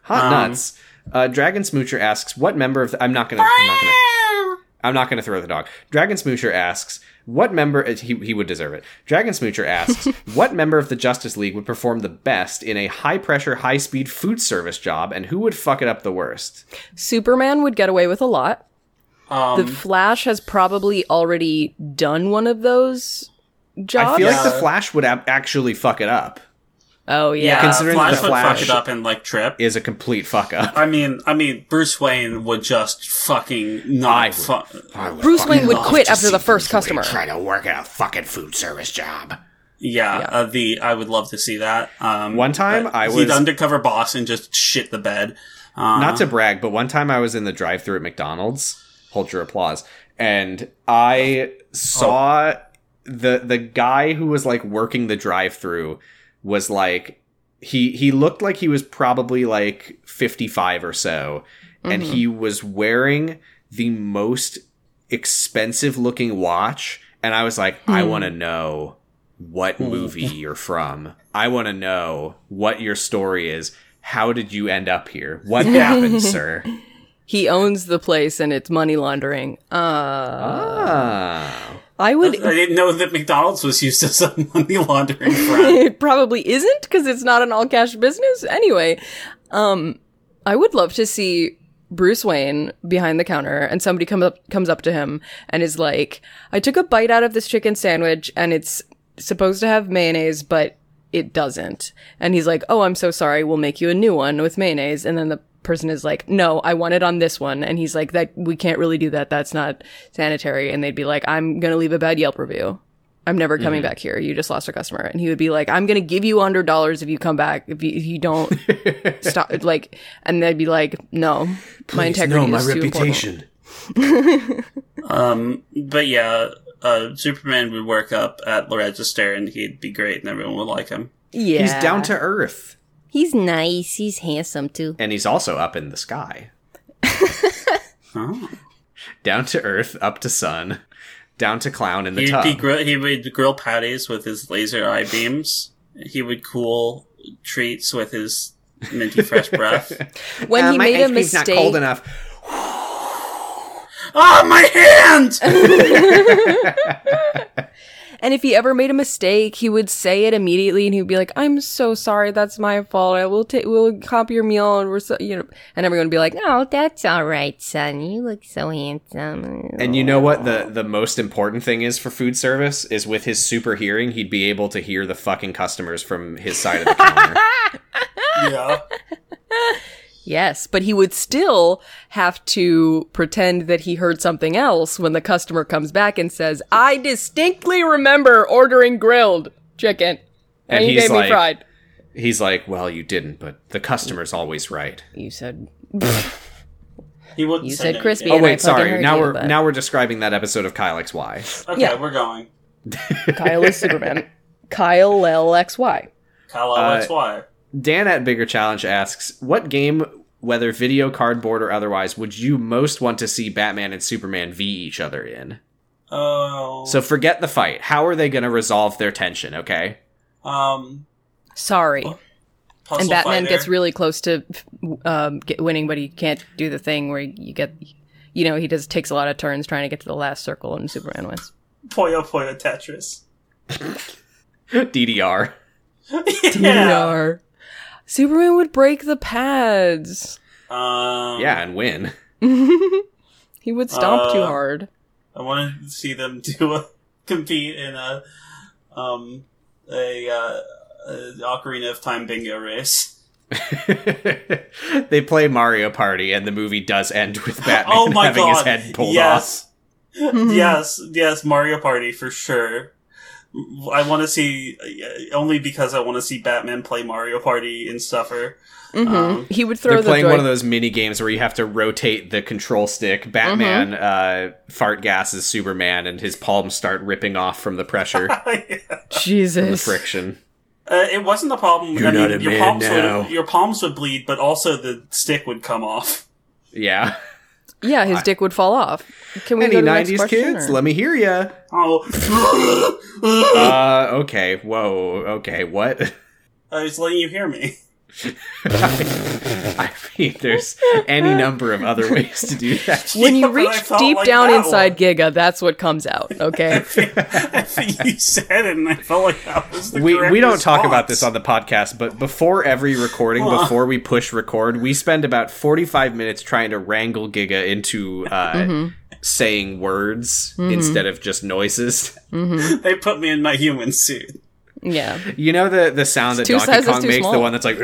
Speaker 2: Hot
Speaker 3: Um,
Speaker 2: nuts. Uh, Dragon Smoocher asks, "What member of the, I'm not gonna I'm not gonna I'm not gonna throw the dog." Dragon Smoocher asks, "What member uh, he he would deserve it?" Dragon Smoocher asks, "What member of the Justice League would perform the best in a high pressure, high speed food service job, and who would fuck it up the worst?"
Speaker 4: Superman would get away with a lot.
Speaker 3: Um,
Speaker 4: the Flash has probably already done one of those jobs.
Speaker 2: I feel
Speaker 3: Yeah.
Speaker 2: like the Flash would ab- actually fuck it up.
Speaker 4: oh
Speaker 3: yeah,
Speaker 4: yeah.
Speaker 2: considering
Speaker 3: Flash
Speaker 2: the
Speaker 3: would
Speaker 2: Flash-
Speaker 3: fuck it up and like trip.
Speaker 2: Is a complete fuck up.
Speaker 3: I mean, I mean, Bruce Wayne would just
Speaker 2: I
Speaker 3: fucking not.
Speaker 2: would.
Speaker 3: Fu-
Speaker 4: Bruce
Speaker 6: fucking
Speaker 4: Wayne would
Speaker 6: love
Speaker 4: quit
Speaker 6: to
Speaker 4: after
Speaker 6: see
Speaker 4: the first
Speaker 6: Bruce Wayne
Speaker 4: customer.
Speaker 6: Trying to work at a fucking food service job.
Speaker 3: yeah,
Speaker 4: Yeah.
Speaker 3: Uh, the I would love to see that. Um,
Speaker 2: One time
Speaker 3: but
Speaker 2: I
Speaker 3: he'd
Speaker 2: was-
Speaker 3: undercover boss and just shit the bed. Uh,
Speaker 2: Not to brag, but one time I was in the drive thru at McDonald's, hold your applause, and I saw the the guy who was like working the drive thru was like he he looked like he was probably like 55 or so and he was wearing the most expensive looking watch and I was like I want to know
Speaker 4: Hmm.
Speaker 2: what movie you're from. I want to know what your story is. How did you end up here? What happened, sir?
Speaker 4: He owns the place and it's money laundering. Uh,
Speaker 2: Ah.
Speaker 4: I would
Speaker 3: I didn't know that McDonald's was used as a money laundering front.
Speaker 4: it probably isn't because it's not an all cash business anyway um i would love to see bruce wayne behind the counter and somebody comes up comes up to him and is like i took a bite out of this chicken sandwich and it's supposed to have mayonnaise but it doesn't and he's like oh i'm so sorry we'll make you a new one with mayonnaise and then the person is like no i want it on this one and he's like that we can't really do that that's not sanitary and they'd be like i'm gonna leave a bad yelp review I'm never coming
Speaker 2: Mm-hmm.
Speaker 4: back here. You just lost a customer. And he would be like, I'm going to give you hundred dollars if you come back. If you, if you don't stop, like, and they'd be like, no, my integrity is
Speaker 3: um, but yeah, uh, Superman would work up at the register and he'd be great and everyone would like him.
Speaker 4: Too important. Yeah.
Speaker 2: He's down to earth.
Speaker 4: He's nice. He's handsome too.
Speaker 2: And he's also up in the sky.
Speaker 3: Oh.
Speaker 2: Down to earth, up to sun, down to clown in the
Speaker 3: He'd
Speaker 2: tub.
Speaker 3: be grill, he would grill patties with his laser eye beams. He would cool treats with his minty fresh breath.
Speaker 4: When
Speaker 2: Uh,
Speaker 4: he
Speaker 2: my
Speaker 4: made
Speaker 2: ice
Speaker 4: a
Speaker 2: cream's
Speaker 4: mistake.
Speaker 2: not cold enough.
Speaker 3: Ah, my hand!
Speaker 4: And if he ever made a mistake, he would say it immediately, and he'd be like, "I'm so sorry. That's my fault. I will take. We'll cop your meal, and we're so you know." And everyone would be like,
Speaker 7: Oh, that's all right, son. You look so handsome.
Speaker 2: And you know what the the most important thing is for food service is with his super hearing, he'd be able to hear the fucking customers from his side of the counter.
Speaker 3: yeah.
Speaker 4: Yes, but he would still have to pretend that he heard something else when the customer comes back and says, I distinctly remember ordering grilled chicken. And,
Speaker 2: And
Speaker 4: you
Speaker 2: he's
Speaker 4: gave
Speaker 2: like-
Speaker 4: me fried.
Speaker 2: He's like, "Well, you didn't, but the customer's always right."
Speaker 4: You said
Speaker 3: He wouldn't
Speaker 4: You
Speaker 3: say
Speaker 4: said
Speaker 3: anything.
Speaker 4: crispy.
Speaker 2: Oh
Speaker 4: And I
Speaker 2: wait,
Speaker 4: fucking
Speaker 2: sorry.
Speaker 4: heard
Speaker 2: Now
Speaker 4: you,
Speaker 2: we're
Speaker 4: but-
Speaker 2: now we're describing that episode of Kyle X Y.
Speaker 3: Okay,
Speaker 4: Yeah.
Speaker 3: we're going.
Speaker 4: Kyle is Superman. Kyle LXY.
Speaker 3: Kyle
Speaker 2: Uh,
Speaker 3: XY.
Speaker 2: Dan at Bigger Challenge asks, "What game, whether video, cardboard, or otherwise, would you most want to see Batman and Superman v each other in?"
Speaker 3: Oh.
Speaker 2: So forget the fight. How are they going to resolve their tension? Okay.
Speaker 3: um,
Speaker 4: Sorry.
Speaker 3: puzzle
Speaker 4: and Batman
Speaker 3: fighter.
Speaker 4: gets really close to um, get winning, but he can't do the thing where you get, you know, he just takes a lot of turns trying to get to the last circle, and Superman wins.
Speaker 3: Puyo Puyo Tetris.
Speaker 2: DDR.
Speaker 3: Yeah.
Speaker 4: DDR. Superman would break the pads.
Speaker 3: Um,
Speaker 2: Yeah, and win.
Speaker 4: He would stomp too
Speaker 3: Uh,
Speaker 4: hard.
Speaker 3: I want to see them do a compete in a um a, uh, a Ocarina of Time bingo race.
Speaker 2: they play Mario Party, and the movie does end with Batman
Speaker 3: Oh my
Speaker 2: having his
Speaker 3: God.
Speaker 2: head pulled
Speaker 3: Yes.
Speaker 2: off.
Speaker 4: Mm-hmm.
Speaker 3: yes, yes, Mario Party for sure. I want to see uh, only because I want to see Batman play Mario Party and Suffer.
Speaker 4: Mm-hmm.
Speaker 3: Um,
Speaker 4: He would throw
Speaker 2: They're
Speaker 4: the
Speaker 2: playing
Speaker 4: joy-
Speaker 2: one of those mini games where you have to rotate the control stick. Batman
Speaker 4: Mm-hmm.
Speaker 2: uh, fart gases Superman, and his palms start ripping off from the pressure, the
Speaker 4: Jesus.
Speaker 2: friction.
Speaker 3: Uh, it wasn't a problem.
Speaker 8: You're
Speaker 3: I mean,
Speaker 8: not a
Speaker 3: your
Speaker 8: man
Speaker 3: palms
Speaker 8: now.
Speaker 3: would your palms would bleed, but also the stick would come off.
Speaker 2: Yeah.
Speaker 4: Yeah, his dick would fall off. Can we
Speaker 2: Any
Speaker 4: go to the next
Speaker 2: '90s
Speaker 4: question,
Speaker 2: kids?
Speaker 4: or-
Speaker 2: Let me hear ya.
Speaker 3: Oh,
Speaker 2: Uh, okay. Whoa. Okay. What?
Speaker 3: I was letting you hear me.
Speaker 2: I mean, there's any number of other ways to do that.
Speaker 4: when
Speaker 3: Yeah, but
Speaker 4: you
Speaker 3: I
Speaker 4: reach
Speaker 3: felt
Speaker 4: deep
Speaker 3: like
Speaker 4: down
Speaker 3: that
Speaker 4: inside Giga, that's what comes out. Okay.
Speaker 3: I think you said it, and I felt like that was the
Speaker 2: We
Speaker 3: correct
Speaker 2: we don't talk
Speaker 3: response.
Speaker 2: about this on the podcast, but before every recording, before we push record, we spend about 45 minutes trying to wrangle Giga into uh,
Speaker 4: Mm-hmm.
Speaker 2: saying words instead of just noises.
Speaker 3: They put me in my human suit.
Speaker 4: yeah.
Speaker 2: You know the the sound that
Speaker 4: two
Speaker 2: Donkey
Speaker 4: sizes
Speaker 2: Kong
Speaker 4: too
Speaker 2: makes, the
Speaker 4: small.
Speaker 2: one that's like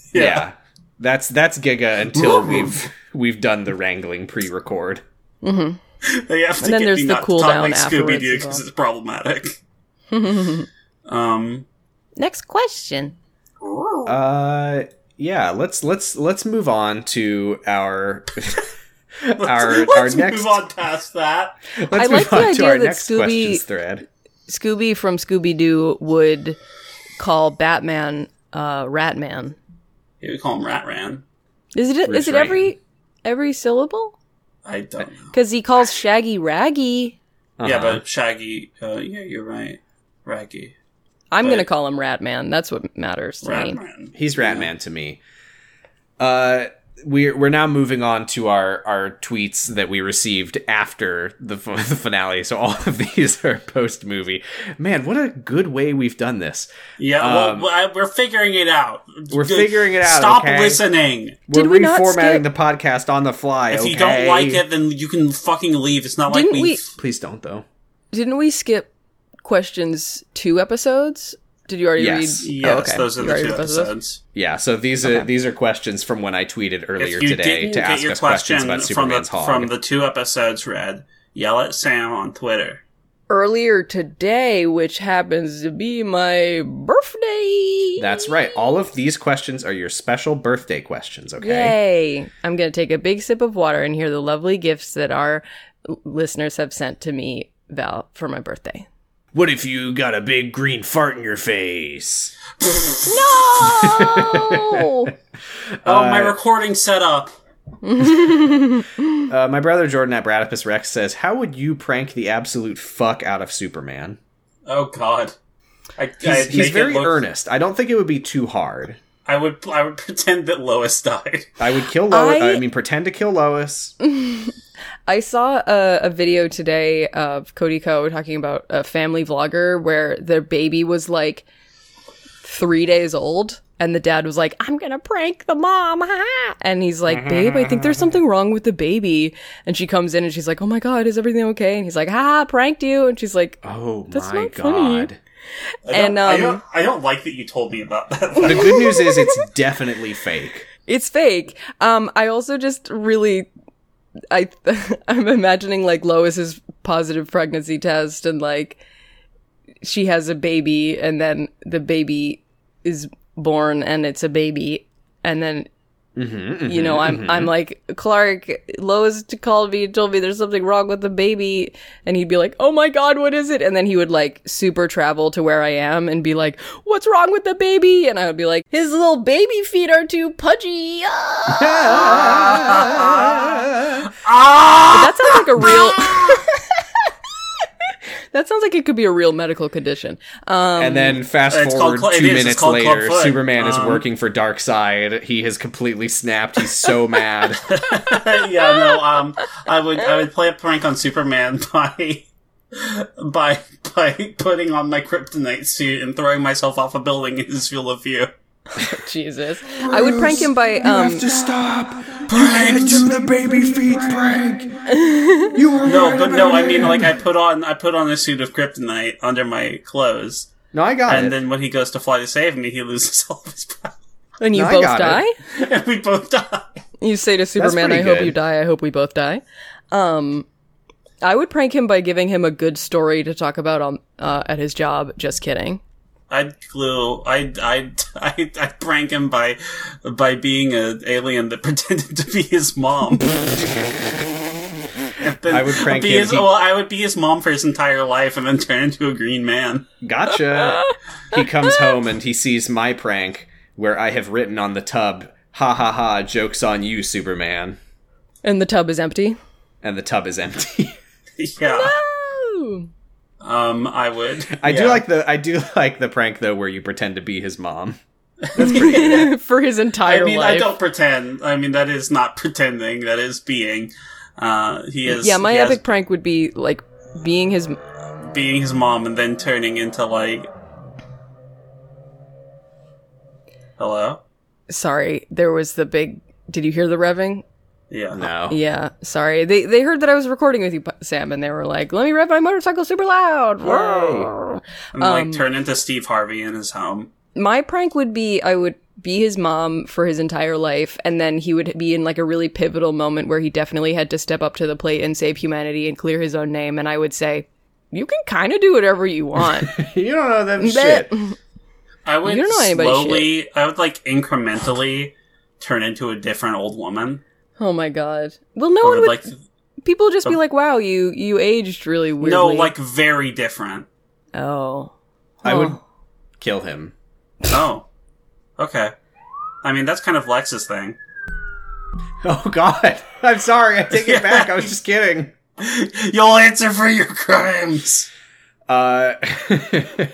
Speaker 2: yeah. That's that's Giga until we've we've done the wrangling pre-record.
Speaker 3: They have to
Speaker 4: then
Speaker 3: get
Speaker 4: there's
Speaker 3: me
Speaker 4: the
Speaker 3: not
Speaker 4: cool
Speaker 3: to talk
Speaker 4: down
Speaker 3: like Scooby
Speaker 4: afterwards
Speaker 3: Doo
Speaker 4: as well.
Speaker 3: because it's problematic. um,
Speaker 9: Next question.
Speaker 2: Uh yeah, let's let's let's move on to our our our
Speaker 3: let's
Speaker 2: next
Speaker 3: move on past that.
Speaker 2: let's
Speaker 4: I like
Speaker 2: move
Speaker 4: the
Speaker 2: on to
Speaker 4: idea
Speaker 2: our
Speaker 4: that
Speaker 2: next
Speaker 4: Scooby-
Speaker 2: questions thread.
Speaker 4: Scooby from Scooby Doo would call Batman uh, Ratman.
Speaker 3: Yeah, we call him Rat Ran.
Speaker 4: Is it? Is
Speaker 2: Rich
Speaker 4: it every every syllable?
Speaker 3: I don't know.
Speaker 4: Because he calls Shaggy Raggy.
Speaker 3: Yeah,
Speaker 2: Uh-huh.
Speaker 3: but Shaggy. Uh, yeah, you're right. Raggy.
Speaker 4: I'm
Speaker 3: Right.
Speaker 4: gonna call him Ratman. That's what matters to
Speaker 3: Rat
Speaker 4: me.
Speaker 3: Ran.
Speaker 2: he's Ratman to me. Uh we're we're now moving on to our our tweets that we received after the, f- the finale. So all of these are post movie. Man, what a good way we've done this.
Speaker 3: Yeah,
Speaker 2: Um,
Speaker 3: well, I- we're figuring it out.
Speaker 2: We're
Speaker 3: Good-
Speaker 2: figuring it out,
Speaker 3: Stop
Speaker 2: okay?
Speaker 3: listening.
Speaker 2: We're
Speaker 4: Did we not
Speaker 2: reformatting
Speaker 4: skip-
Speaker 2: the podcast on the fly.
Speaker 3: If you
Speaker 2: okay?
Speaker 3: don't like it, then you can fucking leave. It's not like
Speaker 4: Didn't
Speaker 3: we.
Speaker 4: we-
Speaker 2: please don't though.
Speaker 4: Didn't we skip questions two episodes? Did you already
Speaker 2: Yes.
Speaker 4: read?
Speaker 3: Yes,
Speaker 4: Oh, okay.
Speaker 3: those are
Speaker 4: You
Speaker 3: the
Speaker 4: already
Speaker 3: two
Speaker 4: read both of those?
Speaker 3: episodes.
Speaker 2: Yeah, so these are these are questions from when I tweeted earlier
Speaker 3: if you
Speaker 2: today
Speaker 3: didn't
Speaker 2: to
Speaker 3: get
Speaker 2: ask
Speaker 3: your
Speaker 2: us questions
Speaker 3: question
Speaker 2: about
Speaker 3: from the
Speaker 2: Superman's hog.
Speaker 3: from the two episodes read, yell at Sam on Twitter.
Speaker 4: Earlier today, which happens to be my birthday.
Speaker 2: That's right. All of these questions are your special birthday questions, okay?
Speaker 4: Yay! I'm going to take a big sip of water and hear the lovely gifts that our l- listeners have sent to me, Val, for my birthday.
Speaker 2: What if you got a big green fart in your face?
Speaker 4: No! Uh,
Speaker 3: Oh, my recording setup.
Speaker 2: Uh, my brother Jordan at Bradipus Rex says, "How would you prank the absolute fuck out of Superman?"
Speaker 3: Oh God, I,
Speaker 2: He's,
Speaker 3: I'd
Speaker 2: he's
Speaker 3: make it
Speaker 2: very
Speaker 3: look-
Speaker 2: earnest. I don't think it would be too hard.
Speaker 3: I would I would pretend that Lois died.
Speaker 2: I would kill Lois. I,
Speaker 4: I-
Speaker 2: mean, pretend to kill Lois.
Speaker 4: I saw a, a video today of Cody Ko talking about a family vlogger where their baby was like three days old. And the dad was like, I'm gonna prank the mom. ha." And he's like, Babe, I think there's something wrong with the baby. And she comes in and she's like, Oh my God, is everything okay? And he's like, Ha, pranked you. And she's like,
Speaker 2: Oh
Speaker 4: That's
Speaker 2: my
Speaker 4: not funny.
Speaker 2: god!
Speaker 3: I don't-
Speaker 4: And,
Speaker 3: I
Speaker 4: um,
Speaker 3: don't, I don't like that you told me about that.
Speaker 2: The good news is it's definitely fake.
Speaker 4: it's fake. Um, I also just really, I, I'm imagining like Lois's positive pregnancy test and like she has a baby and then the baby is born and it's a baby and then
Speaker 2: Mm-hmm,
Speaker 4: you know I'm I'm like Clark Lois called me and told me there's something wrong with the baby and he'd be like oh my god what is it and then he would like super travel to where I am and be like what's wrong with the baby and I would be like his little baby feet are too pudgy ah!"
Speaker 3: ah,
Speaker 4: That sounds like a real. that sounds like it could be a real medical condition. Um,
Speaker 2: and then fast
Speaker 3: it's
Speaker 2: forward
Speaker 3: called Cla- it
Speaker 2: two
Speaker 3: is, it's
Speaker 2: minutes
Speaker 3: called
Speaker 2: later,
Speaker 3: Clubfoot.
Speaker 2: Superman is
Speaker 3: Um,
Speaker 2: working for Darkseid. He has completely snapped. He's so mad.
Speaker 3: yeah, no. Um, I would I would play a prank on Superman by by by putting on my kryptonite suit and throwing myself off a building in his field of view.
Speaker 4: Jesus, I would prank him by um,
Speaker 10: stop! It's the baby feet prank! You were
Speaker 3: No, but no, I mean like I put on I put on a suit of kryptonite under my clothes,
Speaker 2: No, I got
Speaker 3: and
Speaker 2: it.
Speaker 3: then when he goes to fly to save me, he loses all of his power,
Speaker 4: and you
Speaker 2: No, I
Speaker 4: both
Speaker 2: got it.
Speaker 4: die.
Speaker 3: and we both die.
Speaker 4: You say to Superman,
Speaker 2: pretty
Speaker 4: "I hope
Speaker 2: good.
Speaker 4: you die. I hope we both die." Um, I would prank him by giving him a good story to talk about on uh, at his job. Just kidding.
Speaker 3: I'd glue. I'd I'd I'd, I'd prank him by by being an alien that pretended to be his mom. And then
Speaker 2: I would prank
Speaker 3: be
Speaker 2: him.
Speaker 3: His,
Speaker 2: He-
Speaker 3: well, I would be his mom for his entire life, and then turn into a green man.
Speaker 2: Gotcha. he comes home and he sees my prank where I have written on the tub, ha ha ha, joke's on you, Superman.
Speaker 4: And the tub is empty.
Speaker 2: And the tub is empty.
Speaker 3: yeah. Oh.
Speaker 4: Ooh.
Speaker 3: Um. I would.
Speaker 2: I do
Speaker 3: yeah.
Speaker 2: like the I do like the prank though where you pretend to be his mom.
Speaker 4: for his
Speaker 3: I
Speaker 4: entire
Speaker 3: mean,
Speaker 4: life.
Speaker 3: I don't pretend. I mean, that is not pretending. That is being. Uh, he is.
Speaker 4: yeah, my
Speaker 3: he has
Speaker 4: epic prank would be like being his
Speaker 3: being his mom and then turning into like. Hello.
Speaker 4: sorry there was the big did you hear the revving
Speaker 3: Yeah.
Speaker 2: No.
Speaker 4: yeah sorry they they heard that i was recording with you P- sam and they were like let me rev my motorcycle super loud
Speaker 2: Whoa.
Speaker 3: And
Speaker 4: Um,
Speaker 3: like turn into Steve Harvey in his home.
Speaker 4: my prank would be i would be his mom for his entire life and then he would be in like a really pivotal moment where he definitely had to step up to the plate and save humanity and clear his own name and i would say you can kind of do whatever you want
Speaker 2: You don't know them
Speaker 4: But-
Speaker 2: shit.
Speaker 3: I would
Speaker 4: You don't know anybody's
Speaker 3: slowly. I would like incrementally turn into a different old woman.
Speaker 4: oh my god well no
Speaker 3: I
Speaker 4: one
Speaker 3: would
Speaker 4: would
Speaker 3: like
Speaker 4: people just be like wow you you aged really weirdly
Speaker 3: no, like very different.
Speaker 4: oh
Speaker 2: I would
Speaker 4: Huh.
Speaker 2: kill him.
Speaker 3: Oh, okay. I mean that's kind of Lex's thing.
Speaker 2: Oh god. I'm sorry. I take it back. I was just kidding.
Speaker 3: You'll answer for your crimes.
Speaker 2: Uh,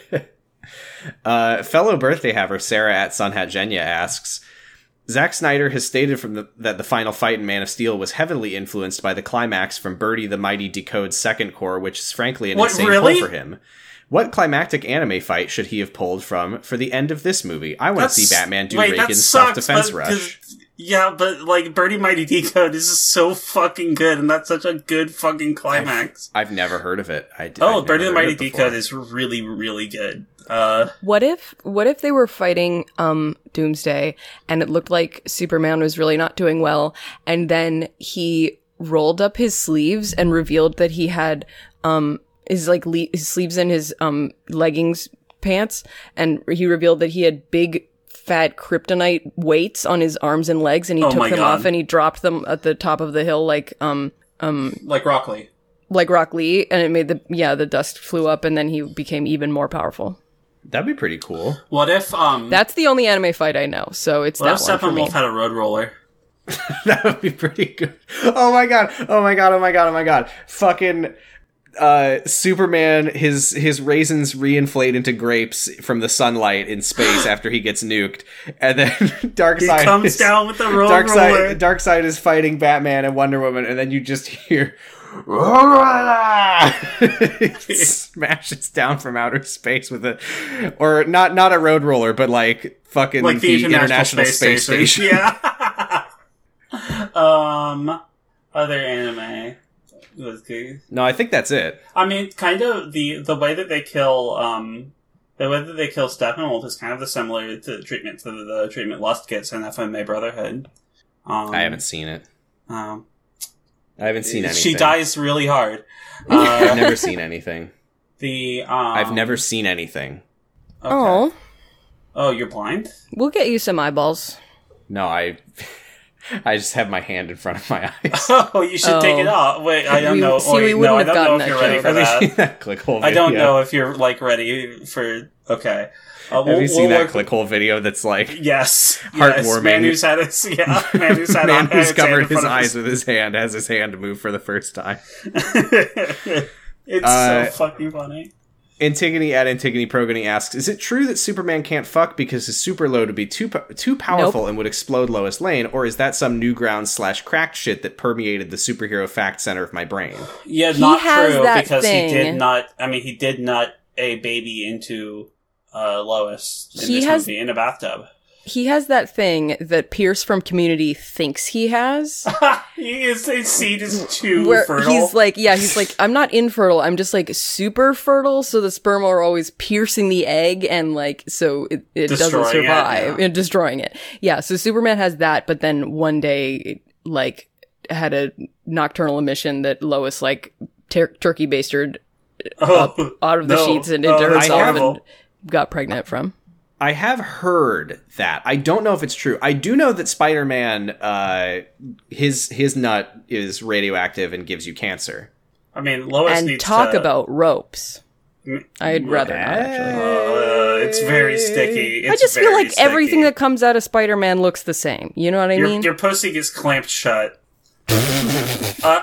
Speaker 2: uh, fellow birthday haver Sarah at Sunhat Jenya asks Zack Snyder has stated from the, that the final fight in Man of Steel was heavily influenced by the climax from Birdie the Mighty Decode's second core, which is frankly an
Speaker 3: What,
Speaker 2: insane
Speaker 3: really?
Speaker 2: pull for him. What climactic anime fight should he have pulled from for the end of this movie? I want to see Batman do
Speaker 3: wait, that
Speaker 2: Reagan's self
Speaker 3: sucks,
Speaker 2: defense
Speaker 3: but-
Speaker 2: rush.
Speaker 3: 'cause- Yeah, but like Birdie Mighty Decode is just so fucking good, and that's such a good fucking climax.
Speaker 2: I've never heard of it. I,
Speaker 3: Oh,
Speaker 2: I've never
Speaker 3: Birdie the
Speaker 2: heard
Speaker 3: Mighty
Speaker 2: it before.
Speaker 3: Decode is really, really good. Uh,
Speaker 4: What if what if they were fighting um Doomsday and it looked like Superman was really not doing well and then he rolled up his sleeves and revealed that he had um his like le- his sleeves in his um leggings pants and he revealed that he had big fat kryptonite weights on his arms and legs and he
Speaker 3: Oh
Speaker 4: took
Speaker 3: my
Speaker 4: them
Speaker 3: God.
Speaker 4: off and he dropped them at the top of the hill like um um
Speaker 3: like Rockley.
Speaker 4: like Rock Lee and it made the yeah the dust flew up and then he became even more powerful.
Speaker 2: That'd be pretty cool.
Speaker 3: What if um
Speaker 4: That's the only anime fight I know, so it's
Speaker 3: what if
Speaker 4: that one for me.
Speaker 3: Steppenwolf had a road roller?
Speaker 2: that would be pretty good. Oh my god! Oh my god! Oh my god! Oh my god! Fucking uh, Superman, his his raisins reinflate into grapes from the sunlight in space after he gets nuked, and then Darkseid
Speaker 3: He comes
Speaker 2: is,
Speaker 3: down with a road roller.
Speaker 2: Darkseid Darkseid is fighting Batman and Wonder Woman, and then you just hear. it smashes down from outer space with a, or not not a road roller, but like fucking
Speaker 3: like the, International, Space, Station. Yeah. um other anime was good.
Speaker 2: No, I think that's it.
Speaker 3: I mean, kind of the the way that they kill um the way that they kill Steppenwolf is kind of the similar to the treatment to the, the treatment Lust gets in FMA Brotherhood. Um,
Speaker 2: I haven't seen it.
Speaker 3: Um,
Speaker 2: I haven't seen anything.
Speaker 3: she dies really hard.
Speaker 2: I've
Speaker 3: Uh,
Speaker 2: never seen anything.
Speaker 3: the um,
Speaker 2: I've never seen anything.
Speaker 3: okay.
Speaker 4: Oh,
Speaker 3: oh, you're blind.
Speaker 4: we'll get you some eyeballs.
Speaker 2: No, I I just have my hand in front of my eyes.
Speaker 3: Oh, you should take it
Speaker 4: Oh.
Speaker 3: off. Wait, I don't
Speaker 4: We-
Speaker 3: know.
Speaker 4: see, we
Speaker 3: Wait, no,
Speaker 4: wouldn't
Speaker 3: I
Speaker 4: have
Speaker 3: don't know
Speaker 4: gotten
Speaker 3: if
Speaker 4: that
Speaker 3: you're ready
Speaker 4: joke.
Speaker 3: for that.
Speaker 2: clickhole.
Speaker 3: I don't
Speaker 2: video.
Speaker 3: know if you're like ready for. Okay, uh,
Speaker 2: Have you seen that
Speaker 3: work-
Speaker 2: clickhole video? That's like
Speaker 3: Yes, Yes.
Speaker 2: Heartwarming.
Speaker 3: Man who's had his yeah, man who's had
Speaker 2: man
Speaker 3: a-
Speaker 2: who's
Speaker 3: his hand in
Speaker 2: covered his
Speaker 3: front of
Speaker 2: eyes with his hand has his hand move for the first time.
Speaker 3: it's
Speaker 2: Uh,
Speaker 3: so fucking funny.
Speaker 2: Antigone at Antigone Progony asks, "Is it true that Superman can't fuck because his super load would be too po- too powerful and would explode Lois Lane, or is that some new ground slash cracked shit that permeated the superhero fact center of my brain?"
Speaker 3: Yeah,
Speaker 4: He
Speaker 3: not
Speaker 4: has
Speaker 3: true
Speaker 4: that
Speaker 3: because he
Speaker 4: thing.
Speaker 3: did not. I mean, he did not a baby into uh, Lois in
Speaker 4: He
Speaker 3: this
Speaker 4: has-
Speaker 3: movie in a bathtub.
Speaker 4: He has that thing that Pierce from Community thinks he has.
Speaker 3: he is his seed is too
Speaker 4: Where
Speaker 3: fertile.
Speaker 4: he's like, yeah, he's like, I'm not infertile. I'm just like super fertile. So the sperm are always piercing the egg, and like, so it, it doesn't
Speaker 3: Destroying it,
Speaker 4: survive
Speaker 3: yeah.
Speaker 4: and destroying it. Yeah. So Superman has that, but then one day, like, had a nocturnal emission that Lois like ter- turkey bastered up
Speaker 3: oh,
Speaker 4: out of the
Speaker 3: no.
Speaker 4: sheets and
Speaker 3: Oh,
Speaker 4: into
Speaker 3: that's
Speaker 4: herself
Speaker 3: horrible.
Speaker 4: and got pregnant from.
Speaker 2: I have heard that. I don't know if it's true. I do know that Spider Man, uh, his his nut is radioactive and gives you cancer.
Speaker 3: I mean, Lois
Speaker 4: and
Speaker 3: needs
Speaker 4: talk
Speaker 3: to-
Speaker 4: about ropes.
Speaker 3: Mm,
Speaker 4: I'd rather not actually.
Speaker 3: Uh, it's very sticky.
Speaker 4: I
Speaker 3: It's
Speaker 4: just feel
Speaker 3: very
Speaker 4: like everything
Speaker 3: sticky.
Speaker 4: that comes out of Spider-Man looks the same. You know what I
Speaker 3: your,
Speaker 4: mean?
Speaker 3: your pussy gets clamped shut. uh,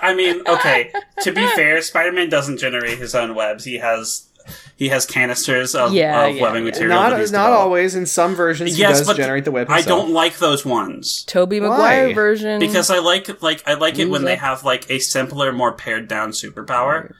Speaker 3: I mean, okay. To be fair, Spider-Man doesn't generate his own webs. He has he has canisters of,
Speaker 4: Yeah,
Speaker 3: of
Speaker 4: yeah,
Speaker 3: webbing
Speaker 4: yeah.
Speaker 3: material.
Speaker 2: Not
Speaker 3: that he's
Speaker 2: not
Speaker 3: developed.
Speaker 2: always. In some versions, he
Speaker 3: Yes,
Speaker 2: does
Speaker 3: but
Speaker 2: generate the web.
Speaker 3: I
Speaker 2: himself.
Speaker 3: don't like those ones
Speaker 4: Toby
Speaker 2: Why?
Speaker 4: Maguire version.
Speaker 3: because I like like I like it when they
Speaker 4: Loser.
Speaker 3: have like a simpler, more pared down superpower.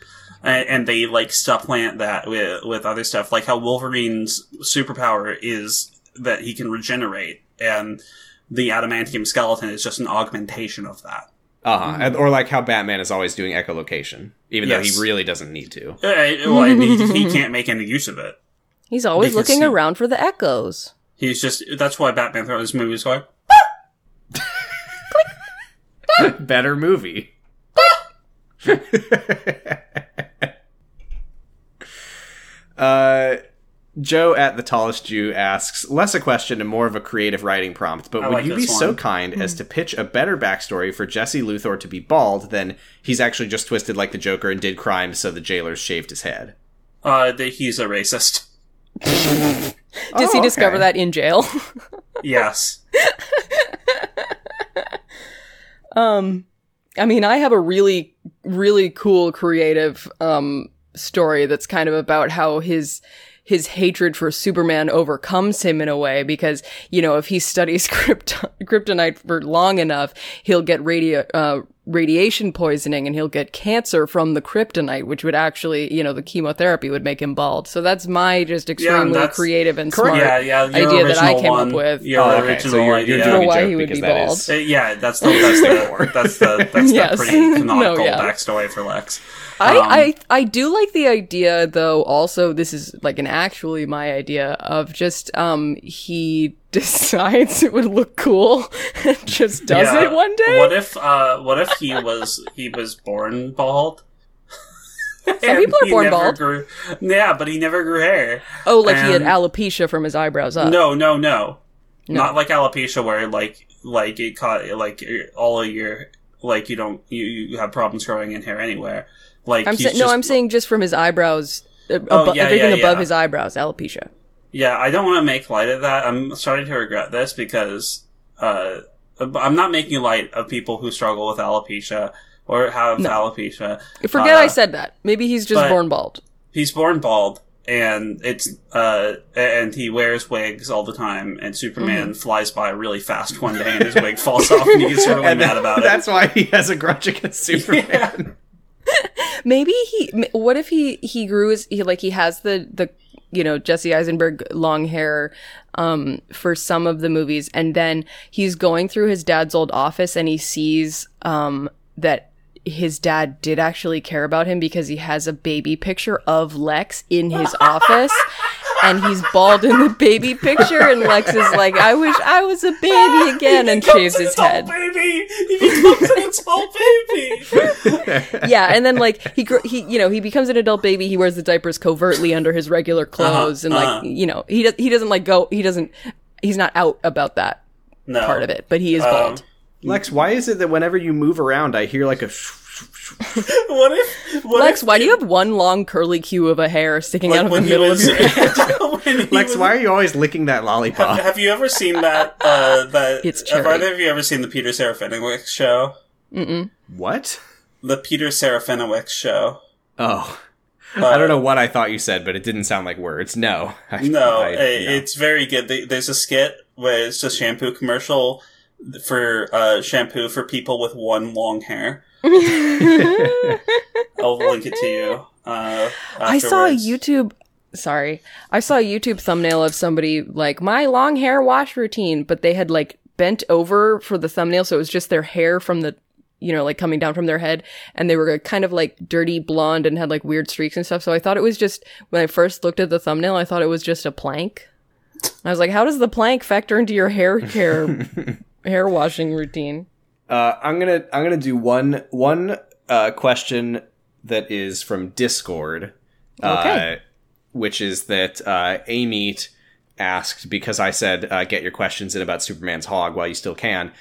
Speaker 3: And, and they like supplant that with with other stuff, like how Wolverine's superpower is that he can regenerate, and the adamantium skeleton is just an augmentation of that.
Speaker 2: Uh-huh. And- Or like how Batman is always doing echolocation, even though
Speaker 3: Yes.
Speaker 2: he really doesn't need to.
Speaker 3: Uh, well, I mean, he can't make any use of it.
Speaker 4: he's always
Speaker 3: because
Speaker 4: looking
Speaker 3: he-
Speaker 4: around for the echoes.
Speaker 3: He's just that's why Batman throughout this movie is going.
Speaker 2: Better movie. uh, Joe at the tallest Jew asks less a question and more of a creative writing prompt. But
Speaker 3: I
Speaker 2: would
Speaker 3: like
Speaker 2: you be
Speaker 3: this one.
Speaker 2: so kind as to pitch a better backstory for Jesse Luthor to be bald than he's actually just twisted like the Joker and did crimes so the jailers shaved his head?
Speaker 3: Uh, that he's a racist.
Speaker 4: Does he discover that in jail?
Speaker 3: Yes,
Speaker 4: um, I mean, I have a really, really cool creative um story that's kind of about how his his hatred for Superman overcomes him in a way because you know if he studies krypton- kryptonite for long enough, he'll get radio uh, radiation poisoning and he'll get cancer from the kryptonite, which would actually you know the chemotherapy would make him bald. So that's my just extremely
Speaker 3: that's-
Speaker 4: creative and smart.
Speaker 3: yeah, yeah. Your
Speaker 4: idea that I
Speaker 3: original
Speaker 4: came
Speaker 3: one,
Speaker 4: up with.
Speaker 3: Your
Speaker 2: Oh, okay.
Speaker 3: original
Speaker 2: So you're,
Speaker 3: idea.
Speaker 2: you're
Speaker 4: For
Speaker 2: doing a
Speaker 4: why
Speaker 2: joke
Speaker 4: he would
Speaker 2: because
Speaker 4: be
Speaker 2: that
Speaker 4: bald.
Speaker 2: is-
Speaker 3: Uh, yeah, that's the that's the that's the that's
Speaker 4: Yes.
Speaker 3: the pretty canonical
Speaker 4: No, yeah.
Speaker 3: backstory for Lex.
Speaker 4: I,
Speaker 3: Um,
Speaker 4: I I do like the idea though also this is like an actually my idea of just um he decides it would look cool and just does
Speaker 3: Yeah.
Speaker 4: it one day.
Speaker 3: What if uh, what if he was he was born bald? Some
Speaker 4: people are born bald.
Speaker 3: Grew, yeah, but he never grew hair.
Speaker 4: oh like he had
Speaker 3: and-
Speaker 4: alopecia from his eyebrows up.
Speaker 3: no, no, no,
Speaker 4: No.
Speaker 3: Not like alopecia where like like it caught like your- all of your like you don't you, you have problems growing in hair anywhere. Like
Speaker 4: I'm
Speaker 3: he's
Speaker 4: sa- no
Speaker 3: just-
Speaker 4: I'm saying just from his eyebrows uh,
Speaker 3: Oh,
Speaker 4: abo-
Speaker 3: yeah,
Speaker 4: everything
Speaker 3: yeah,
Speaker 4: above
Speaker 3: yeah.
Speaker 4: his eyebrows alopecia.
Speaker 3: yeah. I don't want to make light of that. I'm starting to regret this because uh, I'm not making light of people who struggle with alopecia or have alopecia.
Speaker 4: Forget
Speaker 3: Uh,
Speaker 4: I said that. Maybe he's just
Speaker 3: but-
Speaker 4: born bald.
Speaker 3: He's born bald and it's uh and he wears wigs all the time and
Speaker 4: Mm-hmm.
Speaker 3: Superman flies by really fast one day and his wig falls off and he gets really
Speaker 2: And
Speaker 3: mad about it.
Speaker 2: That's why he has a grudge against Superman.
Speaker 4: Maybe he. m- What if he he grew his he like he has the the you know Jesse Eisenberg long hair um for some of the movies, and then he's going through his dad's old office and he sees um that his dad did actually care about him because he has a baby picture of Lex in his office. And he's bald in the baby picture, and Lex is like, "I wish I was a baby again," and shaves his head.
Speaker 3: baby. He becomes an adult baby.
Speaker 4: yeah, and then like he gr- he you know he becomes an adult baby. He wears the diapers covertly under his regular clothes, and like
Speaker 3: uh-huh.
Speaker 4: you know he does he doesn't like go he doesn't he's not out about that
Speaker 3: No
Speaker 4: part of it, but he is
Speaker 3: Um,
Speaker 4: bald.
Speaker 2: Lex, why is it that whenever you move around, I hear like a?
Speaker 3: what if what
Speaker 4: Lex,
Speaker 3: if,
Speaker 4: why do you have one long curly cue of a hair sticking
Speaker 3: like,
Speaker 4: out of the
Speaker 3: when he
Speaker 4: middle of
Speaker 3: was
Speaker 4: your
Speaker 3: when he
Speaker 2: Lex,
Speaker 3: was-
Speaker 2: why are you always licking that
Speaker 3: have,
Speaker 2: lollipop?
Speaker 3: have you ever seen that uh that
Speaker 4: Uh, It's
Speaker 3: have
Speaker 4: cherry.
Speaker 3: either of you ever seen the Peter Serafinowicz show?
Speaker 2: what?
Speaker 3: The Peter Serafinowicz show. Uh,
Speaker 2: Oh, I don't know what I thought you said, but it didn't sound like words. No, I-
Speaker 3: No,
Speaker 2: I-
Speaker 3: i it's very good. They, there's a skit where it's a shampoo commercial for uh, shampoo for people with one long hair. I'll link it to you. Uh,
Speaker 4: I saw a
Speaker 3: afterwards.
Speaker 4: YouTube. Sorry, I saw a YouTube thumbnail of somebody like my long hair wash routine, but they had like bent over for the thumbnail, so it was just their hair from the, you know, like coming down from their head, and they were kind of like dirty blonde and had like weird streaks and stuff. So I thought it was just when I first looked at the thumbnail, I thought it was just a plank. I was like, how does the plank factor into your hair care, hair washing routine?
Speaker 2: Uh, I'm gonna I'm gonna do one one uh, question that is from Discord,
Speaker 4: Okay.
Speaker 2: uh, which is that uh, Ameet asked because I said uh, get your questions in about Superman's hog while you still can.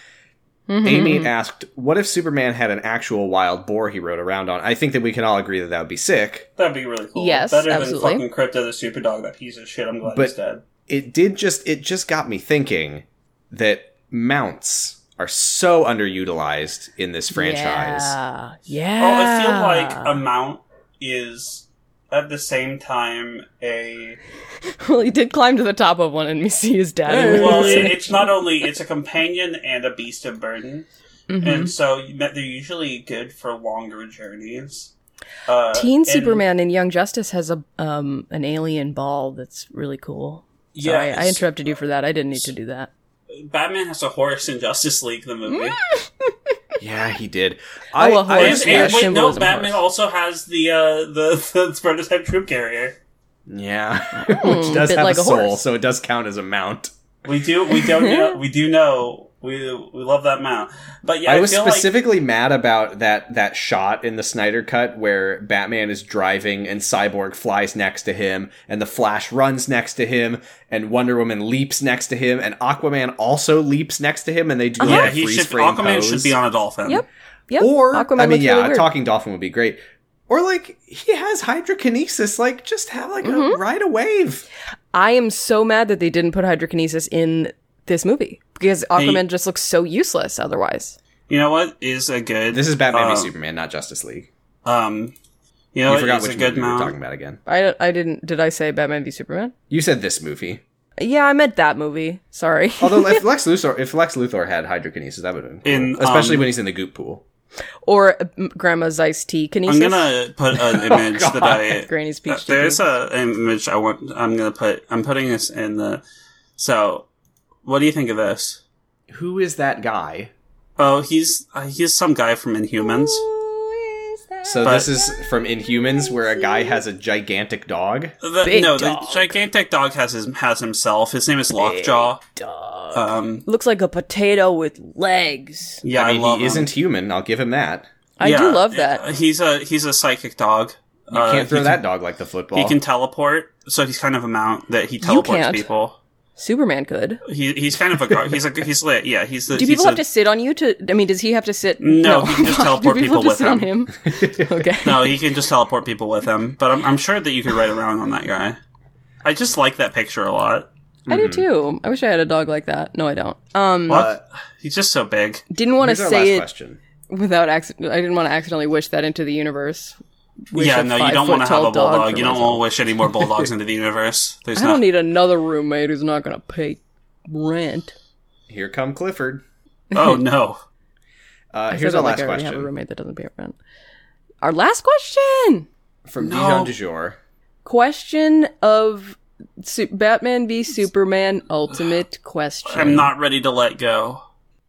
Speaker 3: Mm-hmm.
Speaker 2: Ameet asked, "What if Superman had an actual wild boar he rode around on?" I think that we can all agree that that would be sick.
Speaker 3: That'd be really cool.
Speaker 4: Yes,
Speaker 3: better
Speaker 4: absolutely.
Speaker 3: than fucking Crypto the Super Dog. That piece of shit. I'm glad
Speaker 2: But-
Speaker 3: he's dead.
Speaker 2: It did just it just got me thinking that mounts are so underutilized in this franchise.
Speaker 4: Yeah,
Speaker 3: Oh,
Speaker 4: yeah.
Speaker 3: I feel like
Speaker 4: Ah.
Speaker 3: a mount is at the same time a
Speaker 4: well, he did climb to the top of one and me see his dad.
Speaker 3: well. it- it's not only it's a companion and a beast of burden.
Speaker 4: Mhm.
Speaker 3: and so you- they're usually good for longer journeys. Uh,
Speaker 4: Teen
Speaker 3: and-
Speaker 4: Superman in Young Justice has a um an alien ball that's really cool. Sorry, I
Speaker 3: it's-
Speaker 4: interrupted you for that. I didn't need to do that.
Speaker 3: Batman has a horse in Justice League the movie.
Speaker 2: Yeah, he did.
Speaker 4: Oh, a
Speaker 3: And-
Speaker 4: Mm, horse,
Speaker 3: and,
Speaker 4: yeah,
Speaker 3: wait, no,
Speaker 4: symbolism
Speaker 3: Batman
Speaker 4: horse.
Speaker 3: also has the uh, the, the prototype troop carrier.
Speaker 2: Yeah, which does
Speaker 4: Hmm, bit
Speaker 2: have
Speaker 4: like
Speaker 2: a
Speaker 4: a
Speaker 2: soul,
Speaker 4: horse.
Speaker 2: so it does count as a mount.
Speaker 3: We do we don't know we do know we we love that mount. But yeah, I,
Speaker 2: I was
Speaker 3: feel
Speaker 2: specifically mad about that that shot in the Snyder cut where Batman is driving and Cyborg flies next to him, and the Flash runs next to him, and Wonder Woman leaps next to him, and Aquaman also leaps next to him, and they do
Speaker 3: Like,
Speaker 2: like
Speaker 3: yeah,
Speaker 2: a
Speaker 3: he
Speaker 2: freeze
Speaker 3: should.
Speaker 2: frame
Speaker 3: Aquaman
Speaker 2: pose.
Speaker 3: should be on a dolphin.
Speaker 4: Uh-huh. Yep. Yep.
Speaker 2: Or
Speaker 4: Aquaman
Speaker 2: I mean,
Speaker 4: looks
Speaker 2: yeah,
Speaker 4: really weird.
Speaker 2: talking dolphin would be great. Or like he has hydrokinesis, like just have like
Speaker 4: Mm-hmm.
Speaker 2: a ride a wave.
Speaker 4: I am so mad that they didn't put hydrokinesis in this movie because Aquaman just looks so useless otherwise.
Speaker 3: You know what is a good?
Speaker 2: This is Batman
Speaker 3: uh,
Speaker 2: v Superman, not Justice League.
Speaker 3: Um, you know
Speaker 2: You
Speaker 3: what
Speaker 2: forgot
Speaker 3: is
Speaker 2: which
Speaker 3: a good
Speaker 2: movie we were
Speaker 3: mount.
Speaker 2: talking about again.
Speaker 4: I, I didn't. Did I say Batman v Superman?
Speaker 2: You said this movie.
Speaker 4: Yeah, I meant that movie. Sorry.
Speaker 3: Oh.
Speaker 2: Although if Lex Luthor, if Lex Luthor had hydrokinesis, that would have been cool.
Speaker 3: In,
Speaker 2: especially
Speaker 3: um,
Speaker 2: when he's in the goop pool.
Speaker 4: or uh, Grandma's iced tea kinesis.
Speaker 3: I'm gonna put
Speaker 4: Oh,
Speaker 3: an image that I
Speaker 4: Granny's
Speaker 3: Uh,
Speaker 4: peach. tea.
Speaker 3: there's a an image I want. I'm gonna put. I'm putting this in the. So, what do you think of this?
Speaker 2: Who is that guy?
Speaker 3: Oh, he's uh, he's some guy from Inhumans.
Speaker 2: So
Speaker 3: But-
Speaker 2: this is from Inhumans, where a guy has a gigantic dog.
Speaker 3: The,
Speaker 4: Big
Speaker 3: no, the
Speaker 4: dog.
Speaker 3: gigantic dog has his, has himself. His name is Lockjaw.
Speaker 4: Dog.
Speaker 3: Um,
Speaker 4: looks like a potato with legs.
Speaker 3: yeah, I,
Speaker 2: I mean,
Speaker 3: love
Speaker 2: he
Speaker 3: him.
Speaker 2: isn't human. I'll give him that.
Speaker 4: I
Speaker 3: Yeah,
Speaker 4: do love that.
Speaker 3: uh, He's a he's a psychic dog.
Speaker 2: You can't throw that dog like the football.
Speaker 3: Uh, He can teleport, so he's kind of a mount that he
Speaker 4: can't.
Speaker 3: teleports people.
Speaker 4: Superman could.
Speaker 3: He, he's kind of a gar- he's a he's lit. Yeah, he's. The,
Speaker 4: Do people have to sit on you to? I mean, does he have to sit?
Speaker 3: No, he can just
Speaker 4: Do
Speaker 3: teleport people
Speaker 4: just
Speaker 3: with
Speaker 4: sit on him? okay.
Speaker 3: No, you can just teleport people with him. But I'm, I'm sure that you could ride around on that guy. I just like that picture a lot.
Speaker 4: I
Speaker 2: Mm-hmm.
Speaker 4: do too. I wish I had a dog like that. No, I don't. Um,
Speaker 3: What? He's just so big.
Speaker 4: didn't want to
Speaker 2: Here's our last
Speaker 4: say it
Speaker 2: question.
Speaker 4: without accident. I didn't want to accidentally wish that into the universe. Wish
Speaker 3: yeah,
Speaker 4: a
Speaker 3: no, you don't
Speaker 4: five-foot
Speaker 3: want to have
Speaker 4: tall
Speaker 3: a bulldog.
Speaker 4: for
Speaker 3: You don't
Speaker 4: myself.
Speaker 3: want to wish any more bulldogs into the universe. There's
Speaker 4: I don't
Speaker 3: not.
Speaker 4: need another roommate who's not going to pay rent.
Speaker 2: Here come Clifford.
Speaker 3: oh no.
Speaker 2: Uh,
Speaker 4: I
Speaker 2: here's
Speaker 4: said
Speaker 2: our
Speaker 4: that
Speaker 2: last
Speaker 4: like I already have a
Speaker 2: question
Speaker 4: roommate that doesn't pay rent. Our last question.
Speaker 2: from
Speaker 3: No.
Speaker 2: Dijon du Jour.
Speaker 4: Question of Su- Batman v Superman ultimate question.
Speaker 3: I'm not ready to let go.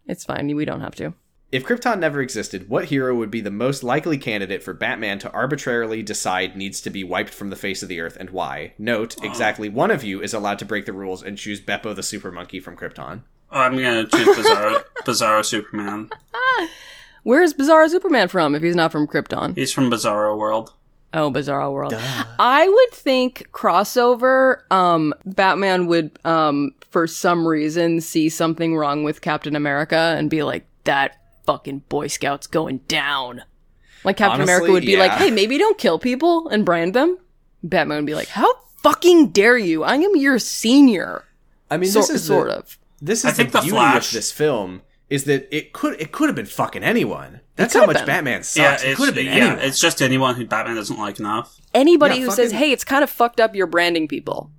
Speaker 4: It's fine. We don't have to.
Speaker 2: If Krypton never existed, what hero would be the most likely candidate for Batman to arbitrarily decide needs to be wiped from the face of the earth and why? Note, exactly one of you is allowed to break the rules and choose Beppo the Super Monkey from Krypton.
Speaker 3: I'm gonna choose Bizarro, Bizarro Superman.
Speaker 4: Where is Bizarro Superman from if he's not from Krypton?
Speaker 3: He's from Bizarro World.
Speaker 4: Oh, Bizarro World. I would think crossover, um, Batman would, um, for some reason see something wrong with Captain America and be like, that fucking Boy Scout's going down. Like Captain
Speaker 2: Honestly,
Speaker 4: America would be like,
Speaker 2: yeah.
Speaker 4: hey, maybe don't kill people and brand them. Batman would be like, how fucking dare you? I am your senior.
Speaker 2: I mean,
Speaker 4: So-
Speaker 2: this is the-
Speaker 4: sort of.
Speaker 2: This is
Speaker 3: I think
Speaker 2: the,
Speaker 3: the
Speaker 2: beauty
Speaker 3: Flash-
Speaker 2: of this film is that it could it could have been fucking anyone. That's how
Speaker 4: could have
Speaker 2: much
Speaker 4: been.
Speaker 2: Batman
Speaker 3: Yeah,
Speaker 2: sucks. it
Speaker 3: it's,
Speaker 2: could have been
Speaker 3: yeah,
Speaker 2: anyone.
Speaker 3: it's just anyone who Batman doesn't like enough.
Speaker 4: Anybody
Speaker 2: Yeah,
Speaker 4: who says,
Speaker 2: fucking-
Speaker 4: hey, it's kind of fucked up you're branding people,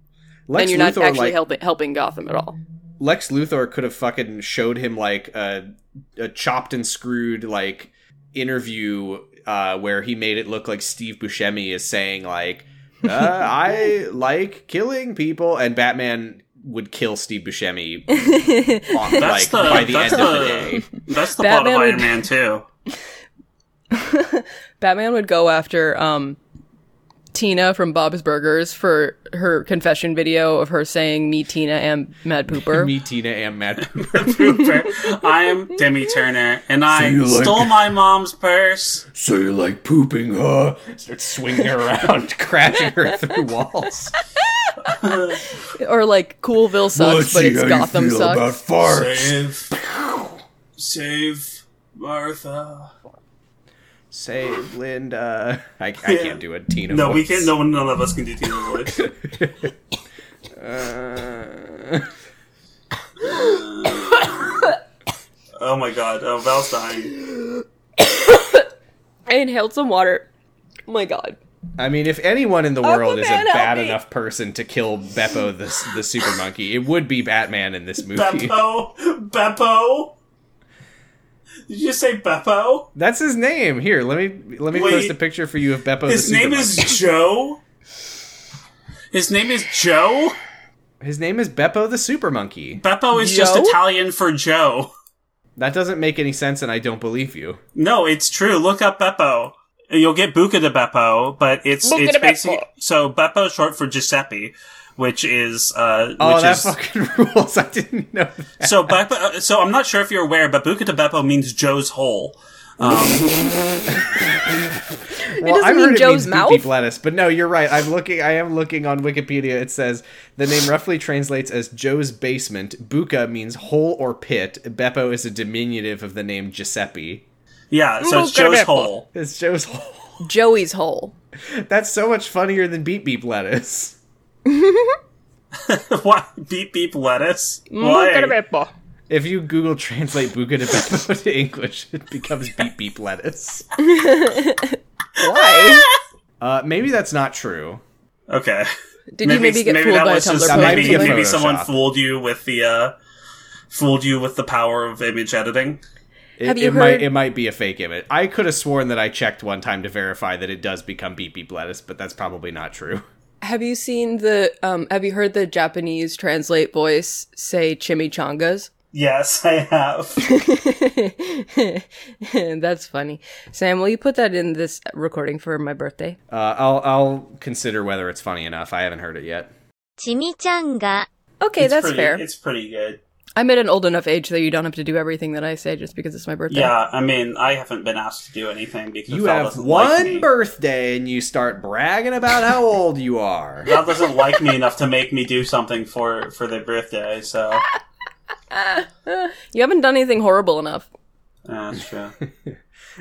Speaker 2: Lex
Speaker 4: then you're not
Speaker 2: Luthor,
Speaker 4: actually
Speaker 2: like,
Speaker 4: helping helping Gotham at all.
Speaker 2: Lex Luthor could have fucking showed him like a, a chopped and screwed like interview uh, where he made it look like Steve Buscemi is saying like uh, I like killing people, and Batman would kill Steve Buscemi on, like
Speaker 3: That's the
Speaker 2: by the
Speaker 3: that's
Speaker 2: end
Speaker 3: the,
Speaker 2: of the day.
Speaker 3: that's the plot
Speaker 4: Batman
Speaker 3: of
Speaker 4: would-
Speaker 3: Iron Man too.
Speaker 4: Batman would go after um, Tina from Bob's Burgers for her confession video of her saying, "Me, Tina, and Mad Pooper."
Speaker 2: Me, Tina, and Matt.
Speaker 3: I am Demi Turner, and I
Speaker 11: you like-
Speaker 3: stole my mom's purse.
Speaker 11: So you like pooping, huh?
Speaker 2: Start swinging her around, crashing her through walls.
Speaker 4: or like Coolville
Speaker 11: Let's
Speaker 4: sucks, but
Speaker 11: see
Speaker 4: it's
Speaker 11: how you
Speaker 4: Gotham
Speaker 11: feel about
Speaker 4: sucks.
Speaker 11: farts.
Speaker 3: Save, save Martha.
Speaker 2: Save Linda. I, I can't do a Tina.
Speaker 3: No, we
Speaker 2: voice.
Speaker 3: can't. No, none of us can do Tina voice. Uh, oh my god! Oh, Val's dying.
Speaker 4: I inhaled some water. Oh my god!
Speaker 2: I mean, if anyone in the world is a
Speaker 4: Aquaman, help
Speaker 2: bad
Speaker 4: me.
Speaker 2: enough person to kill Beppo the the super monkey, it would be Batman in this movie.
Speaker 3: Beppo, Beppo. Did you just say Beppo?
Speaker 2: That's his name. Here, let me let me
Speaker 3: Wait.
Speaker 2: post a picture for you of Beppo.
Speaker 3: His
Speaker 2: the super
Speaker 3: name is Joe. His name is Joe.
Speaker 2: monkey. his name is Beppo the super monkey.
Speaker 3: Beppo is just
Speaker 4: Joe?
Speaker 3: Italian for Joe.
Speaker 2: That doesn't make any sense, and I don't believe you.
Speaker 3: No, it's true. Look up Beppo. You'll get Buca de Beppo, but it's
Speaker 4: Buca
Speaker 3: it's
Speaker 4: di Beppo.
Speaker 3: basically so Beppo is short for Giuseppe, which is uh,
Speaker 2: Oh,
Speaker 3: which
Speaker 2: that
Speaker 3: is
Speaker 2: fucking rules! I didn't know. That.
Speaker 3: so Beppo. So I'm not sure if you're aware, but Buca de Beppo means Joe's hole.
Speaker 2: Well,
Speaker 4: doesn't
Speaker 2: I've
Speaker 4: mean
Speaker 2: heard it
Speaker 4: Joe's
Speaker 2: means
Speaker 4: mouth.
Speaker 2: Goopy Lettuce, but no, you're right. I'm looking. I am looking on Wikipedia. It says the name roughly translates as Joe's basement. Buca means hole or pit. Beppo is a diminutive of the name Giuseppe.
Speaker 3: Yeah, so it's
Speaker 4: Buca di
Speaker 3: Joe's
Speaker 4: Beppo.
Speaker 3: hole.
Speaker 2: It's Joe's hole.
Speaker 4: Joey's hole.
Speaker 2: That's so much funnier than beep beep lettuce.
Speaker 3: Why beep beep lettuce? Why?
Speaker 2: If you Google translate Buca de Beppo to English, it becomes beep beep lettuce.
Speaker 4: Why
Speaker 2: Uh, maybe that's not true.
Speaker 3: Okay.
Speaker 4: did you maybe get fooled
Speaker 3: that
Speaker 4: by a
Speaker 3: was
Speaker 4: Tumblr
Speaker 3: just-
Speaker 4: post?
Speaker 2: might
Speaker 4: or
Speaker 3: maybe,
Speaker 2: be a
Speaker 4: something?
Speaker 3: maybe someone
Speaker 2: Photoshop.
Speaker 3: fooled you with the uh, fooled you with the power of image editing.
Speaker 2: It,
Speaker 4: Have you
Speaker 2: it might
Speaker 4: heard-
Speaker 2: it might be a fake image. I could have sworn that I checked one time to verify that it does become beep beep lettuce, but that's probably not true.
Speaker 4: Have you seen the? Um, have you heard the Japanese translate voice say chimichangas?
Speaker 3: Yes, I have.
Speaker 4: That's funny. Sam, will you put that in this recording for my birthday?
Speaker 2: Uh, I'll I'll consider whether it's funny enough. I haven't heard it yet.
Speaker 12: ちみちゃんが、
Speaker 4: Okay,
Speaker 3: It's
Speaker 4: that's
Speaker 3: pretty-
Speaker 4: fair.
Speaker 3: It's pretty good.
Speaker 4: I'm at an old enough age that you don't have to do everything that I say just because it's my birthday.
Speaker 3: Yeah, I mean, I haven't been asked to do anything because
Speaker 2: You
Speaker 3: Val
Speaker 2: have
Speaker 3: doesn't
Speaker 2: one
Speaker 3: like me.
Speaker 2: birthday and you start bragging about how old you are.
Speaker 3: Val doesn't like me enough to make me do something for for their birthday. So yeah,
Speaker 4: You haven't done anything horrible enough.
Speaker 3: that's true.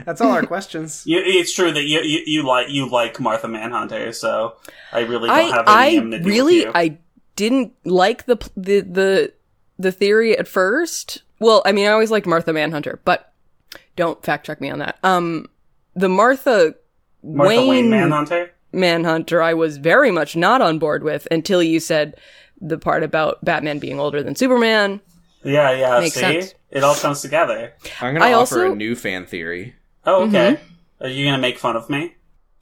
Speaker 2: That's all our questions.
Speaker 3: You, it's true that you, you you like you like Martha Manhunter. So I really don't
Speaker 4: I
Speaker 3: have any
Speaker 4: I
Speaker 3: enmity
Speaker 4: really
Speaker 3: with you.
Speaker 4: I didn't like the pl- the the the theory at first. Well, I mean, I always liked Martha Manhunter, but don't fact check me on that. Um, the Martha,
Speaker 3: Martha Wayne,
Speaker 4: Wayne
Speaker 3: Manhunter.
Speaker 4: Manhunter I was very much not on board with until you said the part about Batman being older than Superman.
Speaker 3: Yeah, yeah.
Speaker 4: Makes
Speaker 3: see,
Speaker 4: sense.
Speaker 3: it all comes together.
Speaker 2: I'm gonna
Speaker 4: I
Speaker 2: offer
Speaker 4: also-
Speaker 2: a new fan theory.
Speaker 3: Oh, okay.
Speaker 4: Mm-hmm.
Speaker 3: Are you gonna make fun of me?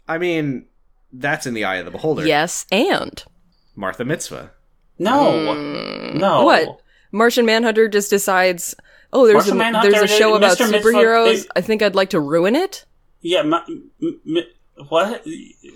Speaker 2: I mean, that's in the eye of the beholder.
Speaker 4: Yes, and Hmm.
Speaker 2: Martha Mitzvah.
Speaker 3: No, no.
Speaker 4: Mm. what? Martian Manhunter just decides, oh, there's
Speaker 3: Martian
Speaker 4: a
Speaker 3: Manhunter
Speaker 4: there's a show
Speaker 3: did-
Speaker 4: about
Speaker 3: Mr. Mitzvah
Speaker 4: superheroes.
Speaker 3: did-
Speaker 4: I think I'd like to ruin it.
Speaker 3: Yeah, ma- m- m- what?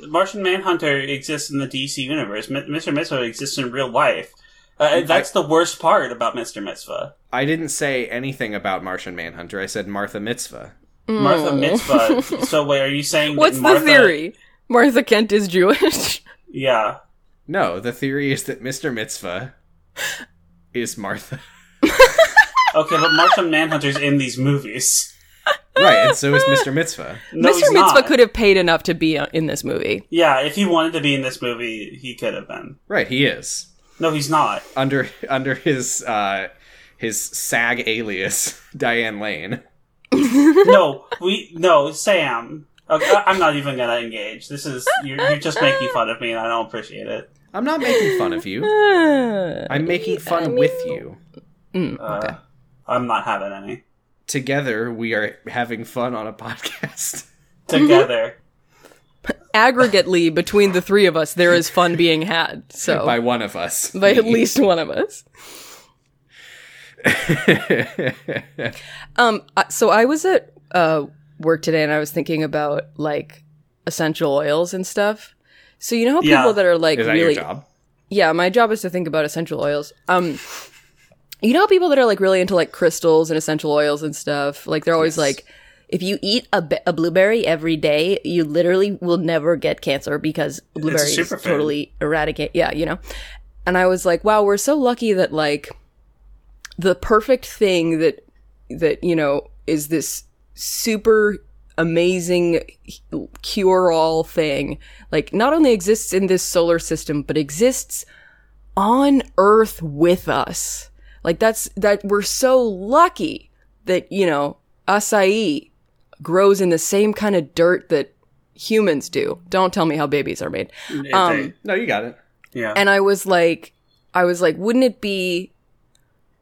Speaker 3: Martian Manhunter exists in the DC universe. M- Mr. Mitzvah exists in real life.
Speaker 4: Mm.
Speaker 3: Uh, that's the worst part about Mr. Mitzvah.
Speaker 2: I didn't say anything about Martian Manhunter. I said Martha Mitzvah.
Speaker 3: Martha Mitzvah. so wait, are you saying that
Speaker 4: Mm. Hmm. What's
Speaker 3: Martha-
Speaker 4: the theory? Martha Kent is Jewish.
Speaker 3: Yeah,
Speaker 2: No, the theory is that Mr. Mitzvah is Martha.
Speaker 13: Okay, but Martian Manhunter's in these movies.
Speaker 2: right, and so is Mr. Mitzvah.
Speaker 13: No,
Speaker 4: Mr.
Speaker 13: he's
Speaker 4: Mitzvah
Speaker 13: not.
Speaker 4: could have paid enough to be uh, in this movie.
Speaker 13: Yeah, if he wanted to be in this movie, he could have been.
Speaker 2: Right, he is
Speaker 13: No, he's not.
Speaker 2: under under his uh, his SAG alias Diane Lane.
Speaker 13: No, we no Sam. Okay, I- I'm not even gonna engage. This is you're, you're just making fun of me, and I don't appreciate it.
Speaker 2: I'm not making fun of you. I'm making fun with you.
Speaker 13: Uh, I'm not having any
Speaker 2: Together, we are having fun on a podcast.
Speaker 13: together.
Speaker 4: Aggregately, between the three of us, there is fun being had. So,
Speaker 2: by
Speaker 4: by,
Speaker 2: one of us.
Speaker 4: at least one of us. Um, I- so I was at uh, work today, and I was thinking about like essential oils and stuff. So you know how people
Speaker 13: Yeah.
Speaker 4: that are like
Speaker 2: is that
Speaker 4: really
Speaker 2: your job?
Speaker 4: yeah my job is to think about essential oils um you know people that are like really into like crystals and essential oils and stuff like they're always like
Speaker 7: If you eat a, be- a blueberry every day, you literally will never get cancer because blueberries
Speaker 13: superfood.
Speaker 7: totally
Speaker 4: eradicate yeah you know and i was like wow we're so lucky that like the perfect thing that that you know is this super amazing cure all thing like not only exists in this solar system but exists on earth with us like that's that we're so lucky that you know acai grows in the same kind of dirt that humans do don't tell me how babies are made
Speaker 2: Mm-hmm.
Speaker 13: If
Speaker 4: Um,
Speaker 2: No, you got it.
Speaker 13: they- yeah,
Speaker 4: and I was like, I was like, wouldn't it be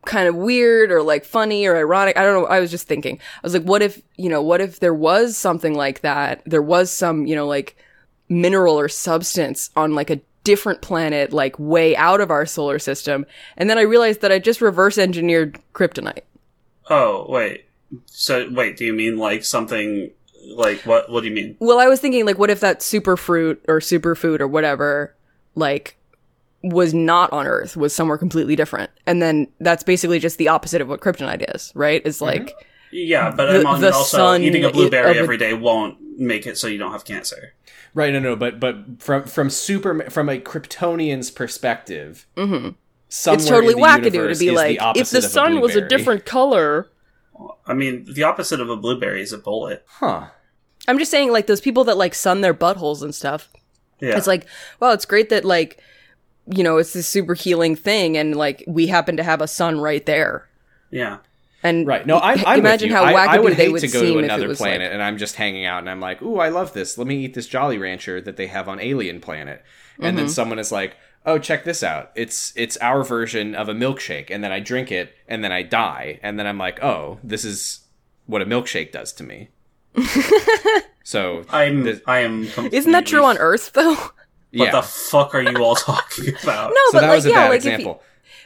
Speaker 4: kind of weird or like funny or ironic? I don't know. I was just thinking. I was like, what if, you know, what if there was something like that? There was some, you know, like mineral or substance on like a different planet, like way out of our solar system. And then I realized that I just reverse engineered kryptonite.
Speaker 13: oh wait. So wait, do you mean like something like what? What do you mean?
Speaker 4: Well, I was thinking, like, what if that super fruit or superfood or whatever, like, was not on Earth, was somewhere completely different? And then that's basically just the opposite of what kryptonite is, right? It's
Speaker 2: Mm-hmm.
Speaker 4: like,
Speaker 13: Yeah, but
Speaker 4: The-
Speaker 13: I'm on
Speaker 4: the
Speaker 13: also
Speaker 4: sun
Speaker 13: eating a
Speaker 4: i-
Speaker 13: blueberry
Speaker 4: of a-
Speaker 13: every day won't make it so you don't have cancer.
Speaker 2: Right, no, no, but but from from super from a Kryptonian's perspective,
Speaker 4: mhm.
Speaker 2: somewhere
Speaker 4: it's totally
Speaker 2: in the
Speaker 4: wackadoo to
Speaker 2: universe
Speaker 4: be
Speaker 2: is
Speaker 4: like, if
Speaker 2: opposite
Speaker 4: the
Speaker 2: of
Speaker 4: sun was a
Speaker 2: blueberry.
Speaker 4: different color.
Speaker 13: I mean, the opposite of a blueberry is a bullet.
Speaker 2: huh?
Speaker 4: I'm just saying, like, those people that, like, sun their buttholes and stuff,
Speaker 13: Yeah,
Speaker 4: It's like, well, it's great that like, you know, it's this super healing thing, and like we happen to have a sun right there.
Speaker 13: yeah.
Speaker 4: And
Speaker 2: Right. No, I'm,
Speaker 4: h-
Speaker 2: I'm
Speaker 4: imagine
Speaker 2: with you.
Speaker 4: how
Speaker 2: I,
Speaker 4: wackadoo
Speaker 2: I would
Speaker 4: they
Speaker 2: hate
Speaker 4: would
Speaker 2: to go
Speaker 4: seem
Speaker 2: to
Speaker 4: if it
Speaker 2: another
Speaker 4: was,
Speaker 2: planet,
Speaker 4: like-
Speaker 2: and I'm just hanging out, and I'm like, "Ooh, I love this. Let me eat this Jolly Rancher that they have on Alien Planet." And
Speaker 4: Mm-hmm.
Speaker 2: then someone is like, "Oh, check this out. It's it's our version of a milkshake." And then I drink it, and then I die, and then I'm like, "Oh, this is what a milkshake does to me." so
Speaker 13: I'm.
Speaker 2: this-
Speaker 13: I am.
Speaker 4: Isn't that true
Speaker 13: completely-
Speaker 4: on Earth though?
Speaker 13: What
Speaker 2: yeah.
Speaker 13: the fuck are you all talking about?
Speaker 4: No,
Speaker 2: so
Speaker 4: but
Speaker 2: that
Speaker 4: like
Speaker 2: was a
Speaker 4: yeah,
Speaker 2: bad
Speaker 4: like if you,
Speaker 2: example.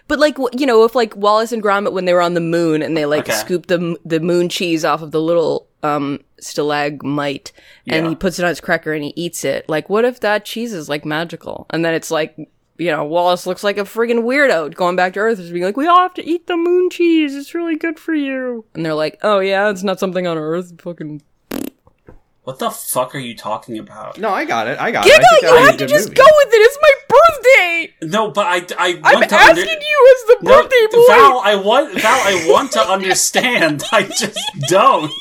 Speaker 4: but like w- you know, if like Wallace and Gromit when they were on the moon and they like
Speaker 13: Okay.
Speaker 4: scooped the m- the moon cheese off of the little um stalagmite and
Speaker 13: Yeah.
Speaker 4: he puts it on his cracker and he eats it. Like, what if that cheese is like magical? And then it's like. You know, Wallace looks like a friggin' weirdo going back to Earth, just being like, "We all have to eat the moon cheese. It's really good for you." And they're like, "Oh yeah, it's not something on Earth. Fucking
Speaker 13: What the fuck are you talking about?
Speaker 2: No, I got it. I got it.
Speaker 4: Giggle,
Speaker 2: I think that
Speaker 4: you
Speaker 2: was a
Speaker 4: have to
Speaker 2: good
Speaker 4: just
Speaker 2: movie.
Speaker 4: go with it. It's my birthday.
Speaker 13: No, but I. I
Speaker 4: I'm
Speaker 13: want to
Speaker 4: asking
Speaker 13: under-
Speaker 4: you as the
Speaker 13: No,
Speaker 4: birthday boy.
Speaker 13: Val, I want Val. I want to understand. I just don't.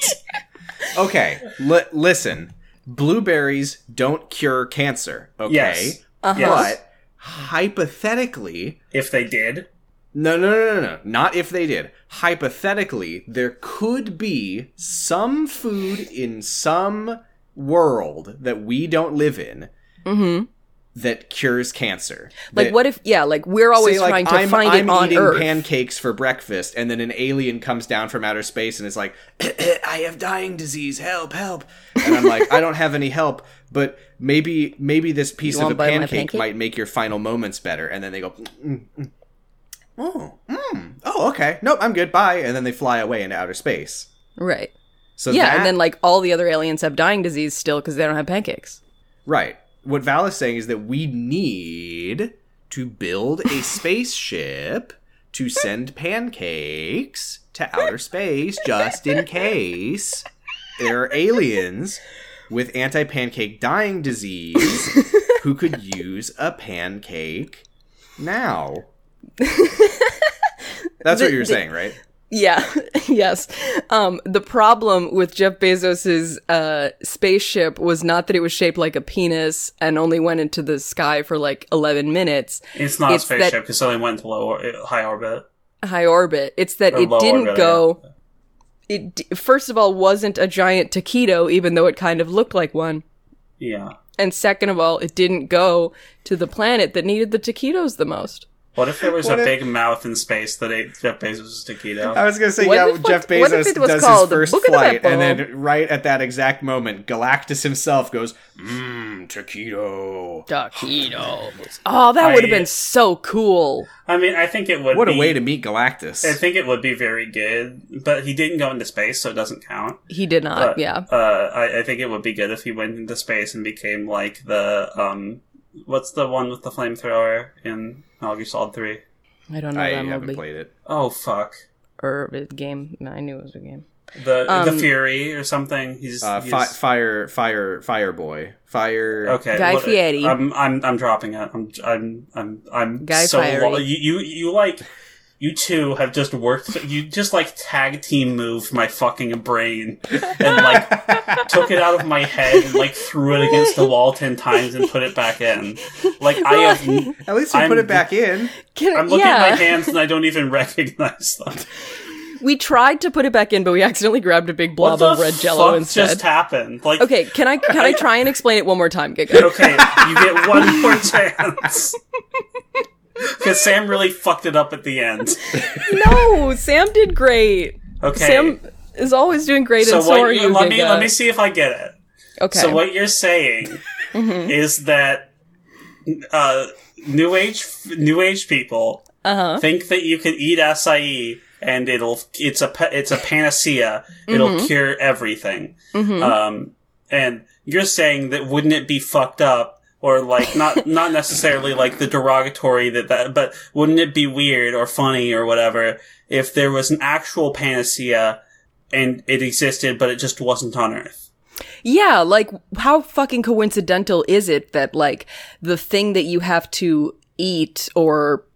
Speaker 2: Okay, li- listen. Blueberries don't cure cancer. Okay.
Speaker 13: Yes.
Speaker 4: Uh-huh.
Speaker 13: Yes.
Speaker 2: But hypothetically,
Speaker 13: If they did,
Speaker 2: no, no, no, no, no, not if they did. Hypothetically, there could be some food in some world that we don't live in
Speaker 4: Mhm.
Speaker 2: that cures cancer.
Speaker 4: Like,
Speaker 2: That-
Speaker 4: what if? Yeah, like we're always
Speaker 2: say, Oh, like,
Speaker 4: trying to
Speaker 2: I'm,
Speaker 4: find
Speaker 2: I'm
Speaker 4: it on
Speaker 2: eating
Speaker 4: Earth.
Speaker 2: pancakes for breakfast, and then an alien comes down from outer space and is like, "I have dying disease, help, help!" And I'm like, "I don't have any help, but maybe maybe this piece
Speaker 7: You
Speaker 2: of
Speaker 7: wanna
Speaker 2: a
Speaker 7: buy my
Speaker 2: pancake,
Speaker 7: pancake?
Speaker 2: might make your final moments better." And then they go, "Mm, mm, mm. "Oh, mm, oh, okay, nope, I'm good, bye." And then they fly away into outer space.
Speaker 4: right.
Speaker 2: So
Speaker 4: yeah,
Speaker 2: that,
Speaker 4: and then like all the other aliens have dying disease still because they don't have pancakes.
Speaker 2: Right. What Val is saying is that we need to build a spaceship to send pancakes to outer space just in case there are aliens with anti pancake dying disease who could use a pancake now. That's what
Speaker 4: The-
Speaker 2: you were
Speaker 4: the-
Speaker 2: saying, right?
Speaker 4: Yeah, yes. Um, the problem with Jeff Bezos's uh, spaceship was not that it was shaped like a penis and only went into the sky for like 11 minutes,
Speaker 3: It's not
Speaker 4: It's
Speaker 3: a
Speaker 4: that-
Speaker 3: spaceship because it only went to low or- high orbit.
Speaker 4: high orbit. It's that
Speaker 3: Or
Speaker 4: it
Speaker 3: low
Speaker 4: didn't
Speaker 3: orbit,
Speaker 4: go. It d- first of all wasn't a giant taquito, even though it kind of looked like one.
Speaker 3: Yeah.
Speaker 4: And second of all, it didn't go to the planet that needed the taquitos the most.
Speaker 3: What if there was
Speaker 2: What
Speaker 3: a
Speaker 2: if-
Speaker 3: big mouth in space that ate Jeff Bezos' taquito?
Speaker 4: Uh,
Speaker 2: I was gonna say,
Speaker 4: What
Speaker 2: yeah,
Speaker 4: if it-
Speaker 2: Jeff
Speaker 4: what if
Speaker 2: Bezos
Speaker 4: it was
Speaker 2: does his
Speaker 4: called the
Speaker 2: first
Speaker 4: Book of the
Speaker 2: flight, and
Speaker 4: Apple?
Speaker 2: then right at that exact moment, Galactus himself goes, "Mmm, taquito."
Speaker 4: Taquitos. Oh, that would have
Speaker 3: I-
Speaker 4: been so cool.
Speaker 3: I mean, I think it would.
Speaker 2: What a
Speaker 3: be-
Speaker 2: way to meet
Speaker 3: I
Speaker 2: Galactus!
Speaker 3: think it would be very good, but he didn't go into space, so it doesn't count.
Speaker 4: He did not.
Speaker 3: But,
Speaker 4: yeah.
Speaker 3: Uh, I, I think it would be good if he went into space and became like the um, what's the one with the flamethrower in Metal Gear Solid Three?
Speaker 4: I don't know
Speaker 2: I
Speaker 4: that
Speaker 2: haven't
Speaker 4: movie.
Speaker 2: played it.
Speaker 3: Oh fuck,
Speaker 4: or a game. No, I knew it was a game.
Speaker 3: the
Speaker 4: Um,
Speaker 3: the Fury or something. He's,
Speaker 2: Uh,
Speaker 3: he's
Speaker 2: fi- fire, fire, fire boy, fire.
Speaker 3: okay.
Speaker 4: Guy
Speaker 3: what-
Speaker 4: Fieri.
Speaker 3: I'm I'm I'm dropping it. I'm I'm I'm I'm
Speaker 4: Guy
Speaker 3: so
Speaker 4: Fieri.
Speaker 3: lo- you, you you like. You two have just worked. You just like tag team moved my fucking brain and like took it out of my head and like threw it against the wall ten times and put it back in. Like I have
Speaker 2: At least you
Speaker 3: I'm-
Speaker 2: put it back in.
Speaker 4: Can,
Speaker 3: I'm looking
Speaker 4: yeah,
Speaker 3: at my hands and I don't even recognize them.
Speaker 4: we tried to put it back in, but we accidentally grabbed a big
Speaker 3: What
Speaker 4: blob
Speaker 3: the
Speaker 4: of red
Speaker 3: fuck
Speaker 4: jello
Speaker 3: just
Speaker 4: instead.
Speaker 3: happened? Like,
Speaker 4: Okay, can I can I try and explain it one more time, Giga?
Speaker 3: okay, you get one more chance. Because Sam really fucked it up at the end.
Speaker 4: No, Sam did great.
Speaker 3: Okay,
Speaker 4: Sam is always doing great,
Speaker 3: so
Speaker 4: and so
Speaker 3: what?
Speaker 4: are you,
Speaker 3: let me
Speaker 4: Giga.
Speaker 3: let me see if I get it.
Speaker 4: okay, Mm-hmm.
Speaker 3: So what you're saying is that uh, new age new age people
Speaker 4: uh-huh.
Speaker 3: think that you can eat acai and it'll it's a pa- it's a panacea. It'll cure everything. Um, and you're saying that wouldn't it be fucked up or like not not necessarily like the derogatory that that but wouldn't it be weird or funny or whatever if there was an actual panacea and it existed but it just wasn't on Earth?
Speaker 4: Yeah, like how fucking coincidental is it that like the thing that you have to eat or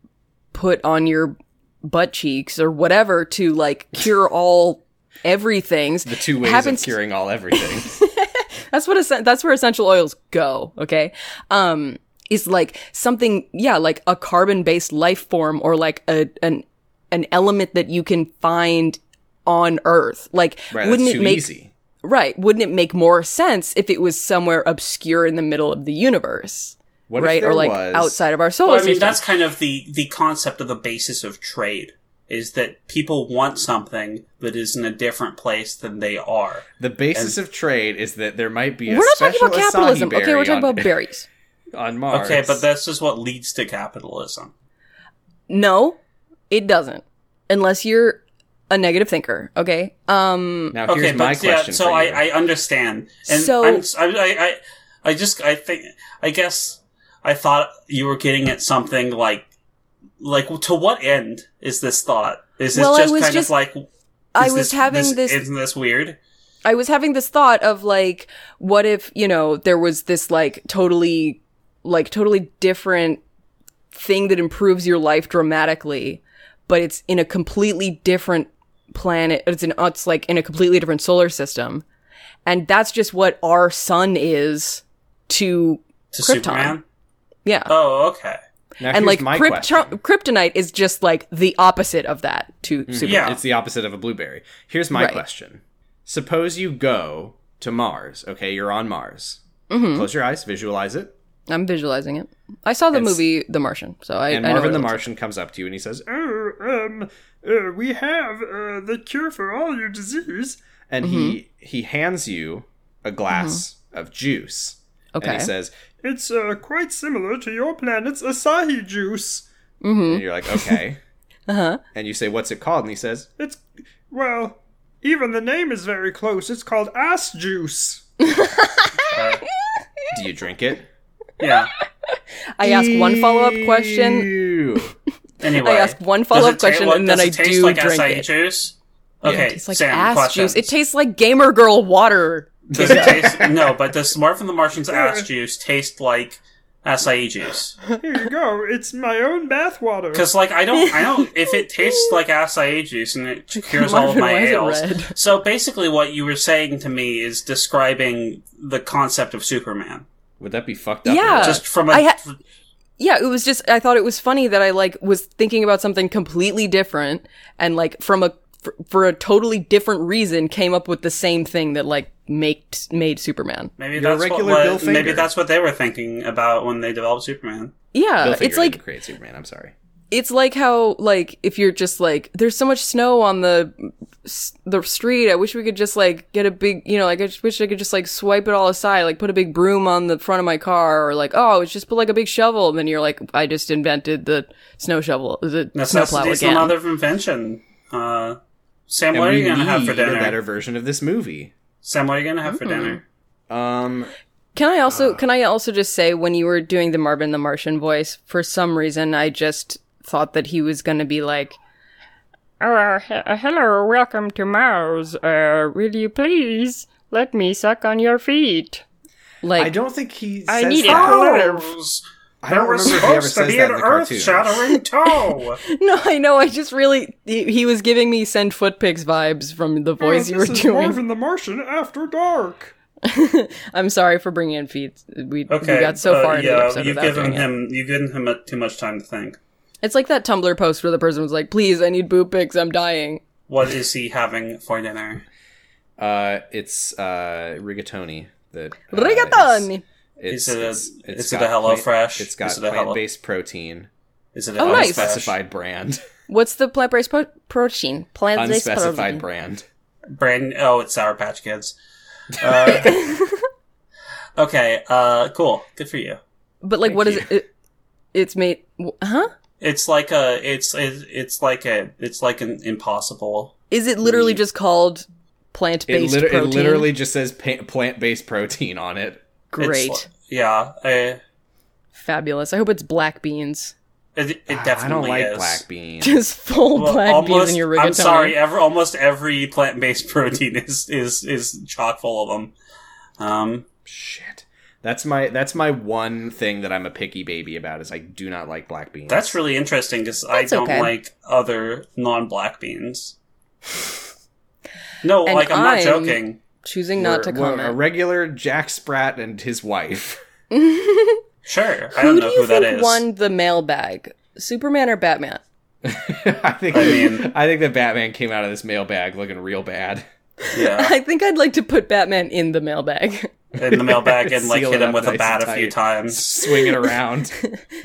Speaker 4: put on your butt cheeks or whatever to like cure all everything's
Speaker 2: The two ways
Speaker 4: happens
Speaker 2: of curing all everything.
Speaker 4: That's what essen- that's where essential oils go. Okay, um, is like something, yeah, like a carbon-based life form or like a an an element that you can find on Earth. Like,
Speaker 2: Right,
Speaker 4: wouldn't
Speaker 2: that's
Speaker 4: it
Speaker 2: too
Speaker 4: make
Speaker 2: easy.
Speaker 4: right? Wouldn't it make more sense if it was somewhere obscure in the middle of the universe,
Speaker 2: What if
Speaker 4: right,
Speaker 2: there
Speaker 4: or like
Speaker 2: was-
Speaker 4: outside of our solar
Speaker 3: Well, I mean
Speaker 4: system?
Speaker 3: that's kind of the the concept of the basis of trade is that people want something that is in a different place than they are.
Speaker 2: The basis of trade is that there might be a
Speaker 4: we're not talking
Speaker 2: special
Speaker 4: about capitalism.
Speaker 2: acai berry
Speaker 4: Okay, we're talking
Speaker 2: on,
Speaker 4: about berries.
Speaker 2: on Mars.
Speaker 3: Okay, but this is what leads to capitalism.
Speaker 4: No, it doesn't. Unless you're a negative thinker, okay? Um,
Speaker 2: now
Speaker 3: Okay,
Speaker 2: Uh, here's
Speaker 3: but
Speaker 2: my question.
Speaker 3: yeah, so
Speaker 2: for you.
Speaker 3: I, I understand, and
Speaker 4: So-
Speaker 3: I'm, s- I, I, I- I just, I think, I guess, I thought you were getting at something like, like to what end is this thought? Is this
Speaker 4: Well, I
Speaker 3: just
Speaker 4: was
Speaker 3: kind
Speaker 4: just-
Speaker 3: of like? is
Speaker 4: I was
Speaker 3: this-
Speaker 4: having this-
Speaker 3: Isn't this weird?
Speaker 4: I was having this thought of like, what if, you know, there was this like totally, like totally different thing that improves your life dramatically, but it's in a completely different planet. It's in, it's like in a completely different solar system. And that's just what our sun is to,
Speaker 3: To
Speaker 4: Krypton.
Speaker 3: Superman?
Speaker 4: yeah.
Speaker 3: Oh, okay.
Speaker 2: now
Speaker 4: and
Speaker 2: here's
Speaker 4: like
Speaker 2: my question.
Speaker 4: Krypto- kryptonite is just like the opposite of that to
Speaker 2: Mm-hmm.
Speaker 4: Superman.
Speaker 3: Yeah.
Speaker 2: It's the opposite of a blueberry. Here's my
Speaker 4: Right.
Speaker 2: question. Suppose you go to Mars. Okay, you're on Mars. Close your eyes, visualize it.
Speaker 4: I'm visualizing it. I saw the
Speaker 2: And s-
Speaker 4: movie The Martian, so I,
Speaker 2: and
Speaker 4: I know what
Speaker 2: Marvin
Speaker 4: it
Speaker 2: the
Speaker 4: looks like.
Speaker 2: Martian comes up to you and he says, "Oh, um, uh, we have uh, the cure for all your disease." And he he hands you a glass of juice. And
Speaker 4: Okay.
Speaker 2: he says, "It's uh, quite similar to your planet's Asahi juice." And you're like, "Okay."
Speaker 4: Uh-huh.
Speaker 2: And you say, "What's it called?" And he says, "It's well, even the name is very close. It's called ass juice."
Speaker 3: Uh,
Speaker 2: Do you drink it?
Speaker 3: yeah.
Speaker 4: I ask one follow up
Speaker 2: Mm.
Speaker 4: question.
Speaker 2: Ew.
Speaker 3: Anyway,
Speaker 4: I ask one
Speaker 3: does
Speaker 4: follow up
Speaker 3: it ta-
Speaker 4: question
Speaker 3: what-
Speaker 4: and then
Speaker 3: does
Speaker 4: I
Speaker 3: it taste
Speaker 4: do
Speaker 3: like
Speaker 4: drink
Speaker 3: acai
Speaker 4: it.
Speaker 3: juice. Okay,
Speaker 4: It's like
Speaker 3: Sam,
Speaker 4: ass
Speaker 3: questions.
Speaker 4: juice. It tastes like gamer girl water.
Speaker 3: Does it taste no? But does Marvin the Martian's ass juice taste like acai juice.
Speaker 13: Here you go. It's my own bathwater.
Speaker 3: Because like I don't, I don't. If it tastes like acai juice and it cures all of
Speaker 4: Marvin,
Speaker 3: my
Speaker 4: why is it
Speaker 3: ails.
Speaker 4: red?
Speaker 3: So basically, what you were saying to me is describing the concept of Superman,
Speaker 2: Would that be fucked up?
Speaker 4: Yeah.
Speaker 3: just from a
Speaker 4: Uh, I ha- yeah, it was just I thought it was funny that I like was thinking about something completely different and like from a for, for a totally different reason came up with the same thing that like made made Superman.
Speaker 3: maybe
Speaker 2: You're a
Speaker 3: that's
Speaker 2: regular
Speaker 3: what,
Speaker 2: Bill
Speaker 3: maybe
Speaker 2: Finger.
Speaker 3: that's what they were thinking about when they developed Superman.
Speaker 2: Bill
Speaker 4: Yeah,
Speaker 2: Finger
Speaker 4: it's like
Speaker 2: didn't create Superman. I'm sorry.
Speaker 4: it's like how like if you're just like there's so much snow on the s- the street i wish we could just like get a big you know like i just wish i could just like swipe it all aside like put a big broom on the front of my car or like oh it's just put like a big shovel and then you're like i just invented the snow shovel the snowplow
Speaker 3: Necessity's the
Speaker 4: again
Speaker 3: mother of invention. Uh, Sam,
Speaker 2: And
Speaker 3: what are
Speaker 2: we
Speaker 3: you gonna have for
Speaker 2: need a
Speaker 3: dinner?
Speaker 2: better version of this movie.
Speaker 3: Sam, what are you gonna have for dinner?
Speaker 2: Um,
Speaker 4: Can I also
Speaker 3: Uh,
Speaker 4: can I also just say when you were doing the Marvin the Martian voice, for some reason I just thought that he was going to be like,
Speaker 14: Oh, uh, he- uh, hello, welcome to Mars. Uh, will you please let me suck on your feet?
Speaker 4: like
Speaker 2: I don't think he. Says
Speaker 14: I need a
Speaker 4: Mm.
Speaker 2: that.
Speaker 4: Oh.
Speaker 14: glove.
Speaker 2: I don't remember if he ever says that in the cartoon.
Speaker 3: shattering toe.
Speaker 4: no, I know. I just really he, he was giving me send foot pics vibes from
Speaker 3: Oh,
Speaker 4: the voice you were doing.
Speaker 13: the Martian after dark.
Speaker 4: I'm sorry for bringing in feet. We,
Speaker 3: Okay,
Speaker 4: we got so
Speaker 3: uh,
Speaker 4: far into the
Speaker 3: yeah,
Speaker 4: episode
Speaker 3: you've
Speaker 4: without
Speaker 3: given
Speaker 4: doing it.
Speaker 3: him you've given him uh, too much time to think.
Speaker 4: It's like that Tumblr post where the person was like, "Please, I need boob pics. I'm dying."
Speaker 3: What is he having for dinner?
Speaker 2: Uh, it's uh rigatoni. That uh,
Speaker 4: Rigatoni.
Speaker 2: It's,
Speaker 3: Is it a-
Speaker 2: it's,
Speaker 3: is it
Speaker 2: got
Speaker 3: a Hello
Speaker 2: plant-
Speaker 3: Fresh?
Speaker 2: It's got
Speaker 3: Is it a Hello-
Speaker 2: plant-based protein,
Speaker 3: Is it
Speaker 4: Oh, nice.
Speaker 2: specified brand,
Speaker 4: What's the plant-based pro- protein? Plant-based
Speaker 2: unspecified
Speaker 4: protein.
Speaker 2: brand.
Speaker 3: Brand oh, it's Sour Patch Kids. Uh, okay, uh, cool. Good for you.
Speaker 4: But like, what is it? it? It's made, wh- huh?
Speaker 3: It's like a it's it, it's like a it's like an impossible.
Speaker 4: Is it literally just
Speaker 2: Mm.
Speaker 4: called
Speaker 2: It,
Speaker 4: plant-based
Speaker 2: liter- it
Speaker 4: protein?
Speaker 2: literally just says pa- plant-based protein on it.
Speaker 3: it's
Speaker 4: great,
Speaker 3: li- yeah, I-
Speaker 4: fabulous. I hope it's black beans,
Speaker 3: it, it
Speaker 2: Ah,
Speaker 3: definitely
Speaker 2: I don't like
Speaker 3: is.
Speaker 2: black beans.
Speaker 4: just full
Speaker 3: Well,
Speaker 4: black beans
Speaker 3: almost-
Speaker 4: in your rigatoni.
Speaker 3: I'm sorry. Every, almost every plant-based protein is is is chock full of them. Um,
Speaker 2: Shit. That's my that's my one thing that I'm a picky baby about is I do not like black beans.
Speaker 3: that's really interesting because I
Speaker 4: That's
Speaker 3: don't
Speaker 4: okay.
Speaker 3: like other non-black beans. No,
Speaker 4: And
Speaker 3: like I'm not
Speaker 4: I'm-
Speaker 3: joking.
Speaker 4: Choosing not to
Speaker 2: We're- we're a
Speaker 4: comment.
Speaker 2: regular Jack Sprat and his wife.
Speaker 3: Sure, I
Speaker 4: who
Speaker 3: don't
Speaker 4: do
Speaker 3: know
Speaker 4: you
Speaker 3: who that
Speaker 4: think
Speaker 3: is.
Speaker 4: won the mailbag? Superman or Batman?
Speaker 2: I think I,
Speaker 3: I mean-
Speaker 2: think that Batman came out of this mailbag looking real bad.
Speaker 3: Yeah,
Speaker 4: I think I'd like to put Batman in the mailbag.
Speaker 3: in the mailbag and like
Speaker 2: Seal
Speaker 3: hit
Speaker 2: it
Speaker 3: him
Speaker 2: up
Speaker 3: with a
Speaker 2: nice
Speaker 3: bat
Speaker 2: and
Speaker 3: a few
Speaker 2: tight.
Speaker 3: times.
Speaker 2: Swing it around.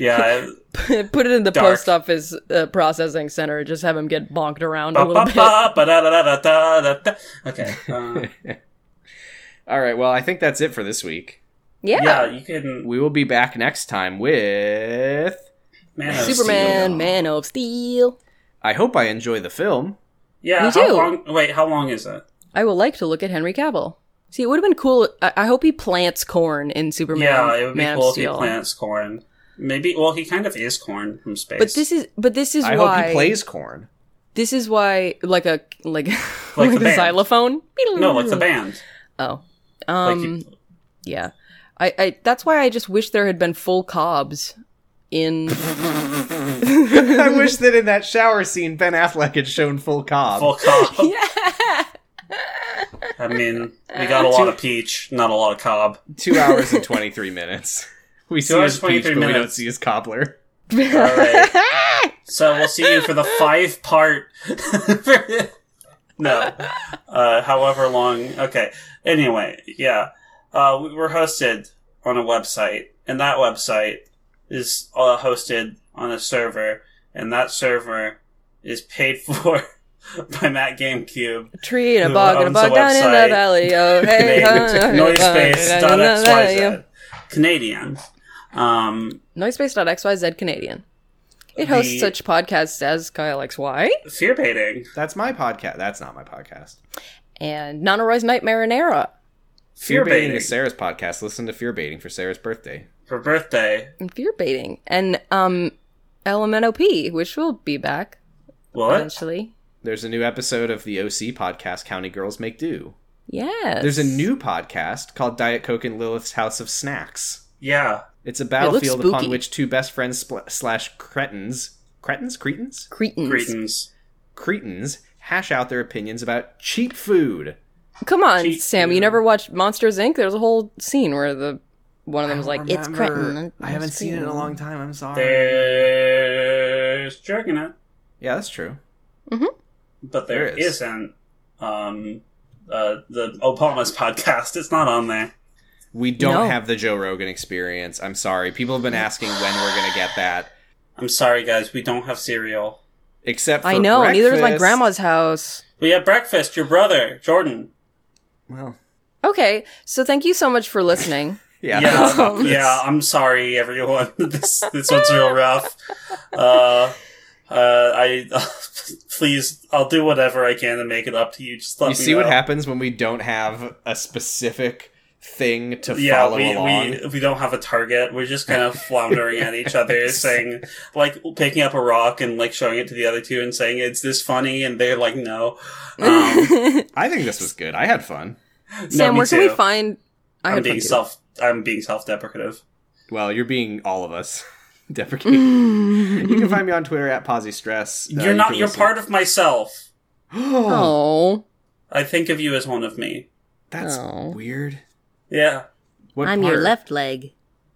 Speaker 3: Yeah,
Speaker 4: put it in the
Speaker 3: Dark.
Speaker 4: post office uh, processing center. Just have him get bonked around a little bit.
Speaker 3: Ba-ba-ba, ba-da-da-da-da-da-da. Okay. uh,
Speaker 2: All right, well, I think that's it for this week.
Speaker 3: yeah, you can.
Speaker 2: We will be back next time with
Speaker 3: Man of
Speaker 4: Superman,
Speaker 3: Steel.
Speaker 4: Man of Steel.
Speaker 2: I hope I enjoy the film.
Speaker 3: Yeah.
Speaker 4: Me
Speaker 3: how
Speaker 4: too.
Speaker 3: long? Wait, how long is it?
Speaker 4: I would like to look at Henry Cavill. See, it would have been cool. I, I hope he plants corn in Superman.
Speaker 3: Yeah, it would be
Speaker 4: Man of
Speaker 3: cool if he
Speaker 4: Steel.
Speaker 3: plants corn. Maybe. Well, he kind of is corn from space.
Speaker 4: But this is, but this is
Speaker 2: I
Speaker 4: why
Speaker 2: hope he plays corn.
Speaker 4: this is why, like a like
Speaker 3: Like
Speaker 4: like,
Speaker 3: the
Speaker 4: a
Speaker 3: band.
Speaker 4: xylophone.
Speaker 3: no, like the band.
Speaker 4: Oh,
Speaker 3: Like
Speaker 4: um,
Speaker 3: you-
Speaker 4: yeah. I, I that's why I just wish there had been full cobs in.
Speaker 2: I wish that in that shower scene, Ben Affleck had shown full cob.
Speaker 3: full cob.
Speaker 4: yeah.
Speaker 3: I mean, we got a lot of peach, not a lot of cob.
Speaker 2: Two hours and twenty three minutes. We see
Speaker 3: hours,
Speaker 2: his peach,
Speaker 3: 23
Speaker 2: but we don't
Speaker 3: minutes.
Speaker 2: see his cobbler.
Speaker 3: All right. so we'll see you for the five part. no, uh, however long. Okay. Anyway, yeah, uh, we were hosted on a website, and that website is uh, hosted on a server, and that server is paid for by Matt GameCube.
Speaker 4: Tree and a
Speaker 3: Who
Speaker 4: bog and a
Speaker 3: owns a
Speaker 4: bog down in the
Speaker 3: website
Speaker 4: valley. Oh hey, huh,
Speaker 3: Noisepace.xyz. Canadian. Um,
Speaker 4: Noisepace.xyz Canadian. It hosts
Speaker 3: The-
Speaker 4: such podcasts as Kyle XY
Speaker 3: fear baiting.
Speaker 2: That's my podcast. That's not my podcast.
Speaker 4: and Nanoroy's Nightmare and Era
Speaker 2: Fear
Speaker 3: Fear
Speaker 2: baiting
Speaker 3: baiting
Speaker 2: is Sarah's podcast. Listen to Fear baiting for Sarah's birthday.
Speaker 3: for birthday.
Speaker 4: and Fear Baiting and um LMNOP, which will be back
Speaker 3: What?
Speaker 4: eventually.
Speaker 2: There's a new episode of the OC podcast, County Girls Make Do.
Speaker 4: Yes.
Speaker 2: There's a new podcast called Diet Coke and Lilith's House of Snacks.
Speaker 3: Yeah.
Speaker 2: It's a
Speaker 4: looks
Speaker 2: battlefield upon
Speaker 4: spooky.
Speaker 2: which two best friends spl- slash cretins, cretins, cretins,
Speaker 4: Cretans.
Speaker 3: Cretans.
Speaker 2: cretins hash out their opinions about cheap food.
Speaker 4: Come on,
Speaker 3: Cheat
Speaker 4: Sam. You
Speaker 3: food.
Speaker 4: never watched Monsters Inc. There's a whole scene where the one of them was like, "It's cretin." and
Speaker 2: I haven't
Speaker 4: it's
Speaker 2: seen it in a
Speaker 4: cretin."
Speaker 2: long time. I'm sorry.
Speaker 3: There's Juggernaut,
Speaker 2: Yeah, that's true.
Speaker 3: but
Speaker 2: There
Speaker 3: there
Speaker 2: is.
Speaker 3: isn't. Um, uh, the Obama's podcast. It's not on there.
Speaker 2: We don't
Speaker 4: No.
Speaker 2: have the Joe Rogan experience. I'm sorry. People have been asking when we're gonna get that.
Speaker 3: I'm sorry, guys. We don't have cereal.
Speaker 2: Except for
Speaker 4: I know. Neither is my
Speaker 2: breakfast.
Speaker 4: grandma's house.
Speaker 3: We have breakfast. Your brother, Jordan.
Speaker 2: Well,
Speaker 4: Okay, so thank you so much for listening.
Speaker 2: yeah,
Speaker 3: Yeah,
Speaker 2: that's not this.
Speaker 3: yeah. I'm sorry, everyone. this this one's real rough. Uh, uh, I please, I'll do whatever I can to make it up to you. Just let
Speaker 2: You
Speaker 3: me
Speaker 2: see what
Speaker 3: know.
Speaker 2: happens when we don't have a specific thing to
Speaker 3: Yeah,
Speaker 2: follow
Speaker 3: we,
Speaker 2: along.
Speaker 3: we we don't have a target. We're just kind of floundering at each other, saying like picking up a rock and like showing it to the other two and saying it's this funny, and they're like no. Um,
Speaker 2: I think this was good. I had fun.
Speaker 4: Sam,
Speaker 3: me
Speaker 4: where can we
Speaker 3: too.
Speaker 4: find? I
Speaker 3: I'm
Speaker 4: had
Speaker 3: being
Speaker 4: fun too.
Speaker 3: self. I'm being self-deprecative.
Speaker 2: Well, you're being all of us. Deprecating. you
Speaker 3: Oh.
Speaker 2: can find me on Twitter at Posy Stress. Uh,
Speaker 3: you're
Speaker 2: you
Speaker 3: not.
Speaker 2: can
Speaker 3: You're
Speaker 2: listen-
Speaker 3: part of myself.
Speaker 2: oh,
Speaker 4: Oh,
Speaker 3: I think of you as one of me.
Speaker 2: that's
Speaker 4: Oh.
Speaker 2: weird.
Speaker 3: Yeah.
Speaker 2: What part?
Speaker 4: leg.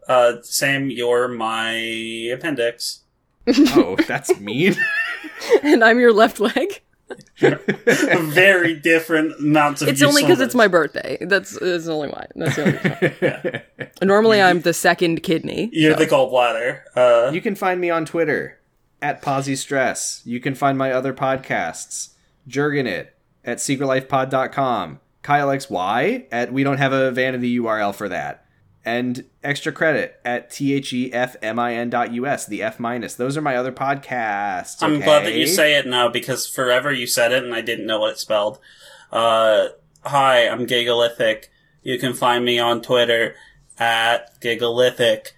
Speaker 3: Uh, Sam, you're my appendix.
Speaker 2: Oh, that's mean.
Speaker 4: and I'm your left leg.
Speaker 3: Very different amounts of.
Speaker 4: It's only because it's my
Speaker 3: usefulness.
Speaker 4: birthday. That's, that's only why. That's the only reason. Normally, I'm the second kidney.
Speaker 3: You're the gallbladder. Uh,
Speaker 2: you can find me on Twitter at Posy Stress. You can find my other podcasts, Jergen It at secretlifepod.com, Kyle XY at we don't have a vanity URL for that, and extra credit at E T-H-E-F-M-I-N dot U-S, the F minus. Those are my other podcasts.
Speaker 3: I'm glad that
Speaker 2: okay?
Speaker 3: you say it now because forever you said it and I didn't know what it spelled. Uh, hi, I'm Gigalithic. You can find me on Twitter at Gigalithic.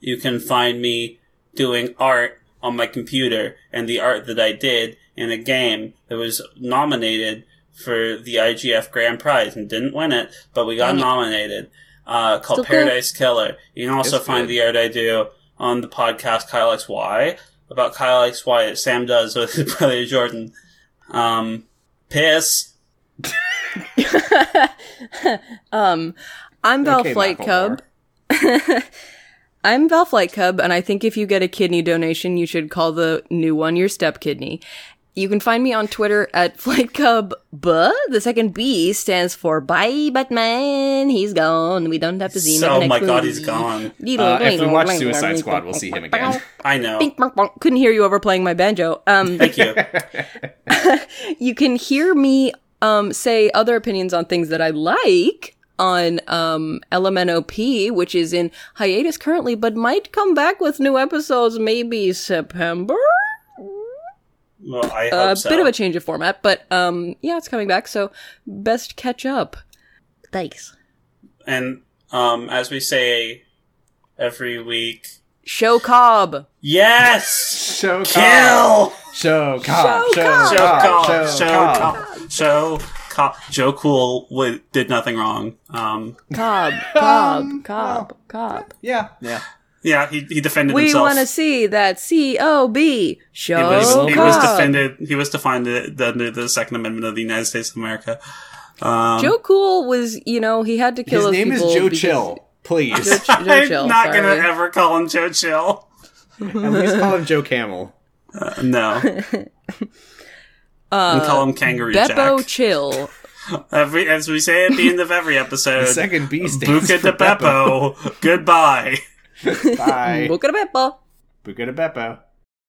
Speaker 3: You can find me doing art on my computer and the art that I did in a game that was nominated for the IGF Grand Prize and didn't win it, but we got nominated. Uh, called
Speaker 4: Mm-hmm. Still cool.
Speaker 3: Paradise Killer. You can also
Speaker 2: That's
Speaker 3: find
Speaker 2: good.
Speaker 3: the art I do on the podcast Kyle X Y about Kyle X Y that Sam does with his brother Jordan. Um, piss.
Speaker 4: um, I'm Val
Speaker 2: Okay,
Speaker 4: Flight
Speaker 2: Macklemore.
Speaker 4: Cub. I'm Val Flight Cub, and I think if you get a kidney donation, you should call the new one your step kidney. You can find me on Twitter at Flight Cub. Buh. The second B stands for Bye Batman. He's gone. We don't have to see him.
Speaker 3: So,
Speaker 4: in the
Speaker 3: oh my
Speaker 4: next
Speaker 3: god,
Speaker 4: movie.
Speaker 3: he's gone.
Speaker 2: Uh, if we watch Suicide Squad, we'll see him again.
Speaker 3: I know.
Speaker 4: Bink, bonk, bonk. Couldn't hear you over playing my banjo. Um,
Speaker 3: Thank you.
Speaker 4: you can hear me um, say other opinions on things that I like on um, LMNOP, which is in hiatus currently, but might come back with new episodes maybe September.
Speaker 3: Well, I hope
Speaker 4: A
Speaker 3: so.
Speaker 4: Uh, bit of a change of format, but um, yeah, it's coming back. So best catch up. Thanks.
Speaker 3: and um, as we say every week,
Speaker 4: Show Cobb.
Speaker 3: yes,
Speaker 2: Show Cobb.
Speaker 3: kill.
Speaker 2: Show Cobb. Show
Speaker 4: Cobb.
Speaker 3: Show
Speaker 2: Cobb.
Speaker 3: cop,
Speaker 2: Show
Speaker 3: show
Speaker 2: Cobb.
Speaker 3: cop, show cop. Joe Cool w- did nothing wrong. Um,
Speaker 4: Cobb. Cobb.
Speaker 2: Um,
Speaker 4: Cobb. Cobb.
Speaker 2: Yeah. Yeah.
Speaker 3: yeah, he, he defended
Speaker 4: We
Speaker 3: himself.
Speaker 4: want to see that C O B. Show
Speaker 3: He was,
Speaker 4: Cobb.
Speaker 3: he was defended. He was defined the- the- under the Second Amendment of the United States of America. Um,
Speaker 4: Joe Cool was, you know, he had to kill
Speaker 2: His
Speaker 4: those
Speaker 2: name is
Speaker 4: people
Speaker 2: Joe
Speaker 4: because-
Speaker 2: Chill. Please.
Speaker 4: Joe, Ch- Joe
Speaker 3: I'm
Speaker 4: Chill.
Speaker 3: not
Speaker 4: sorry.
Speaker 3: gonna ever call him Joe Chill.
Speaker 2: At least call him Joe Camel.
Speaker 3: No, and call him Kangaroo
Speaker 4: Uh, Beppo
Speaker 3: Jack.
Speaker 4: Chill.
Speaker 3: Every as we say at the end of every
Speaker 2: The
Speaker 3: episode,
Speaker 2: second B stands
Speaker 3: Buca
Speaker 2: for
Speaker 3: de Beppo. Goodbye.
Speaker 2: Bye.
Speaker 4: Boca de Beppo.
Speaker 2: Buca de Beppo.